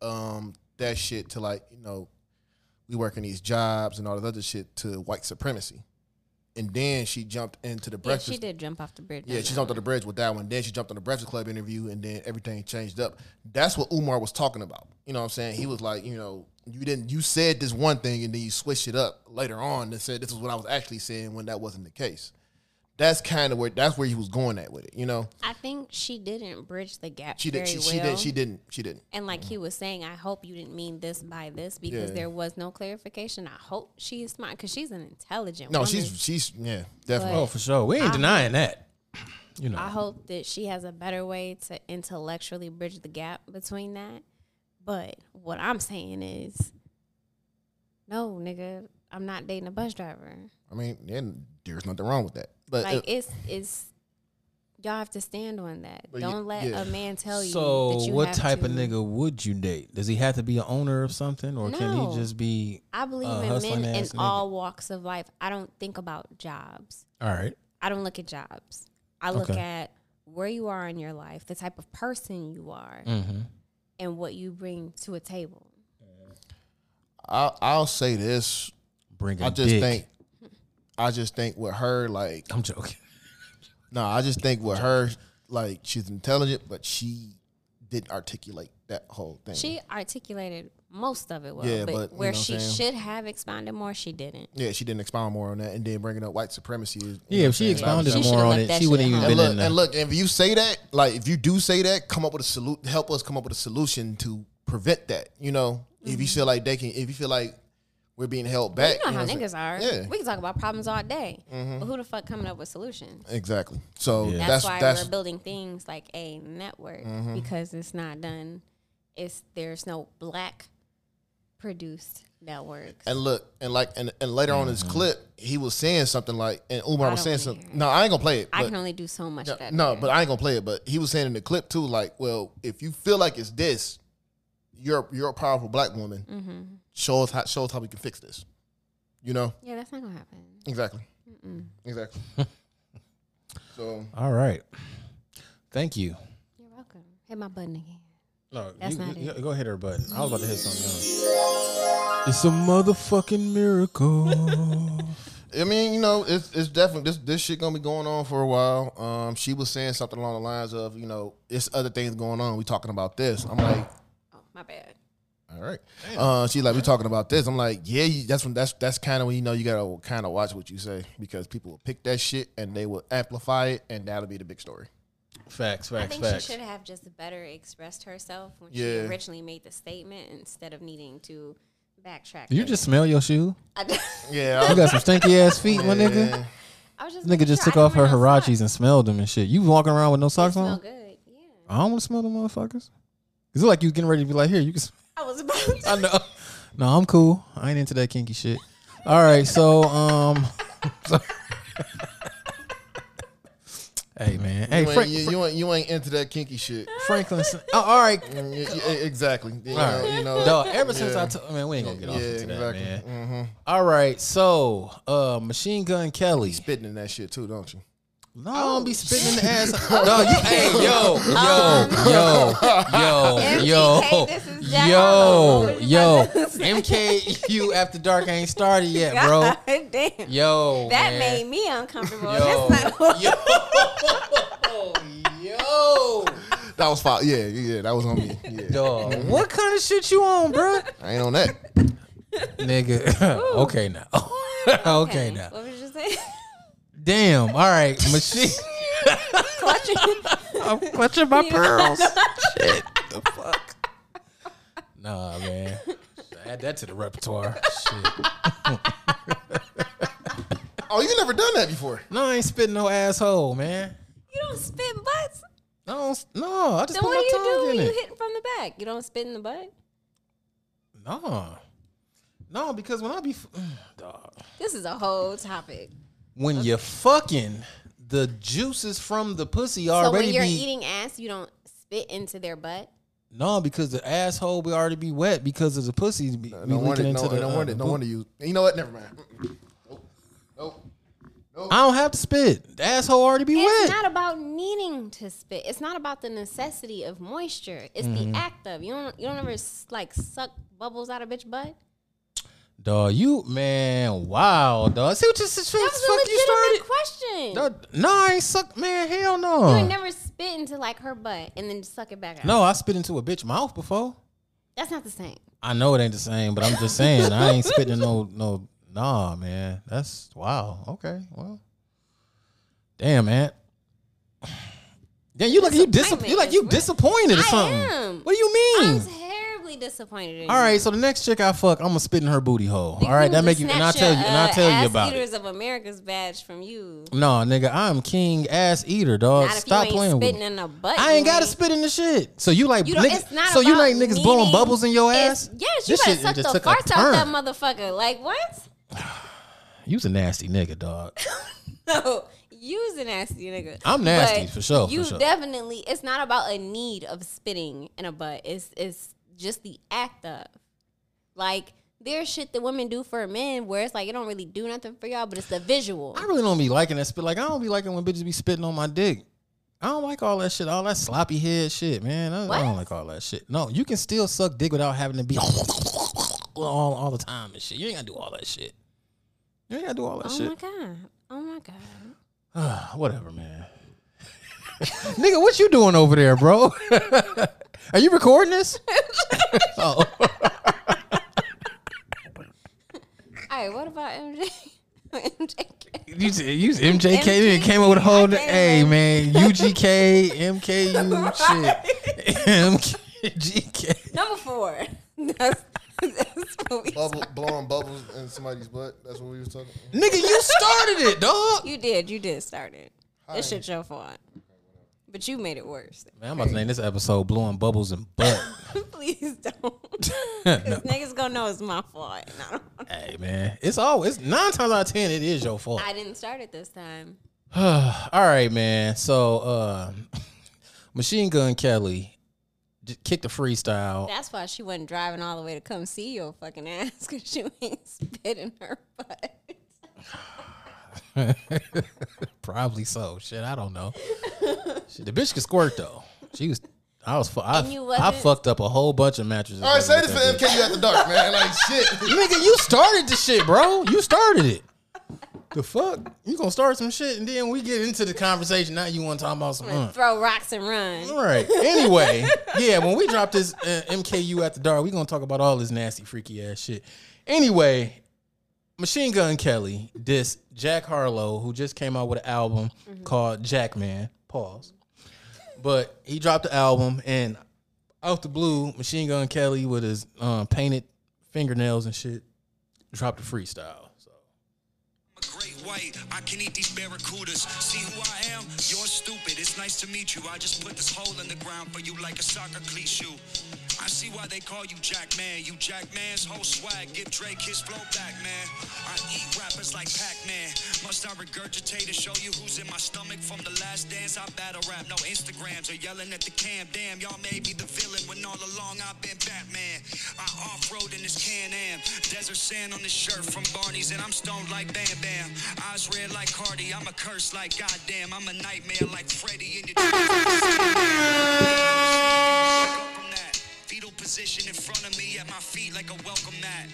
Speaker 8: um that shit to like you know we working these jobs and all this other shit to white supremacy, and then she jumped into the breakfast.
Speaker 9: Yeah, she did jump off the bridge.
Speaker 8: Yeah,
Speaker 9: on
Speaker 8: she
Speaker 9: that
Speaker 8: jumped on
Speaker 9: one.
Speaker 8: the bridge with that one. Then she jumped on the Breakfast Club interview, and then everything changed up. That's what Umar was talking about. You know what I'm saying? He was like, you know, you didn't, you said this one thing, and then you switched it up later on and said this is what I was actually saying when that wasn't the case. That's kind of where that's where he was going at with it. You know,
Speaker 9: I think she didn't bridge the gap.
Speaker 8: she
Speaker 9: very
Speaker 8: did, she,
Speaker 9: well.
Speaker 8: she did, she didn't, she didn't.
Speaker 9: And like he was saying, I hope you didn't mean this by this because
Speaker 8: Mm-hmm. Yeah.
Speaker 9: there was no clarification. I hope she is smart because she's an intelligent.
Speaker 8: No,
Speaker 9: woman.
Speaker 8: she's she's yeah, definitely.
Speaker 9: But- Oh, for sure. We ain't I-
Speaker 5: denying that. You
Speaker 9: I hope that she has a better way to intellectually bridge the gap between that. But what I'm saying is, no, nigga, I'm not dating a bus driver.
Speaker 8: I mean, then there's nothing wrong with that. But
Speaker 9: like
Speaker 8: uh,
Speaker 9: it's it's y'all have to stand on that.
Speaker 8: But you-
Speaker 9: Don't let
Speaker 5: yeah.
Speaker 9: a man tell you.
Speaker 5: So,
Speaker 9: that you
Speaker 5: what
Speaker 9: have
Speaker 5: type
Speaker 9: to-
Speaker 5: of nigga would you date? Does he have to be an owner of something, or can
Speaker 9: No.
Speaker 5: he just be?
Speaker 9: I believe
Speaker 5: a
Speaker 9: in
Speaker 5: uh, hustling
Speaker 9: men in
Speaker 5: ass nigga?
Speaker 9: all walks of life. I don't think about jobs.
Speaker 5: All right.
Speaker 9: I don't look at jobs. I look
Speaker 5: Okay.
Speaker 9: at where you are in your life, the type of person you are,
Speaker 8: Mhm.
Speaker 9: and what you bring to a table.
Speaker 8: I'll, I'll say this.
Speaker 5: Bring
Speaker 8: I
Speaker 5: a
Speaker 8: just
Speaker 5: dick.
Speaker 8: think. I just think with her, like
Speaker 5: I'm joking.
Speaker 8: No, I just think with her, like she's intelligent, but she didn't articulate that whole thing.
Speaker 9: She articulated most of it well,
Speaker 8: Yeah,
Speaker 9: but,
Speaker 8: but you
Speaker 9: where
Speaker 8: know what
Speaker 9: she
Speaker 8: I'm saying?
Speaker 9: should have expounded more, she didn't.
Speaker 8: yeah, she didn't expound more on that, and then bringing up white supremacy. Is, you
Speaker 5: Yeah,
Speaker 8: know
Speaker 5: if she
Speaker 8: what I'm saying?
Speaker 5: expounded She more should've on left it, that she shit wouldn't at even
Speaker 8: and
Speaker 5: home. been
Speaker 8: look,
Speaker 5: in the-
Speaker 8: And look, if you say that, like if you do say that, come up with a salute. Help us come up with a solution to prevent that. You know, if you feel like they can, if you feel like we're being held back,
Speaker 9: Mm-hmm. you know how
Speaker 8: what I'm
Speaker 9: niggas are.
Speaker 8: saying? Yeah,
Speaker 9: We can talk about problems all day,
Speaker 8: Mhm.
Speaker 9: but who the fuck coming up with solutions?
Speaker 8: exactly. So
Speaker 9: That's,
Speaker 8: that's
Speaker 9: why
Speaker 8: that's,
Speaker 9: we're building things like a network
Speaker 8: Mhm.
Speaker 9: because it's not done. It's there's no black produced network.
Speaker 8: And look, and like, and, and later on in
Speaker 5: Mm-hmm.
Speaker 8: this clip, he was saying something like, and Umar
Speaker 9: I
Speaker 8: was
Speaker 9: don't
Speaker 8: saying
Speaker 9: wanna
Speaker 8: something. No, I ain't gonna play it.
Speaker 9: I
Speaker 8: but-
Speaker 9: can only do so much
Speaker 8: no,
Speaker 9: of that.
Speaker 8: no, but I ain't gonna play it. But he was saying in the clip too, like, well, if you feel like it's this, you're you're a powerful black woman.
Speaker 9: Mhm.
Speaker 8: Show us how show us how we can fix this. You know
Speaker 9: Yeah, that's not gonna happen.
Speaker 8: exactly,
Speaker 9: Mm-mm.
Speaker 8: exactly. so
Speaker 5: All right. Thank you.
Speaker 9: You're welcome. Hit my button again.
Speaker 5: No,
Speaker 9: That's
Speaker 5: you,
Speaker 9: not
Speaker 5: you- go hit her button. I was about to hit something else. It's a motherfucking miracle.
Speaker 8: I mean, you know, it's it's definitely this this shit gonna be going on for a while. Um, she was saying something along the lines of, you know, it's other things going on. We talking about this. I'm like.
Speaker 9: Oh, My bad.
Speaker 8: All right. Uh, she's like, we talking about this. I'm like, yeah, you, that's when that's that's kind of when you know you gotta kind of watch what you say because people will pick that shit and they will amplify it and that'll be the big story.
Speaker 5: Facts,
Speaker 9: I
Speaker 5: facts,
Speaker 9: think
Speaker 5: facts.
Speaker 9: she should have just better expressed herself when
Speaker 5: Yeah.
Speaker 9: she originally made the statement instead of needing to backtrack.
Speaker 5: Do you just smell your shoe?
Speaker 9: I did.
Speaker 8: Yeah,
Speaker 5: You got some stinky ass feet, my nigga.
Speaker 9: Yeah. I was just
Speaker 5: nigga just took off her hirachis and smelled them and shit. You walking around with no socks
Speaker 9: smell
Speaker 5: on?
Speaker 9: good, yeah.
Speaker 5: I don't want to smell them motherfuckers. Cause it like you was getting ready to be like, here, you can. sm-
Speaker 9: I was about to.
Speaker 5: I know. No, I'm cool. I ain't into that kinky shit. All right, so um, so- Hey man, hey
Speaker 8: you, ain't,
Speaker 5: Frank,
Speaker 8: you, you ain't you ain't into that kinky shit. Mm,
Speaker 5: Franklin. Oh, all right,
Speaker 8: exactly. You
Speaker 5: All right.
Speaker 8: know, you know,
Speaker 5: Dog, ever since
Speaker 8: yeah.
Speaker 5: I told, man, we ain't gonna get off
Speaker 8: Yeah,
Speaker 5: into that,
Speaker 8: exactly.
Speaker 5: man.
Speaker 8: Mhm.
Speaker 5: All right, so uh, Machine Gun Kelly
Speaker 8: spitting in that shit too, don't you?
Speaker 5: No, I don't be spitting in the ass. No, you, hey, yo, yo, yo, yo, yo,
Speaker 2: MTK, this is Jack
Speaker 5: yo,
Speaker 2: Harlow.
Speaker 5: yo, MKU After Dark ain't started yet, bro.
Speaker 9: God damn.
Speaker 5: Yo,
Speaker 9: that
Speaker 5: man.
Speaker 9: made me uncomfortable.
Speaker 5: Yo.
Speaker 9: That's not what
Speaker 5: Yo,
Speaker 8: That was fine. Yeah, yeah, that was on me. Yeah.
Speaker 5: Dog,
Speaker 8: Mhm.
Speaker 5: what kind of shit you on, bro?
Speaker 8: I ain't on that.
Speaker 5: Nigga, okay now, okay now.
Speaker 9: What was you saying?
Speaker 5: Damn. All right, machine.
Speaker 9: Clutching.
Speaker 5: I'm clutching my pearls.
Speaker 2: Shit.
Speaker 5: The fuck. Nah, man. Add that to the repertoire. Shit.
Speaker 8: oh, you never done that before.
Speaker 5: No, I ain't spitting no asshole, man.
Speaker 9: You don't spit butts.
Speaker 5: I don't. No, I just
Speaker 9: Then
Speaker 5: put
Speaker 9: what
Speaker 5: my
Speaker 9: do you do
Speaker 5: tongue
Speaker 9: when
Speaker 5: in
Speaker 9: you
Speaker 5: it.
Speaker 9: hitting from the back? You don't spit in the butt.
Speaker 5: No. No, because when I be f- dog,
Speaker 9: This is a whole topic.
Speaker 5: when you're fucking, the juices from the pussy
Speaker 9: So
Speaker 5: already
Speaker 9: when you're
Speaker 5: be
Speaker 9: eating ass, you don't spit into their butt.
Speaker 5: no, because the asshole be already be wet because of the pussy be, be
Speaker 8: No
Speaker 5: leaking
Speaker 8: wonder,
Speaker 5: into
Speaker 8: no,
Speaker 5: the.
Speaker 8: no
Speaker 5: uh,
Speaker 8: wonder, no
Speaker 5: boot.
Speaker 8: wonder you. You know what? Never mind.
Speaker 5: I don't have to spit. The asshole already be
Speaker 9: It's
Speaker 5: wet.
Speaker 9: not about needing to spit. It's not about the necessity of moisture. It's
Speaker 5: Mhm.
Speaker 9: the act of you don't you don't ever s- like suck bubbles out of bitch butt.
Speaker 5: Dog, you man, wow, dog. See what you see
Speaker 9: That
Speaker 5: what
Speaker 9: was
Speaker 5: the
Speaker 9: a
Speaker 5: fuck you started.
Speaker 9: legitimate question.
Speaker 5: Dog, no, I ain't suck, man. Hell no.
Speaker 9: You ain't never spit into like her butt and then suck it back out.
Speaker 5: no, I spit into a bitch mouth before.
Speaker 9: that's not the same.
Speaker 5: I know it ain't the same, but I'm just saying I ain't spitting no no nah, man. That's wow. Okay, well, damn, man. Damn, you like you dis- you like you disappointed or something.
Speaker 9: am.
Speaker 5: What do you
Speaker 9: I'm
Speaker 5: mean?
Speaker 9: terribly disappointed. In
Speaker 5: all
Speaker 9: you.
Speaker 5: right, so the next chick I fuck, I'm gonna spit in her booty hole. All right, that
Speaker 9: Just
Speaker 5: make you and I
Speaker 9: snatch
Speaker 5: tell you
Speaker 9: your,
Speaker 5: and I
Speaker 9: uh,
Speaker 5: tell you
Speaker 9: ass
Speaker 5: about it.
Speaker 9: Eaters of America's badge from you.
Speaker 5: No, nigga, I'm king ass eater, dog.
Speaker 9: Not if
Speaker 5: Uh,
Speaker 9: you
Speaker 5: Stop
Speaker 9: ain't
Speaker 5: playing with
Speaker 9: spitting
Speaker 5: me.
Speaker 9: in a butt.
Speaker 5: I ain't
Speaker 9: you
Speaker 5: gotta spit in the shit. So you like
Speaker 9: You don't,
Speaker 5: niggas,
Speaker 9: it's not
Speaker 5: so you
Speaker 9: about
Speaker 5: like niggas blowing
Speaker 9: needing-
Speaker 5: bubbles in your
Speaker 9: it's-
Speaker 5: ass?
Speaker 9: Yes, you
Speaker 5: This
Speaker 9: better
Speaker 5: shit
Speaker 9: suck
Speaker 5: just
Speaker 9: the
Speaker 5: took a
Speaker 9: farts out that
Speaker 5: turn.
Speaker 9: motherfucker. Like what?
Speaker 5: You was a nasty nigga, dog.
Speaker 9: No, you's a nasty nigga.
Speaker 5: I'm nasty,
Speaker 9: But
Speaker 5: for sure, for
Speaker 9: You
Speaker 5: sure.
Speaker 9: definitely. It's not about a need of spitting in a butt. It's it's just the act of, like. There's shit that women do for men where it's like it don't really do nothing for y'all, but it's the visual.
Speaker 5: I really don't be liking that spit. Like I don't be liking when bitches be spitting on my dick. I don't like all that shit, all that sloppy head shit, man. I, I don't
Speaker 9: What?
Speaker 5: like all that shit. No, you can still suck dick without having to be all, all the time and shit. You ain't gotta do all that shit. You ain't gotta do all that
Speaker 9: oh
Speaker 5: shit. Ah,
Speaker 9: my god! Oh my god!
Speaker 5: Whatever, man. Nigga, what you doing over there, bro? Are you recording this? oh.
Speaker 9: All right, what about MJ? MJ.
Speaker 5: You just- you just MJK then came up with a whole
Speaker 9: MK,
Speaker 5: hey man UGK MKU shit MKGK
Speaker 9: Number four. That's, that's what we
Speaker 8: Bubble, blowing bubbles in somebody's butt. That's what we was talking. about.
Speaker 5: Nigga, you started it, dog.
Speaker 9: You did. You did start it. This shit your fault. But you made it worse.
Speaker 5: man I'm about to name this episode blowing bubbles and butt
Speaker 9: Please don't. Because
Speaker 5: No.
Speaker 9: niggas gonna know it's my fault. and I, don't,
Speaker 5: hey man it's always nine times out of ten it is your fault
Speaker 9: I didn't start it this time.
Speaker 5: all right man so uh, Machine Gun Kelly j- kicked a freestyle
Speaker 9: That's why she wasn't driving all the way to come see your fucking ass because she ain't spitting her butt.
Speaker 5: Probably so. Shit, I don't know. Shit, the bitch could squirt though. She was. I was. fu- I,
Speaker 9: And you
Speaker 5: I
Speaker 9: wasn't-
Speaker 5: fucked up a whole bunch of mattresses.
Speaker 8: All right, say
Speaker 5: with
Speaker 8: this for
Speaker 5: that bitch.
Speaker 8: MKU at the dark, man. Like shit.
Speaker 5: Nigga, you started this shit, bro. You started it. The fuck? You gonna start some shit and then we get into the conversation. Now you want to talk about some?
Speaker 9: I'm
Speaker 8: Mm.
Speaker 9: gonna
Speaker 5: uh.
Speaker 9: throw rocks and run.
Speaker 5: All right. Anyway, yeah. When we drop this uh, MKU at the dark, we gonna talk about all this nasty, freaky ass shit. Anyway, Machine Gun Kelly diss Jack Harlow, who just came out with an album called Jackman. Pause. But he dropped the album, and out the blue, Machine Gun Kelly with his um, painted fingernails and shit dropped a freestyle.
Speaker 14: white. I can eat these barracudas. See who I am? You're stupid. It's nice to meet you. I just put this hole in the ground for you like a soccer cleat shoe. I see why they call you Jack Man. You Jack Man's whole swag. Give Drake his flow back, man. I eat rappers like Pac-Man. Must I regurgitate to show you who's in my stomach from the last dance? I battle rap, no Instagrams or yelling at the cam. Damn, y'all made me the villain when all along I've been Batman. I off-road in this Can-Am, desert sand on this shirt from Barney's, and I'm stoned like Bam Bam. Eyes red like Cardi, I'm a curse like Goddamn. I'm a nightmare like Freddy in your. fetal position in front of me at my feet like a welcome mat.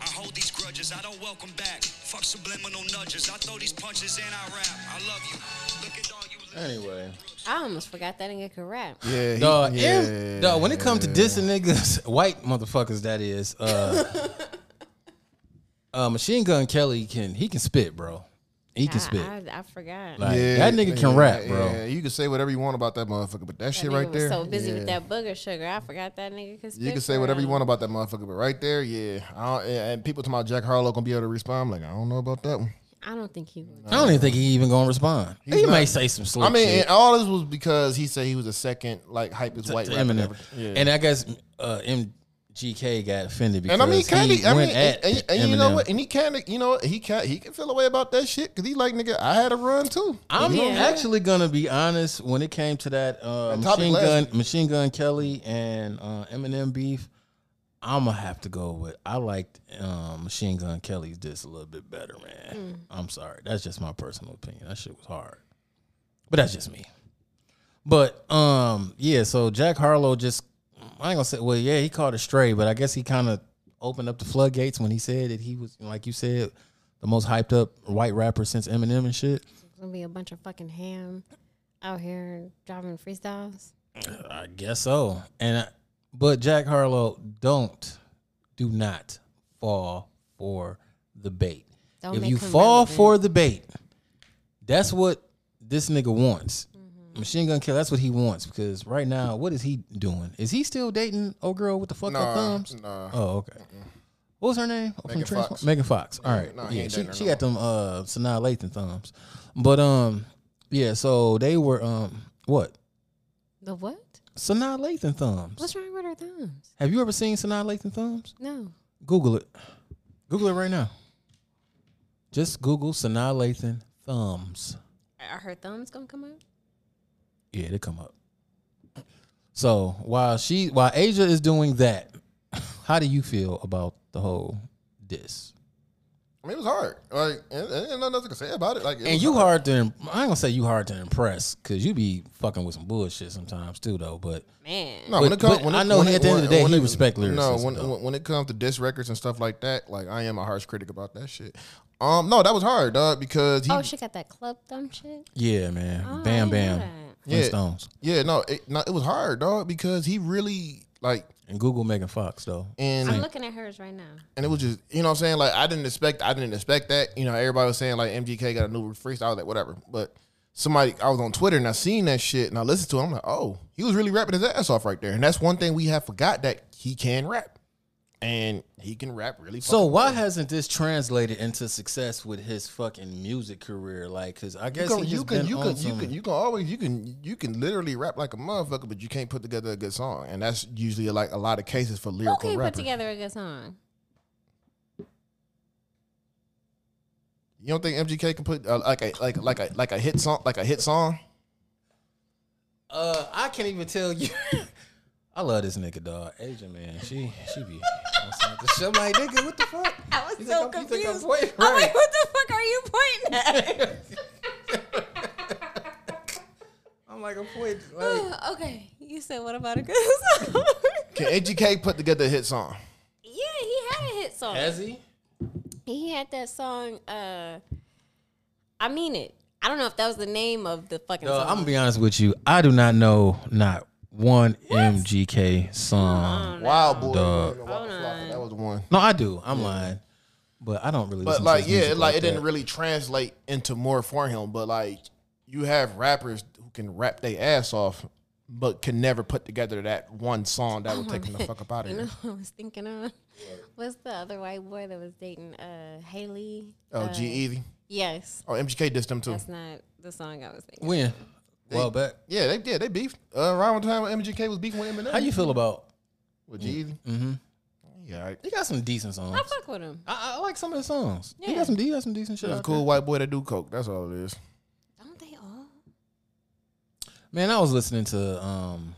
Speaker 14: I hold these grudges, I don't welcome back. Fuck subliminal nudges, I throw these punches and I rap. I love you. Look at all you.
Speaker 5: Anyway.
Speaker 9: I almost forgot that nigga could rap.
Speaker 5: Yeah, dog, and- dog, when it comes to dissing niggas, white motherfuckers, that is. Uh, uh, Machine Gun Kelly can he can spit, bro. He can
Speaker 9: I-
Speaker 5: spit.
Speaker 9: I, I forgot.
Speaker 5: Like, that nigga can rap, bro.
Speaker 8: Yeah, you can say whatever you want about that motherfucker, but that,
Speaker 9: That
Speaker 8: shit
Speaker 9: nigga
Speaker 8: right
Speaker 9: was
Speaker 8: there.
Speaker 9: so busy
Speaker 8: yeah.
Speaker 9: with that booger sugar, I forgot that nigga could spit.
Speaker 8: You can say
Speaker 9: for
Speaker 8: whatever you
Speaker 9: real.
Speaker 8: want about that motherfucker, but right there, yeah. I don't, and and people talking about Jack Harlow gonna be able to respond. I'm like, I don't know about that one.
Speaker 9: I don't think he would.
Speaker 5: I don't even think he even gonna respond.
Speaker 8: He's
Speaker 5: he
Speaker 8: not-
Speaker 5: may say some slick
Speaker 8: I mean,
Speaker 5: shit
Speaker 8: and all this was because he said he was the second like hypest
Speaker 5: to-
Speaker 8: white
Speaker 5: to
Speaker 8: rapper.
Speaker 5: Eminem.
Speaker 8: ever. Yeah.
Speaker 5: And I guess uh, MGK got offended because
Speaker 8: And I mean, Candy.
Speaker 5: he
Speaker 8: I
Speaker 5: went
Speaker 8: mean,
Speaker 5: at
Speaker 8: and, and- and you know
Speaker 5: Eminem.
Speaker 8: what? And he kind of, you know, what? he can he can feel a way about that shit because he like, nigga, I had a run too.
Speaker 5: I'm
Speaker 8: You know what saying?
Speaker 5: actually gonna be honest. When it came to that uh,
Speaker 8: That topic
Speaker 5: machine
Speaker 8: last-
Speaker 5: gun, machine gun Kelly and uh, Eminem beef, I'm gonna have to go with. I liked um, machine gun Kelly's diss a little bit better, man.
Speaker 15: Mm.
Speaker 5: I'm sorry, that's just my personal opinion. That shit was hard, but that's just me. But um, yeah. So Jack Harlow just, I ain't gonna say. Well, yeah, he called it stray, but I guess he kind of opened up the floodgates when he said that he was, like you said, the most hyped up white rapper since Eminem and shit.
Speaker 9: It's gonna be a bunch of fucking ham out here driving freestyles.
Speaker 5: I guess so. And I, but Jack Harlow, don't do not fall for the bait.
Speaker 9: Don't
Speaker 5: if
Speaker 9: make
Speaker 5: you
Speaker 9: him
Speaker 5: fall
Speaker 9: relevant.
Speaker 5: for the bait, that's what this nigga wants.
Speaker 9: Mm-hmm.
Speaker 5: Machine Gun Kill, that's what he wants because right now, what is he doing? Is he still dating old girl with the fuck
Speaker 8: Nah,
Speaker 5: up thumbs?
Speaker 8: nah.
Speaker 5: Oh, okay. What was her name? From
Speaker 8: Megan
Speaker 5: Transform-
Speaker 8: Fox.
Speaker 5: Megan Fox. All
Speaker 8: Yeah,
Speaker 5: right.
Speaker 8: nah, he
Speaker 5: yeah,
Speaker 8: ain't
Speaker 5: she,
Speaker 8: dating her
Speaker 5: she
Speaker 8: no
Speaker 5: got them uh Sanaa Lathan thumbs. But um yeah, so they were um what?
Speaker 9: The what?
Speaker 5: Sanaa Lathan thumbs.
Speaker 9: What's wrong with her thumbs?
Speaker 5: Have you ever seen Sanaa Lathan thumbs?
Speaker 9: No.
Speaker 5: Google it. Google it right now. Just Google Sanaa Lathan thumbs.
Speaker 9: Are her thumbs gonna come up?
Speaker 5: Yeah, they come up. So while she while Asia is doing that, how do you feel about the whole diss?
Speaker 8: I mean, it was hard. Like, and, and, and nothing to say about it. Like, it
Speaker 5: and
Speaker 8: was
Speaker 5: you hard to im- I ain't gonna say you hard to impress because you be fucking with some bullshit sometimes too though. But
Speaker 9: man,
Speaker 8: No, when
Speaker 5: but,
Speaker 8: it comes,
Speaker 5: but
Speaker 8: when it,
Speaker 5: I know
Speaker 8: when
Speaker 5: at
Speaker 8: it-
Speaker 5: the end of the day
Speaker 8: when
Speaker 5: he
Speaker 8: it-
Speaker 5: respect lyricism.
Speaker 8: No, when,
Speaker 5: though.
Speaker 8: when when it comes to diss records and stuff like that, like I am a harsh critic about that shit. Um, no, that was hard, dog, because he,
Speaker 9: oh, she got that club thumb shit.
Speaker 5: yeah, man,
Speaker 9: Oh, I
Speaker 5: bam,
Speaker 9: didn't know
Speaker 5: bam,
Speaker 8: yeah,
Speaker 5: Flintstones
Speaker 8: yeah, no, it, no, it was hard, dog, because he really like
Speaker 5: and Google Megan Fox though,
Speaker 8: and
Speaker 9: I'm looking at hers right now.
Speaker 8: and it was just you know what I'm saying like I didn't expect I didn't expect that you know everybody was saying like MGK got a new freestyle I was like whatever but somebody I was on Twitter and I seen that shit and I listened to him I'm like oh he was really rapping his ass off right there and that's one thing we have forgot that he can rap and he can rap really
Speaker 5: So
Speaker 8: fucking
Speaker 5: why hasn't this translated into success with his fucking music career? Like, cause I guess
Speaker 8: you can
Speaker 5: he
Speaker 8: you can you
Speaker 5: just been on
Speaker 8: can, you
Speaker 5: some-
Speaker 8: can you can always you can you can literally rap like a motherfucker but you can't put together a good song and that's usually like a lot of cases for
Speaker 9: Who
Speaker 8: lyrical
Speaker 9: can put
Speaker 8: rappers
Speaker 9: together a good song?
Speaker 8: you don't think MGK can put uh, like a like like a like a hit song like a hit song
Speaker 5: Uh, I can't even tell you. I love this nigga dog, Asia man. She she be. on some- I'm like nigga, what the fuck?
Speaker 9: I was
Speaker 5: You think
Speaker 9: so
Speaker 5: I'm- you
Speaker 9: confused.
Speaker 5: think I'm
Speaker 9: I'm,
Speaker 5: pointing?
Speaker 9: like,
Speaker 5: Right.
Speaker 9: what the fuck are you pointing at?
Speaker 5: I'm like, I'm pointing.
Speaker 9: okay, you said what about a good song?
Speaker 8: can MGK put together a hit song
Speaker 9: yeah, he had a hit song.
Speaker 8: Has he?
Speaker 9: He had that song. Uh, I mean it. I don't know if that was the name of the fucking.
Speaker 5: Dog,
Speaker 9: song.
Speaker 5: I'm gonna be honest with you. I do not know not one MGK song.
Speaker 8: Wild Boy.
Speaker 5: Dog.
Speaker 8: That was one.
Speaker 5: No, I do. I'm lying, but I don't really.
Speaker 8: But
Speaker 5: listen to
Speaker 8: like,
Speaker 5: his
Speaker 8: yeah,
Speaker 5: music
Speaker 8: it, like, it
Speaker 5: that.
Speaker 8: didn't really translate into more for him. But like, you have rappers who can rap their ass off, but can never put together that one song that would
Speaker 9: Oh,
Speaker 8: take them the
Speaker 9: man.
Speaker 8: fuck up out of
Speaker 9: You know
Speaker 8: here.
Speaker 9: what I was thinking of? What's the other white boy that was dating uh Haley?
Speaker 8: Oh,
Speaker 9: uh,
Speaker 8: G
Speaker 5: E?
Speaker 8: Eazy.
Speaker 9: Yes.
Speaker 8: Oh, MGK dissed them too.
Speaker 9: That's not the song I was thinking.
Speaker 5: When? Well, back.
Speaker 8: Yeah, they did. They beefed uh, around the time when MGK was beefing with Eminem.
Speaker 5: How you feel about
Speaker 8: With Jeezy?
Speaker 5: Mm-hmm.
Speaker 8: Yeah, right.
Speaker 5: he got some decent songs.
Speaker 9: I fuck with him.
Speaker 5: I, I like some of the songs. He
Speaker 9: Yeah.
Speaker 5: got some. He got some decent shit.
Speaker 8: He's a
Speaker 5: out
Speaker 8: cool
Speaker 5: there.
Speaker 8: white boy that do coke. That's all it is.
Speaker 9: Don't they all?
Speaker 5: Man, I was listening to um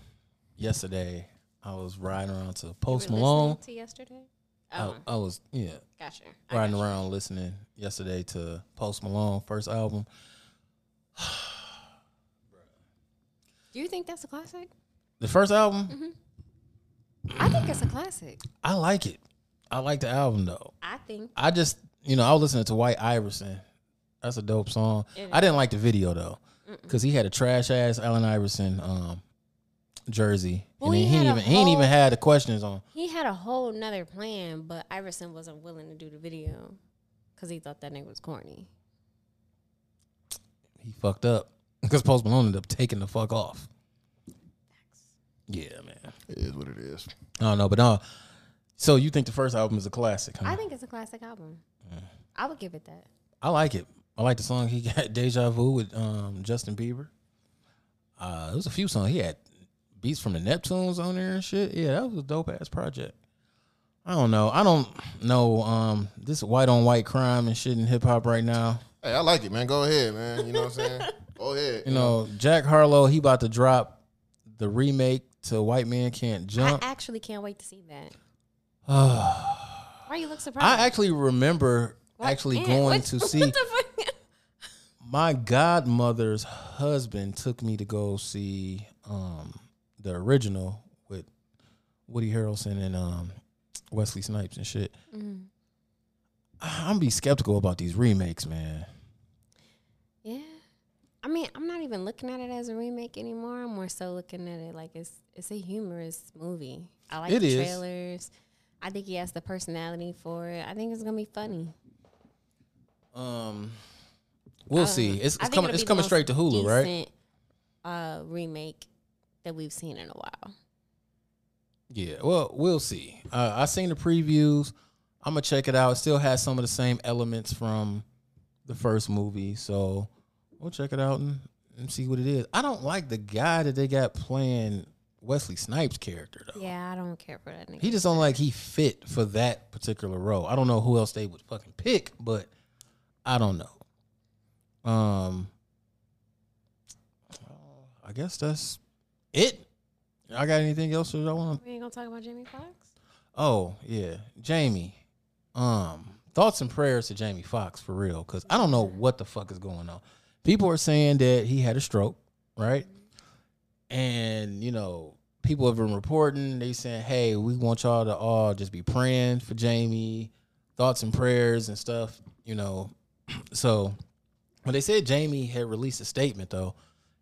Speaker 5: yesterday. I was riding around to Post
Speaker 9: You were listening
Speaker 5: Malone.
Speaker 9: to yesterday.
Speaker 5: I, I was yeah.
Speaker 9: Gotcha. I
Speaker 5: Riding around listening yesterday to Post Malone first album.
Speaker 9: Do you think that's a classic?
Speaker 5: The first album,
Speaker 9: hmm I think it's a classic.
Speaker 5: I like it. I like the album though.
Speaker 9: I think.
Speaker 5: I just you know I was listening to White Iverson. That's a dope song.
Speaker 9: It
Speaker 5: I didn't
Speaker 9: is.
Speaker 5: like the video though, because he had a trash ass Allen Iverson um jersey,
Speaker 9: Well,
Speaker 5: and
Speaker 9: he
Speaker 5: then he
Speaker 9: had
Speaker 5: ain't
Speaker 9: a
Speaker 5: even he ain't even
Speaker 9: whole-
Speaker 5: had the questions on.
Speaker 9: He had a whole nother plan, but Iverson wasn't willing to do the video because he thought that nigga was corny.
Speaker 5: he fucked up because Post Malone ended up taking the fuck off. Yeah, man.
Speaker 8: It is what it is.
Speaker 5: I don't know, but no. So you think the first album is a classic? Huh?
Speaker 9: I think it's a classic album. I would give it that.
Speaker 5: I like it. I like the song he got "Deja Vu" with um, Justin Bieber. Uh, there was a few songs he had beats from the Neptunes on there and shit. Yeah, that was a dope ass project. I don't know. I don't know um, this white on white crime and shit in hip hop right now.
Speaker 8: Hey, I like it, man. Go ahead, man. You know what I'm saying? Go ahead.
Speaker 5: You know, Jack Harlow he about to drop the remake to White Man Can't Jump.
Speaker 9: I actually can't wait to see that. Why you look surprised?
Speaker 5: I actually remember
Speaker 9: What?
Speaker 5: actually
Speaker 9: And
Speaker 5: going
Speaker 9: what-
Speaker 5: to
Speaker 9: what
Speaker 5: see
Speaker 9: the fuck?
Speaker 5: my godmother's husband took me to go see um the original with Woody Harrelson and um Wesley Snipes and shit.
Speaker 9: Mhm.
Speaker 5: I- I'm be skeptical about these remakes, man.
Speaker 9: Yeah. I mean, I'm not even looking at it as a remake anymore. I'm more so looking at it like it's it's a humorous movie. I like
Speaker 5: It
Speaker 9: the
Speaker 5: is.
Speaker 9: trailers. I think he has the personality for it. I think it's gonna be funny.
Speaker 5: Um we'll
Speaker 9: I don't
Speaker 5: see.
Speaker 9: know.
Speaker 5: It's,
Speaker 9: I
Speaker 5: it's
Speaker 9: think
Speaker 5: coming
Speaker 9: it'll
Speaker 5: it's
Speaker 9: be the
Speaker 5: coming
Speaker 9: most
Speaker 5: straight to Hulu, right?
Speaker 9: decent, Uh, remake that we've seen in a while.
Speaker 5: Yeah. Well, we'll see. Uh, I seen the previews. I'm gonna check it out. It still has some of the same elements from the first movie, so we'll check it out and, and see what it is. I don't like the guy that they got playing Wesley Snipes' character though.
Speaker 9: Yeah, I don't care for that nigga.
Speaker 5: He just don't like he fit for that particular role. I don't know who else they would fucking pick, but I don't know. Um, I guess that's it. I got anything else that I want to
Speaker 9: We ain't gonna talk about Jamie Foxx.
Speaker 5: Oh yeah, Jamie. Um, thoughts and prayers to Jamie Foxx for real, because I don't know what the fuck is going on. People are saying that he had a stroke, right? And you know, people have been reporting. They saying, "Hey, we want y'all to all just be praying for Jamie, thoughts and prayers and stuff." You know, so when they said Jamie had released a statement though,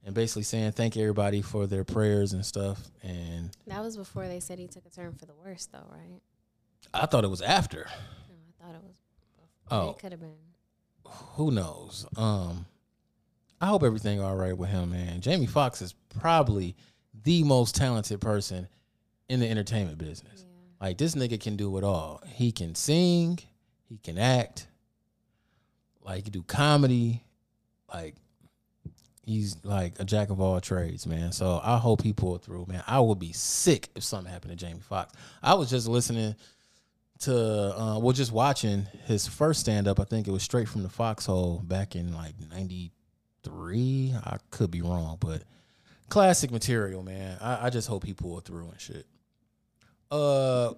Speaker 5: and basically saying thank everybody for their prayers and stuff, and
Speaker 9: That was before they said he took a turn for the worse, though, right?
Speaker 5: I thought it was after.
Speaker 9: No, I thought it was.
Speaker 5: Oh.
Speaker 9: it could have been.
Speaker 5: who knows? Um, I hope everything all right with him, man. Jamie Foxx is probably the most talented person in the entertainment business. Like this nigga can do it all. He can sing, he can act, like he can do comedy, like he's like a jack of all trades, man. So I hope he pulled through, man. I would be sick if something happened to Jamie Foxx. I was just listening to uh well just watching his first stand up i think it was straight from the foxhole back in like 93 i could be wrong but classic material man i, I just hope he pulled through and shit uh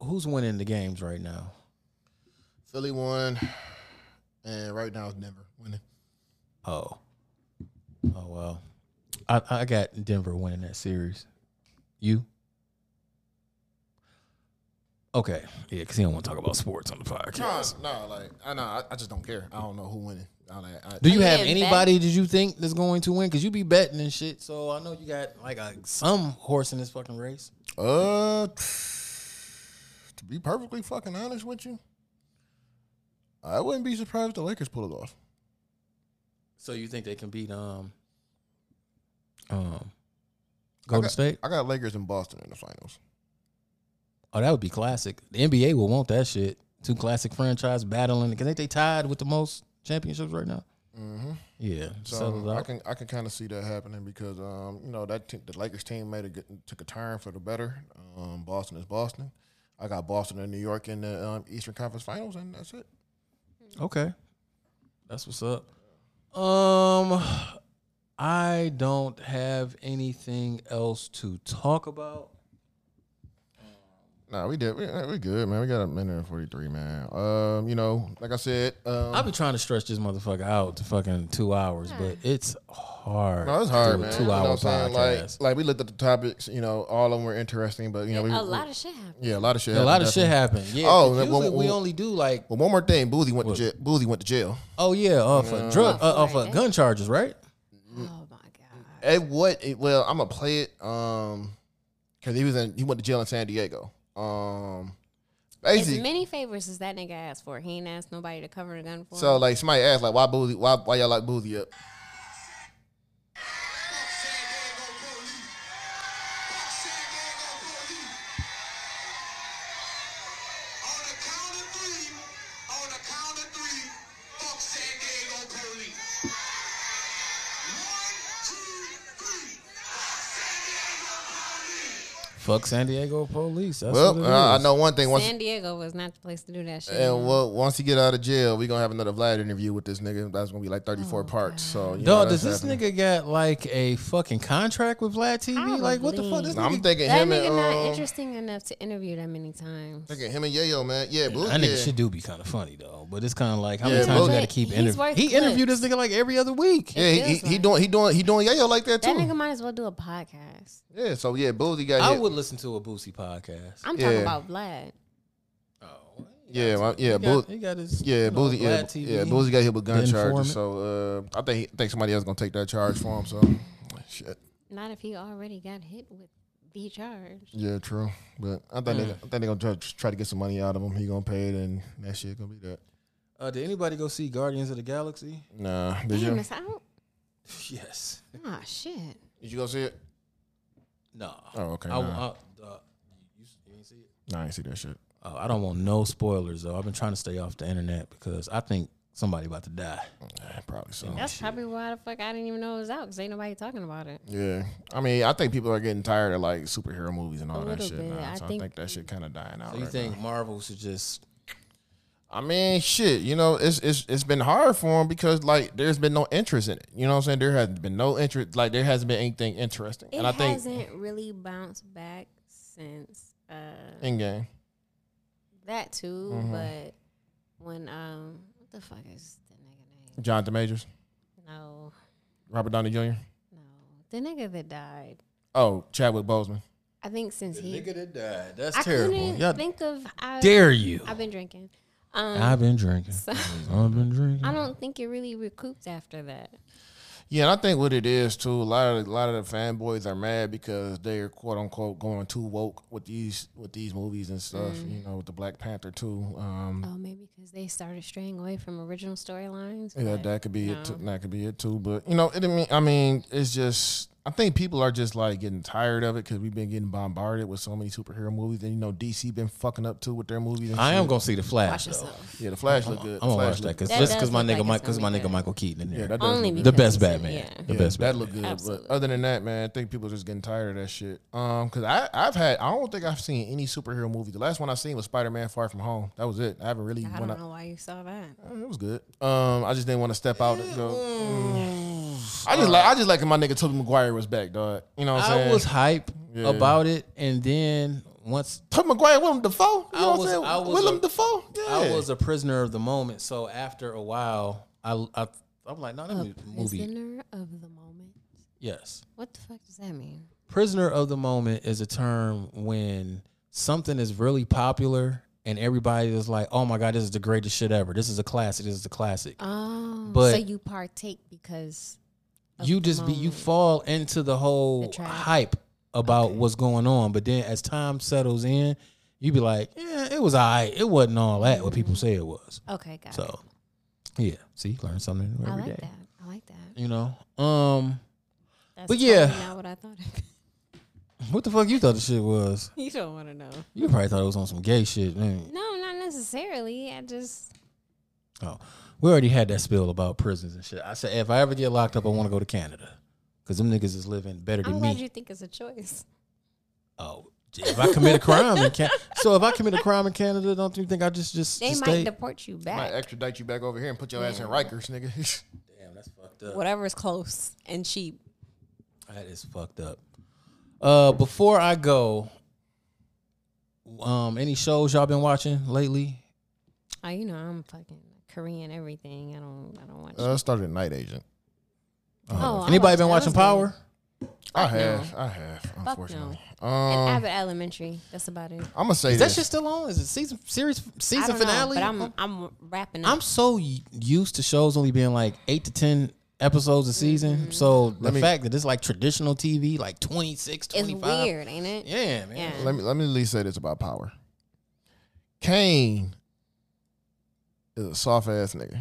Speaker 5: who's winning the games right now
Speaker 8: Philly won, and right now it's Denver winning.
Speaker 5: oh oh well i i got denver winning that series you okay yeah because he don't want to talk about sports on the podcast
Speaker 8: No, no, like I know, I, I just don't care. I don't know who winning. I, like, I,
Speaker 5: Do you have anybody that you think that's going to win? Because you be betting and shit. So I know you got like a, some horse in this fucking race.
Speaker 8: Uh, to be perfectly fucking honest with you, I wouldn't be surprised if the Lakers pull it off.
Speaker 5: So you think they can beat um um
Speaker 8: I
Speaker 5: Golden
Speaker 8: got,
Speaker 5: State?
Speaker 8: I got Lakers in Boston in the finals.
Speaker 5: Oh, that would be classic. The NBA will want that shit. Two classic franchise battling. Can think they tied with the most championships right now?
Speaker 8: Mm-hmm.
Speaker 5: Yeah, settled
Speaker 8: So I
Speaker 5: out.
Speaker 8: can I can kind of see that happening because um you know that te- the Lakers team made a good, took a turn for the better. Um, Boston is Boston. I got Boston and New York in the um, Eastern Conference Finals, and that's it.
Speaker 5: Okay. That's what's up. Um I don't have anything else to talk about.
Speaker 8: Nah, we did. We, uh, we good, man. We got a minute and forty three, man. Um, you know, like I said, um,
Speaker 5: I'll be trying to stretch this motherfucker out to fucking two hours, but it's hard.
Speaker 8: No, it's
Speaker 5: to
Speaker 8: hard,
Speaker 5: do a
Speaker 8: man.
Speaker 5: Two
Speaker 8: You know
Speaker 5: hour
Speaker 8: what I'm saying?
Speaker 5: podcast.
Speaker 8: Like, like we looked at the topics. You know, all of them were interesting, but you know, we,
Speaker 9: A lot of shit happened.
Speaker 8: Yeah, a lot of shit.
Speaker 5: A lot of shit
Speaker 8: definitely.
Speaker 5: happened, yeah,
Speaker 8: Oh,
Speaker 5: 'cause
Speaker 8: and
Speaker 5: usually
Speaker 8: one-
Speaker 5: we
Speaker 8: one-
Speaker 5: only do like.
Speaker 8: Well, one more thing. Boozy went to jail. Boozy went to jail.
Speaker 5: oh yeah, uh, for
Speaker 8: Yeah.
Speaker 5: drug, uh, uh, for gun charges, right? Mm.
Speaker 9: Oh
Speaker 8: At what? it- well, I'm gonna play it. Um, because he was in. He went to jail in San Diego. Um,
Speaker 9: As
Speaker 8: basically.
Speaker 9: many favors as that nigga asked for, he ain't asked nobody to cover a gun for
Speaker 8: So
Speaker 9: him.
Speaker 8: like somebody asked like why Boozy why why y'all like Boozy up?
Speaker 5: Fuck San Diego police. That's
Speaker 8: Well,
Speaker 5: what it
Speaker 8: uh, I
Speaker 5: is.
Speaker 8: know one thing. Once
Speaker 9: San Diego was not the place to do that shit.
Speaker 8: and well, once he get out of jail, we gonna have another Vlad interview with this nigga. That's gonna be like 34
Speaker 9: Oh,
Speaker 8: parts. So you know,
Speaker 5: Dog, does
Speaker 8: that's
Speaker 5: this
Speaker 8: happening.
Speaker 5: nigga got like a fucking contract with Vlad TV? Like, what the fuck? This
Speaker 8: Nah, I'm
Speaker 5: nigga-
Speaker 8: thinking
Speaker 9: that
Speaker 8: him
Speaker 9: nigga
Speaker 8: and
Speaker 9: not
Speaker 8: um,
Speaker 9: interesting enough to interview that many times.
Speaker 8: thinking him and Yayo, man. Yeah, Boozy.
Speaker 5: That
Speaker 8: yeah.
Speaker 5: nigga shit do be kind of funny though, but it's kind of like how
Speaker 8: Yeah,
Speaker 5: many times
Speaker 8: but-
Speaker 5: you got to keep
Speaker 8: He's
Speaker 5: interviewing.
Speaker 9: worth
Speaker 5: He interviewed
Speaker 9: clips.
Speaker 5: this nigga like every other week.
Speaker 8: Yeah, he, he, he doing he doing he doing Yayo like that
Speaker 9: That
Speaker 8: too.
Speaker 9: nigga might as well do a podcast.
Speaker 8: yeah, so yeah, Boozy got.
Speaker 5: I
Speaker 8: hit.
Speaker 5: would listen to a Boosie podcast.
Speaker 9: I'm
Speaker 8: Yeah.
Speaker 9: talking about Vlad.
Speaker 8: Yeah, my, yeah,
Speaker 5: got-
Speaker 8: Boozy.
Speaker 5: he got his,
Speaker 8: yeah,
Speaker 5: you know,
Speaker 8: Boozy. Yeah,
Speaker 5: Vlad TV.
Speaker 8: yeah, Boozy got hit with gun
Speaker 5: The
Speaker 8: charges.
Speaker 5: informant.
Speaker 8: So uh, I think think somebody else gonna take that charge for him. So shit.
Speaker 9: Not if he already got hit with the charge.
Speaker 8: Yeah, true. But I think they, I
Speaker 5: Mm.
Speaker 8: think they're gonna try, try to get some money out of him. He gonna pay it, and that shit gonna be that.
Speaker 5: Uh, did anybody go see Guardians of the Galaxy?
Speaker 8: Nah, did
Speaker 9: Damn,
Speaker 8: you?
Speaker 9: it's out.
Speaker 5: Yes.
Speaker 9: Ah, shit.
Speaker 8: Did you go see it?
Speaker 5: No.
Speaker 8: Oh, okay,
Speaker 5: I,
Speaker 8: nah.
Speaker 5: I- uh, you, you ain't see it?
Speaker 8: Nah, I didn't see that shit.
Speaker 5: Oh, I don't want no spoilers though. I've been trying to stay off the internet because I think somebody about to die.
Speaker 8: probably so.
Speaker 9: That's probably why the fuck I didn't even know it was out because ain't nobody talking about it.
Speaker 8: Yeah, I mean, I think people are getting tired of like superhero movies and all
Speaker 9: A
Speaker 8: that
Speaker 9: little
Speaker 8: shit.
Speaker 9: bit,
Speaker 8: now,
Speaker 9: I
Speaker 8: so I
Speaker 9: think-
Speaker 8: think that shit kind of dying out.
Speaker 5: So you
Speaker 8: right
Speaker 5: think
Speaker 8: now.
Speaker 5: Marvel should just
Speaker 8: I mean, shit. You know, it's it's it's been hard for him because like there's been no interest in it. You know what I'm saying? There hasn't been no interest. Like there hasn't been anything interesting.
Speaker 9: It
Speaker 8: and I think
Speaker 9: hasn't really bounced back since uh,
Speaker 8: in game.
Speaker 9: that too,
Speaker 8: Mhm.
Speaker 5: Mm-hmm.
Speaker 9: but when um what the fuck is the nigga name?
Speaker 8: Jonathan Majors,
Speaker 9: No.
Speaker 8: Robert Downey Jr.
Speaker 9: The nigga that died.
Speaker 8: Oh, Chadwick Boseman.
Speaker 9: I think since he
Speaker 5: nigga that died. That's
Speaker 9: I
Speaker 5: terrible.
Speaker 9: Couldn't
Speaker 5: Y'all-
Speaker 9: think of I,
Speaker 5: Dare you.
Speaker 9: I've been drinking. Um,
Speaker 5: I've been drinking.
Speaker 9: so-
Speaker 5: I've been drinking.
Speaker 9: I don't think it really recouped after that.
Speaker 8: Yeah, and I think what it is too, a lot of a lot of the fanboys are mad because they're quote unquote going too woke with these with these movies and stuff.
Speaker 9: Mm.
Speaker 8: You know, with the Black Panther too. Um,
Speaker 9: Oh, maybe because they started straying away from original storylines.
Speaker 8: Yeah,
Speaker 9: but
Speaker 8: that could be
Speaker 9: no.
Speaker 8: it. Too. That could be it too. But you know, it, I mean, I mean, it's just I think people are just like getting tired of it because we've been getting bombarded with so many superhero movies, and you know, DC been fucking up too with their movies. And
Speaker 5: I am
Speaker 8: shit.
Speaker 5: gonna see the Flash though.
Speaker 8: Yeah, the Flash look good.
Speaker 5: I'm gonna
Speaker 8: Flash
Speaker 5: watch that
Speaker 8: look
Speaker 5: because
Speaker 8: good.
Speaker 5: just because my nigga Mike, because my nigga Michael Keaton in there.
Speaker 8: Yeah, that does
Speaker 9: Only
Speaker 8: look good.
Speaker 5: the best Batman. The
Speaker 8: Yeah,
Speaker 5: best
Speaker 8: that
Speaker 5: Batman.
Speaker 8: look good. But other than that, man, I think people just getting tired of that shit. Um, cause I I've had I don't think I've seen any superhero movie. The last one I seen was Spider Man Far From Home. That was it. I haven't really
Speaker 9: I
Speaker 8: went
Speaker 9: don't
Speaker 8: out- Mm,
Speaker 9: know why you saw that.
Speaker 8: It was good. Um, I just didn't want to step out. And go. Mm. I just like I just like my nigga Tobey Maguire was back, dog. You know what I'm
Speaker 5: I
Speaker 8: saying?
Speaker 5: was hype
Speaker 8: Yeah.
Speaker 5: about it, and then once
Speaker 8: Tobey Maguire, Willem Dafoe. You
Speaker 5: I
Speaker 8: know
Speaker 5: was-
Speaker 8: what I'm saying?
Speaker 5: I was
Speaker 8: Willem
Speaker 5: a-
Speaker 8: Dafoe. Yeah.
Speaker 5: I was a prisoner of the moment. So after a while, I, I I'm like, no, that
Speaker 9: A
Speaker 5: mu- movie.
Speaker 9: prisoner of the moment.
Speaker 5: Yes,
Speaker 9: What the fuck does that mean?
Speaker 5: prisoner of the moment is a term when something is really popular and everybody is like, oh my god, this is the greatest shit ever. This is a classic. This is a classic.
Speaker 9: Oh, so
Speaker 5: But-
Speaker 9: you partake because of
Speaker 5: you
Speaker 9: the
Speaker 5: just be you
Speaker 9: moment.
Speaker 5: fall into the whole hype about what's going on but then as time settles in you be like yeah it was all right it wasn't all that what people say it was
Speaker 9: Okay, got
Speaker 5: so yeah see learn something new
Speaker 9: I
Speaker 5: every day.
Speaker 9: like that. I like that.
Speaker 5: you know um
Speaker 9: That's
Speaker 5: but
Speaker 9: totally
Speaker 5: yeah
Speaker 9: not what I thought. It
Speaker 5: what the fuck you thought the shit was
Speaker 9: you don't want to know.
Speaker 5: you probably thought it was on some gay shit man.
Speaker 9: No, not necessarily. I just
Speaker 5: oh We already had that spill about prisons and shit. I said if I ever get locked up, I want to go to Canada because them niggas is living better than
Speaker 9: I'm
Speaker 5: me.
Speaker 9: glad you think it's a choice.
Speaker 5: oh, if I commit a crime in Can- so if I commit a crime in Canada, don't you think I just just
Speaker 9: They
Speaker 5: just
Speaker 9: might
Speaker 5: stay?
Speaker 9: deport you
Speaker 8: Might
Speaker 9: back.
Speaker 8: extradite you back over here and put your ass in
Speaker 9: Yeah.
Speaker 8: Rikers, nigga.
Speaker 5: Damn, that's fucked up.
Speaker 15: Whatever's close and cheap.
Speaker 5: That is fucked up. Uh, before I go, um, any shows y'all been watching lately?
Speaker 9: Oh, you know I'm fucking Korean everything. I don't I don't watch.
Speaker 8: Uh, I started Night Agent.
Speaker 9: Oh, I
Speaker 5: anybody been
Speaker 9: watched
Speaker 5: watching
Speaker 9: that. That
Speaker 5: Power?
Speaker 9: was
Speaker 8: I
Speaker 9: Fuck no.
Speaker 8: have, I have,
Speaker 9: Fuck
Speaker 8: unfortunately.
Speaker 9: no.
Speaker 8: Um,
Speaker 9: and Abbott Elementary. That's about it.
Speaker 8: I'm gonna say
Speaker 5: Is that
Speaker 8: this.
Speaker 5: shit still on? Is it season series
Speaker 9: I
Speaker 5: season
Speaker 9: don't know,
Speaker 5: finale?
Speaker 9: but I'm I'm wrapping up.
Speaker 5: I'm so y- used to shows only being like eight to ten episodes a season.
Speaker 9: Mm-hmm.
Speaker 5: So the
Speaker 8: Let me-
Speaker 5: fact that it's like traditional TV, like 26,
Speaker 9: it's
Speaker 5: 25.
Speaker 9: weird, ain't it?
Speaker 5: Yeah, man.
Speaker 9: Yeah.
Speaker 8: Let me let me at least say this about Power. Kane is a soft ass nigga.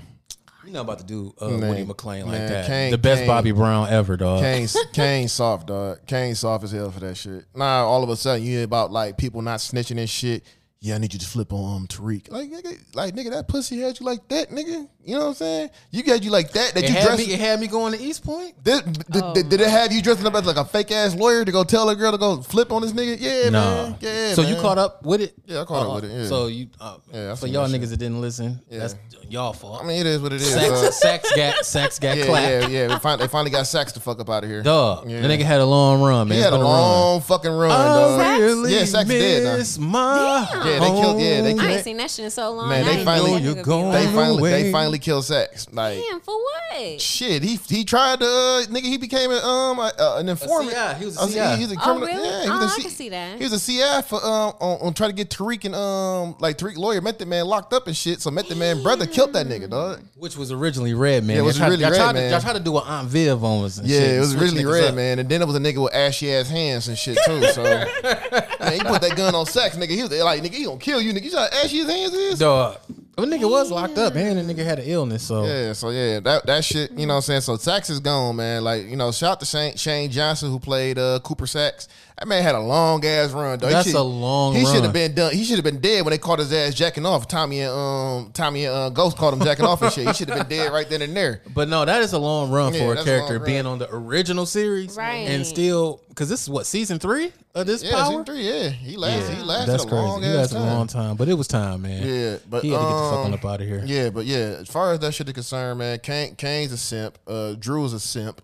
Speaker 5: You know about to do uh,
Speaker 8: Man,
Speaker 5: William McLean like
Speaker 8: man,
Speaker 5: that.
Speaker 8: Kane-
Speaker 5: the best
Speaker 8: Kane-
Speaker 5: Bobby Brown ever, dog.
Speaker 8: Kane, Kane soft, dog. Kane soft as hell for that shit. Now all of a sudden you hear about like people not snitching and shit. Yeah, I need you to flip on um, Tariq. Like, nigga, like nigga, that pussy had you like that, nigga. You know what I'm saying? You got you like that. That
Speaker 5: It
Speaker 8: you
Speaker 5: had
Speaker 8: dressed.
Speaker 5: me- it had me going to East Point.
Speaker 8: Did, did,
Speaker 5: Oh,
Speaker 8: did, did it have you dressing up as like a fake ass lawyer to go tell a girl to go flip on this nigga? Yeah,
Speaker 5: Nah.
Speaker 8: man. Yeah.
Speaker 5: So you
Speaker 8: man.
Speaker 5: caught up with it?
Speaker 8: Yeah, I caught
Speaker 5: Uh,
Speaker 8: up with it. Yeah.
Speaker 5: So you, uh,
Speaker 8: Yeah, I
Speaker 5: for
Speaker 8: seen
Speaker 5: y'all
Speaker 8: that
Speaker 5: niggas
Speaker 8: shit.
Speaker 5: that didn't listen,
Speaker 8: Yeah.
Speaker 5: that's y'all fault.
Speaker 8: I mean, it is what it is.
Speaker 5: Sax,
Speaker 8: uh,
Speaker 5: Sax got Sax got
Speaker 8: yeah,
Speaker 5: clapped.
Speaker 8: Yeah, yeah. We fin- they finally got Sax the fuck up out of here.
Speaker 5: Dog,
Speaker 8: Yeah.
Speaker 5: the nigga had a long run, Oh, man.
Speaker 8: He had a
Speaker 5: It's gonna
Speaker 8: long
Speaker 5: run.
Speaker 8: fucking run,
Speaker 5: I
Speaker 8: dog.
Speaker 5: really
Speaker 8: yeah, Sax dead. dog.
Speaker 5: miss my
Speaker 8: Yeah, they killed. Yeah, they
Speaker 9: I
Speaker 8: killed.
Speaker 9: ain't seen that shit in so long.
Speaker 8: Man,
Speaker 9: I
Speaker 8: they
Speaker 9: didn't
Speaker 8: finally,
Speaker 9: think that
Speaker 8: they
Speaker 9: nigga be alive.
Speaker 8: finally, they
Speaker 5: away.
Speaker 8: finally killed Sax. Like,
Speaker 9: Damn, for what?
Speaker 8: shit, he he tried to, uh, nigga, he became a, um a, a- an informant.
Speaker 5: CI. He was a
Speaker 8: Uh,
Speaker 5: CI.
Speaker 8: He's a
Speaker 9: Oh,
Speaker 8: criminal.
Speaker 9: really?
Speaker 8: Yeah, he
Speaker 9: Oh,
Speaker 8: was a
Speaker 9: I
Speaker 8: C-
Speaker 9: can see that.
Speaker 8: He was a CI for um on, on trying to get Tariq and um like Tariq lawyer Method Man locked up and shit. So Method Man brother killed that nigga, dog.
Speaker 5: Which was originally Red Man.
Speaker 8: Yeah, it was
Speaker 5: Y'all tried-
Speaker 8: really
Speaker 5: y'all
Speaker 8: Red
Speaker 5: tried to-
Speaker 8: Man.
Speaker 5: Y'all tried to do an Aunt Viv on us. and
Speaker 8: Yeah,
Speaker 5: shit,
Speaker 8: it was
Speaker 5: switch
Speaker 8: originally
Speaker 5: niggas
Speaker 8: red,
Speaker 5: up.
Speaker 8: man. And then it was a nigga with ashy ass hands and shit too. So man, he put that gun on sex, nigga. He was like, nigga, he gonna kill you, nigga. You know how ashy his hands is?
Speaker 5: Dog. A nigga was locked up, man. and nigga had an illness, so
Speaker 8: Yeah, so yeah, that that shit, you know what I'm saying? So Sax is gone, man. Like, you know, shout out to Shane, Shane Johnson who played uh, Cooper Sax. That man had a long ass run, though.
Speaker 5: That's a long
Speaker 8: He should
Speaker 5: run.
Speaker 8: have been done. He should have been dead when they caught his ass jacking off. Tommy and um Tommy and uh, Ghost caught him jacking off and shit. He should have been dead right then and there.
Speaker 5: But no, that is a long run
Speaker 8: Yeah,
Speaker 5: for a
Speaker 8: that's a long
Speaker 5: character
Speaker 8: run.
Speaker 5: being on the original series,
Speaker 8: Right.
Speaker 5: And still, because this is what season three of this
Speaker 8: Yeah,
Speaker 5: power.
Speaker 8: season three, yeah. He lasted he lasted
Speaker 5: That's
Speaker 8: a
Speaker 5: crazy.
Speaker 8: long
Speaker 5: He
Speaker 8: ass
Speaker 5: lasted
Speaker 8: time.
Speaker 5: a long time, but it was time, man.
Speaker 8: Yeah, but
Speaker 5: he had to get the fuck on
Speaker 8: um,
Speaker 5: up out of here.
Speaker 8: Yeah, but yeah, as far as that shit is concerned, man, Kane, Kane's a simp. Uh, Drew is a simp.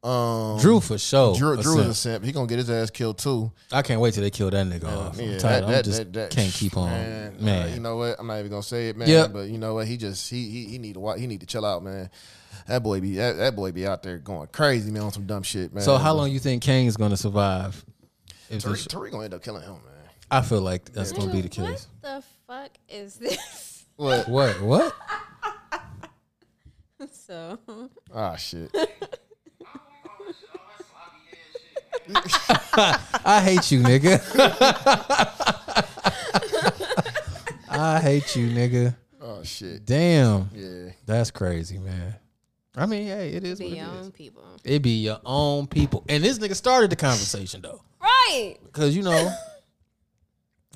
Speaker 8: Um,
Speaker 5: Drew for sure
Speaker 8: Drew,
Speaker 5: a
Speaker 8: Drew is a simp. He gonna get his ass killed too.
Speaker 5: I can't wait till they kill that nigga off. I'm
Speaker 8: Yeah,
Speaker 5: tired.
Speaker 8: that-
Speaker 5: I just
Speaker 8: that- that-
Speaker 5: can't keep on, man.
Speaker 8: uh, you know what? I'm not even gonna say it, man.
Speaker 5: Yep.
Speaker 8: But you know what? He just he he, he need to wa- he need to chill out, man. That boy be that, that boy be out there going crazy, man, on some dumb shit, man.
Speaker 5: so how long you think Kane is gonna survive? If
Speaker 8: Tariq,
Speaker 5: this,
Speaker 8: Tariq gonna end up killing him, man.
Speaker 5: I feel like that's gonna be the
Speaker 9: Nigga,
Speaker 5: case.
Speaker 9: What the fuck is this?
Speaker 8: What?
Speaker 5: What? What?
Speaker 9: so
Speaker 8: Ah, shit.
Speaker 5: I hate you, nigga. I hate you, nigga.
Speaker 8: Oh shit.
Speaker 5: Damn.
Speaker 8: Yeah.
Speaker 5: That's crazy, man. I mean, hey, it is
Speaker 9: Be
Speaker 5: what it
Speaker 9: your
Speaker 5: is.
Speaker 9: own people.
Speaker 5: It be your own people. And this nigga started the conversation though.
Speaker 9: Right.
Speaker 5: Cause you know,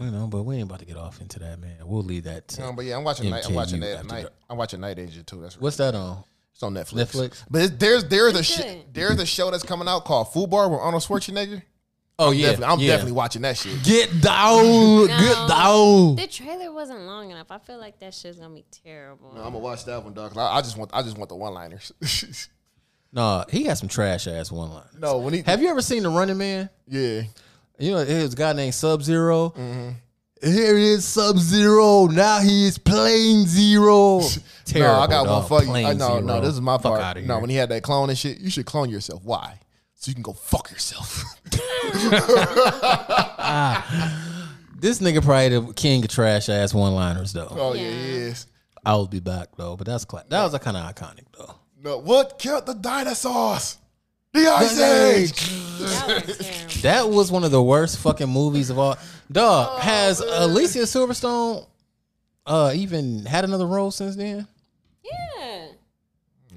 Speaker 5: you know, but we ain't about to get off into that, man. We'll leave that to
Speaker 8: No, Um, but yeah, I'm watching. Night, I'm
Speaker 5: MKU
Speaker 8: watching that
Speaker 5: after
Speaker 8: at night.
Speaker 5: dark.
Speaker 8: I'm watching Night Agent too. That's
Speaker 5: What's that on?
Speaker 8: It's on Netflix.
Speaker 5: Netflix?
Speaker 8: But it, there's there's a
Speaker 5: It's
Speaker 8: sh-
Speaker 5: good.
Speaker 8: there's a show that's coming out called Food Bar with Arnold Schwarzenegger.
Speaker 5: Oh
Speaker 8: I'm
Speaker 5: yeah.
Speaker 8: definitely, I'm
Speaker 5: yeah.
Speaker 8: definitely watching that shit.
Speaker 5: Get down.
Speaker 9: No,
Speaker 5: Get down.
Speaker 9: The trailer wasn't long enough. I feel like that shit's gonna be terrible.
Speaker 8: I'm gonna watch that one, dog. 'cause I, I just want I just want the one liners.
Speaker 5: Nah, he got some trash ass one line.
Speaker 8: no, when he
Speaker 5: Have you ever seen The Running Man?
Speaker 8: Yeah.
Speaker 5: You know, it was a guy named Sub 0
Speaker 8: Mm-hmm.
Speaker 5: Here is Sub Zero. Now he is Plain Zero. Terrible.
Speaker 8: no, I got
Speaker 5: dog.
Speaker 8: one for you.
Speaker 5: Plain
Speaker 8: I, no,
Speaker 5: Zero.
Speaker 8: no, this is my
Speaker 5: Fuck
Speaker 8: part.
Speaker 5: outta
Speaker 8: No,
Speaker 5: here.
Speaker 8: when he had that clone and shit, you should clone yourself. Why? So you can go fuck yourself.
Speaker 5: This nigga probably the king of trash ass one liners though.
Speaker 8: oh yeah, he is.
Speaker 5: I will be back though, but that's cla- that was a kind of iconic though.
Speaker 8: No, what killed the dinosaurs? The Ice Age.
Speaker 5: That was one of the worst fucking movies of all. Dog
Speaker 9: Oh,
Speaker 5: has Alicia Silverstone uh even had another role since then?
Speaker 9: Yeah.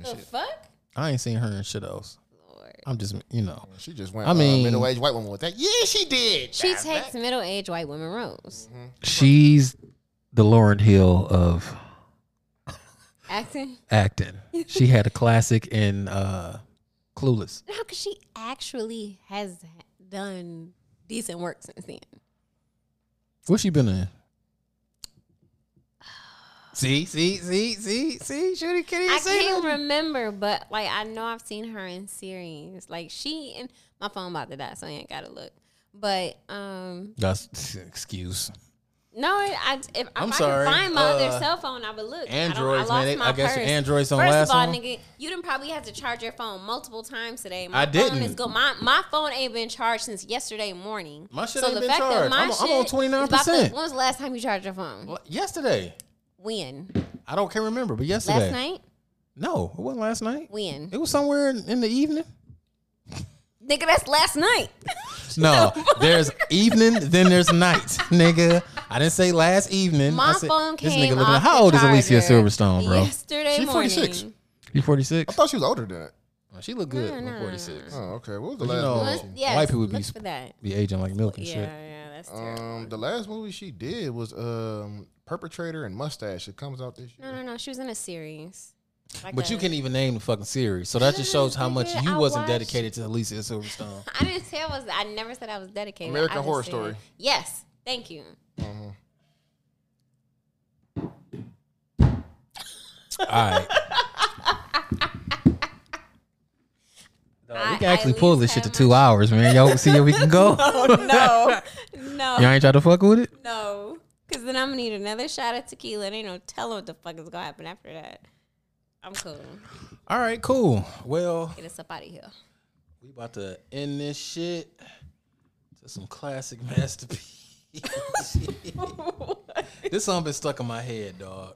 Speaker 9: The fuck?
Speaker 5: I ain't seen her in shit else. I'm just you know.
Speaker 8: She just went.
Speaker 5: I
Speaker 8: I
Speaker 5: mean-
Speaker 8: mean, middle aged white woman with that. Yeah, she did.
Speaker 9: She takes middle aged white women
Speaker 5: Mm-hmm.
Speaker 9: roles.
Speaker 5: She's the Lauren Hill of
Speaker 9: Acting?
Speaker 5: Acting. She had a classic in uh, Clueless.
Speaker 9: How could she actually has done decent work since then?
Speaker 5: What's she been in? See, see, see, see, see. Shooty can't even
Speaker 9: I
Speaker 5: say
Speaker 9: can't
Speaker 5: nothing.
Speaker 9: remember, but like I know I've seen her in series. Like she and my phone about to die, so I ain't gotta look. But um
Speaker 5: That's excuse.
Speaker 9: no, I, I if, if
Speaker 5: I'm
Speaker 9: I
Speaker 5: sorry,
Speaker 9: could find my
Speaker 5: uh,
Speaker 9: other cell phone, I would look. I,
Speaker 5: Androids,
Speaker 9: don't,
Speaker 5: man,
Speaker 9: I lost
Speaker 5: they-
Speaker 9: my
Speaker 5: I guess your
Speaker 9: purse.
Speaker 5: Androids don't
Speaker 9: First
Speaker 5: last
Speaker 9: of all,
Speaker 5: long.
Speaker 9: nigga, you didn't probably have to charge your phone multiple times today.
Speaker 5: I
Speaker 9: My phone
Speaker 5: didn't.
Speaker 9: is go. My my phone ain't been charged since yesterday morning.
Speaker 5: My shit
Speaker 9: so
Speaker 5: ain't
Speaker 9: the
Speaker 5: been
Speaker 9: fact
Speaker 5: charged.
Speaker 9: That my
Speaker 5: I'm- I'm on
Speaker 9: shit is about to-
Speaker 5: 29%.
Speaker 9: When was the last time you charged your phone?
Speaker 5: Yesterday.
Speaker 9: When?
Speaker 5: I don't can't remember, but yesterday.
Speaker 9: Last night?
Speaker 5: No, it wasn't last night.
Speaker 9: When?
Speaker 5: It was somewhere in, in the evening.
Speaker 9: Nigga, that's last night.
Speaker 5: No, there's evening, then there's night, nigga. I didn't say last evening.
Speaker 9: My
Speaker 5: I said,
Speaker 9: phone
Speaker 5: this
Speaker 9: came
Speaker 5: nigga looking.
Speaker 9: off
Speaker 5: How
Speaker 9: the
Speaker 5: old is Alicia
Speaker 9: charger
Speaker 5: Silverstone, bro?
Speaker 9: Yesterday
Speaker 8: She
Speaker 9: morning.
Speaker 8: 46.
Speaker 5: You 46?
Speaker 8: I thought she was older than that.
Speaker 5: She looked good
Speaker 9: No,
Speaker 5: when
Speaker 9: no, no,
Speaker 5: 46.
Speaker 8: Oh, okay. What was the
Speaker 5: But you
Speaker 8: last
Speaker 5: know,
Speaker 8: movie?
Speaker 9: Let's- yes,
Speaker 5: white people be,
Speaker 9: look for that.
Speaker 5: be aging like milk and
Speaker 9: Yeah,
Speaker 5: shit. Uh,
Speaker 9: yeah, that's terrible.
Speaker 8: Um, the last movie she did was um, Perpetrator and Mustache. It comes out this year.
Speaker 9: No, no, no. She was in a series. Like
Speaker 5: But you
Speaker 9: a-
Speaker 5: can't even name the fucking series, so that just shows how much
Speaker 9: Nigga,
Speaker 5: you
Speaker 9: I
Speaker 5: wasn't
Speaker 9: watched-
Speaker 5: dedicated to Alicia Silverstone.
Speaker 9: I didn't say I was. I never said I was dedicated.
Speaker 5: American
Speaker 9: I just
Speaker 5: Horror
Speaker 9: said-
Speaker 5: Story.
Speaker 9: Yes. Thank you.
Speaker 5: All right,
Speaker 9: I-
Speaker 5: we can
Speaker 9: I
Speaker 5: actually
Speaker 9: at
Speaker 5: pull
Speaker 9: least
Speaker 5: this shit to
Speaker 9: have
Speaker 5: two hours, man. Y'all see where we can go.
Speaker 9: no, no.
Speaker 5: Y'all ain't try to fuck with it.
Speaker 9: No, because then I'm gonna need another shot of tequila. And ain't no telling what the fuck is gonna happen after that. I'm cool.
Speaker 5: All right, cool. Well,
Speaker 9: Get us up out of here.
Speaker 5: we about to end this shit to some classic masterpiece. this song been stuck in my head, dog.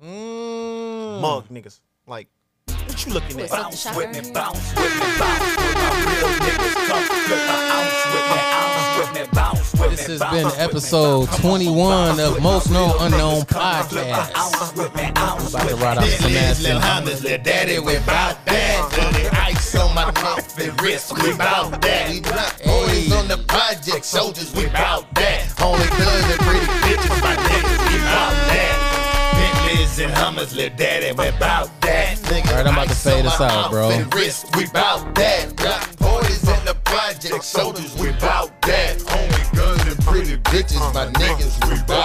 Speaker 4: Mug niggas. Like, what you looking at?
Speaker 5: What's up,
Speaker 4: Bounce
Speaker 5: the
Speaker 4: with me, bounce with me, bounce with my real niggas. Come flip an ounce with me, ounce with me, bounce with me.
Speaker 5: This has been episode 21 of Most Known Unknown Podcast. About to ride out some ass.
Speaker 4: Lil'
Speaker 5: in-
Speaker 4: Hamas, lil' daddy, we bout that. Dirty ice on my mouth and wrist, we bout that. We black boys on the project, soldiers, we bout that. Only thugs and pretty bitches, my niggas, we bout that. Bentleys and Hummers, lil' daddy, we bout that. Nigga,
Speaker 5: All right, I'm about to fade us out, bro.
Speaker 4: and wrist, we bout that. Black boys in the project, soldiers, we bout that. Only guns and pretty bitches, my niggas, we bout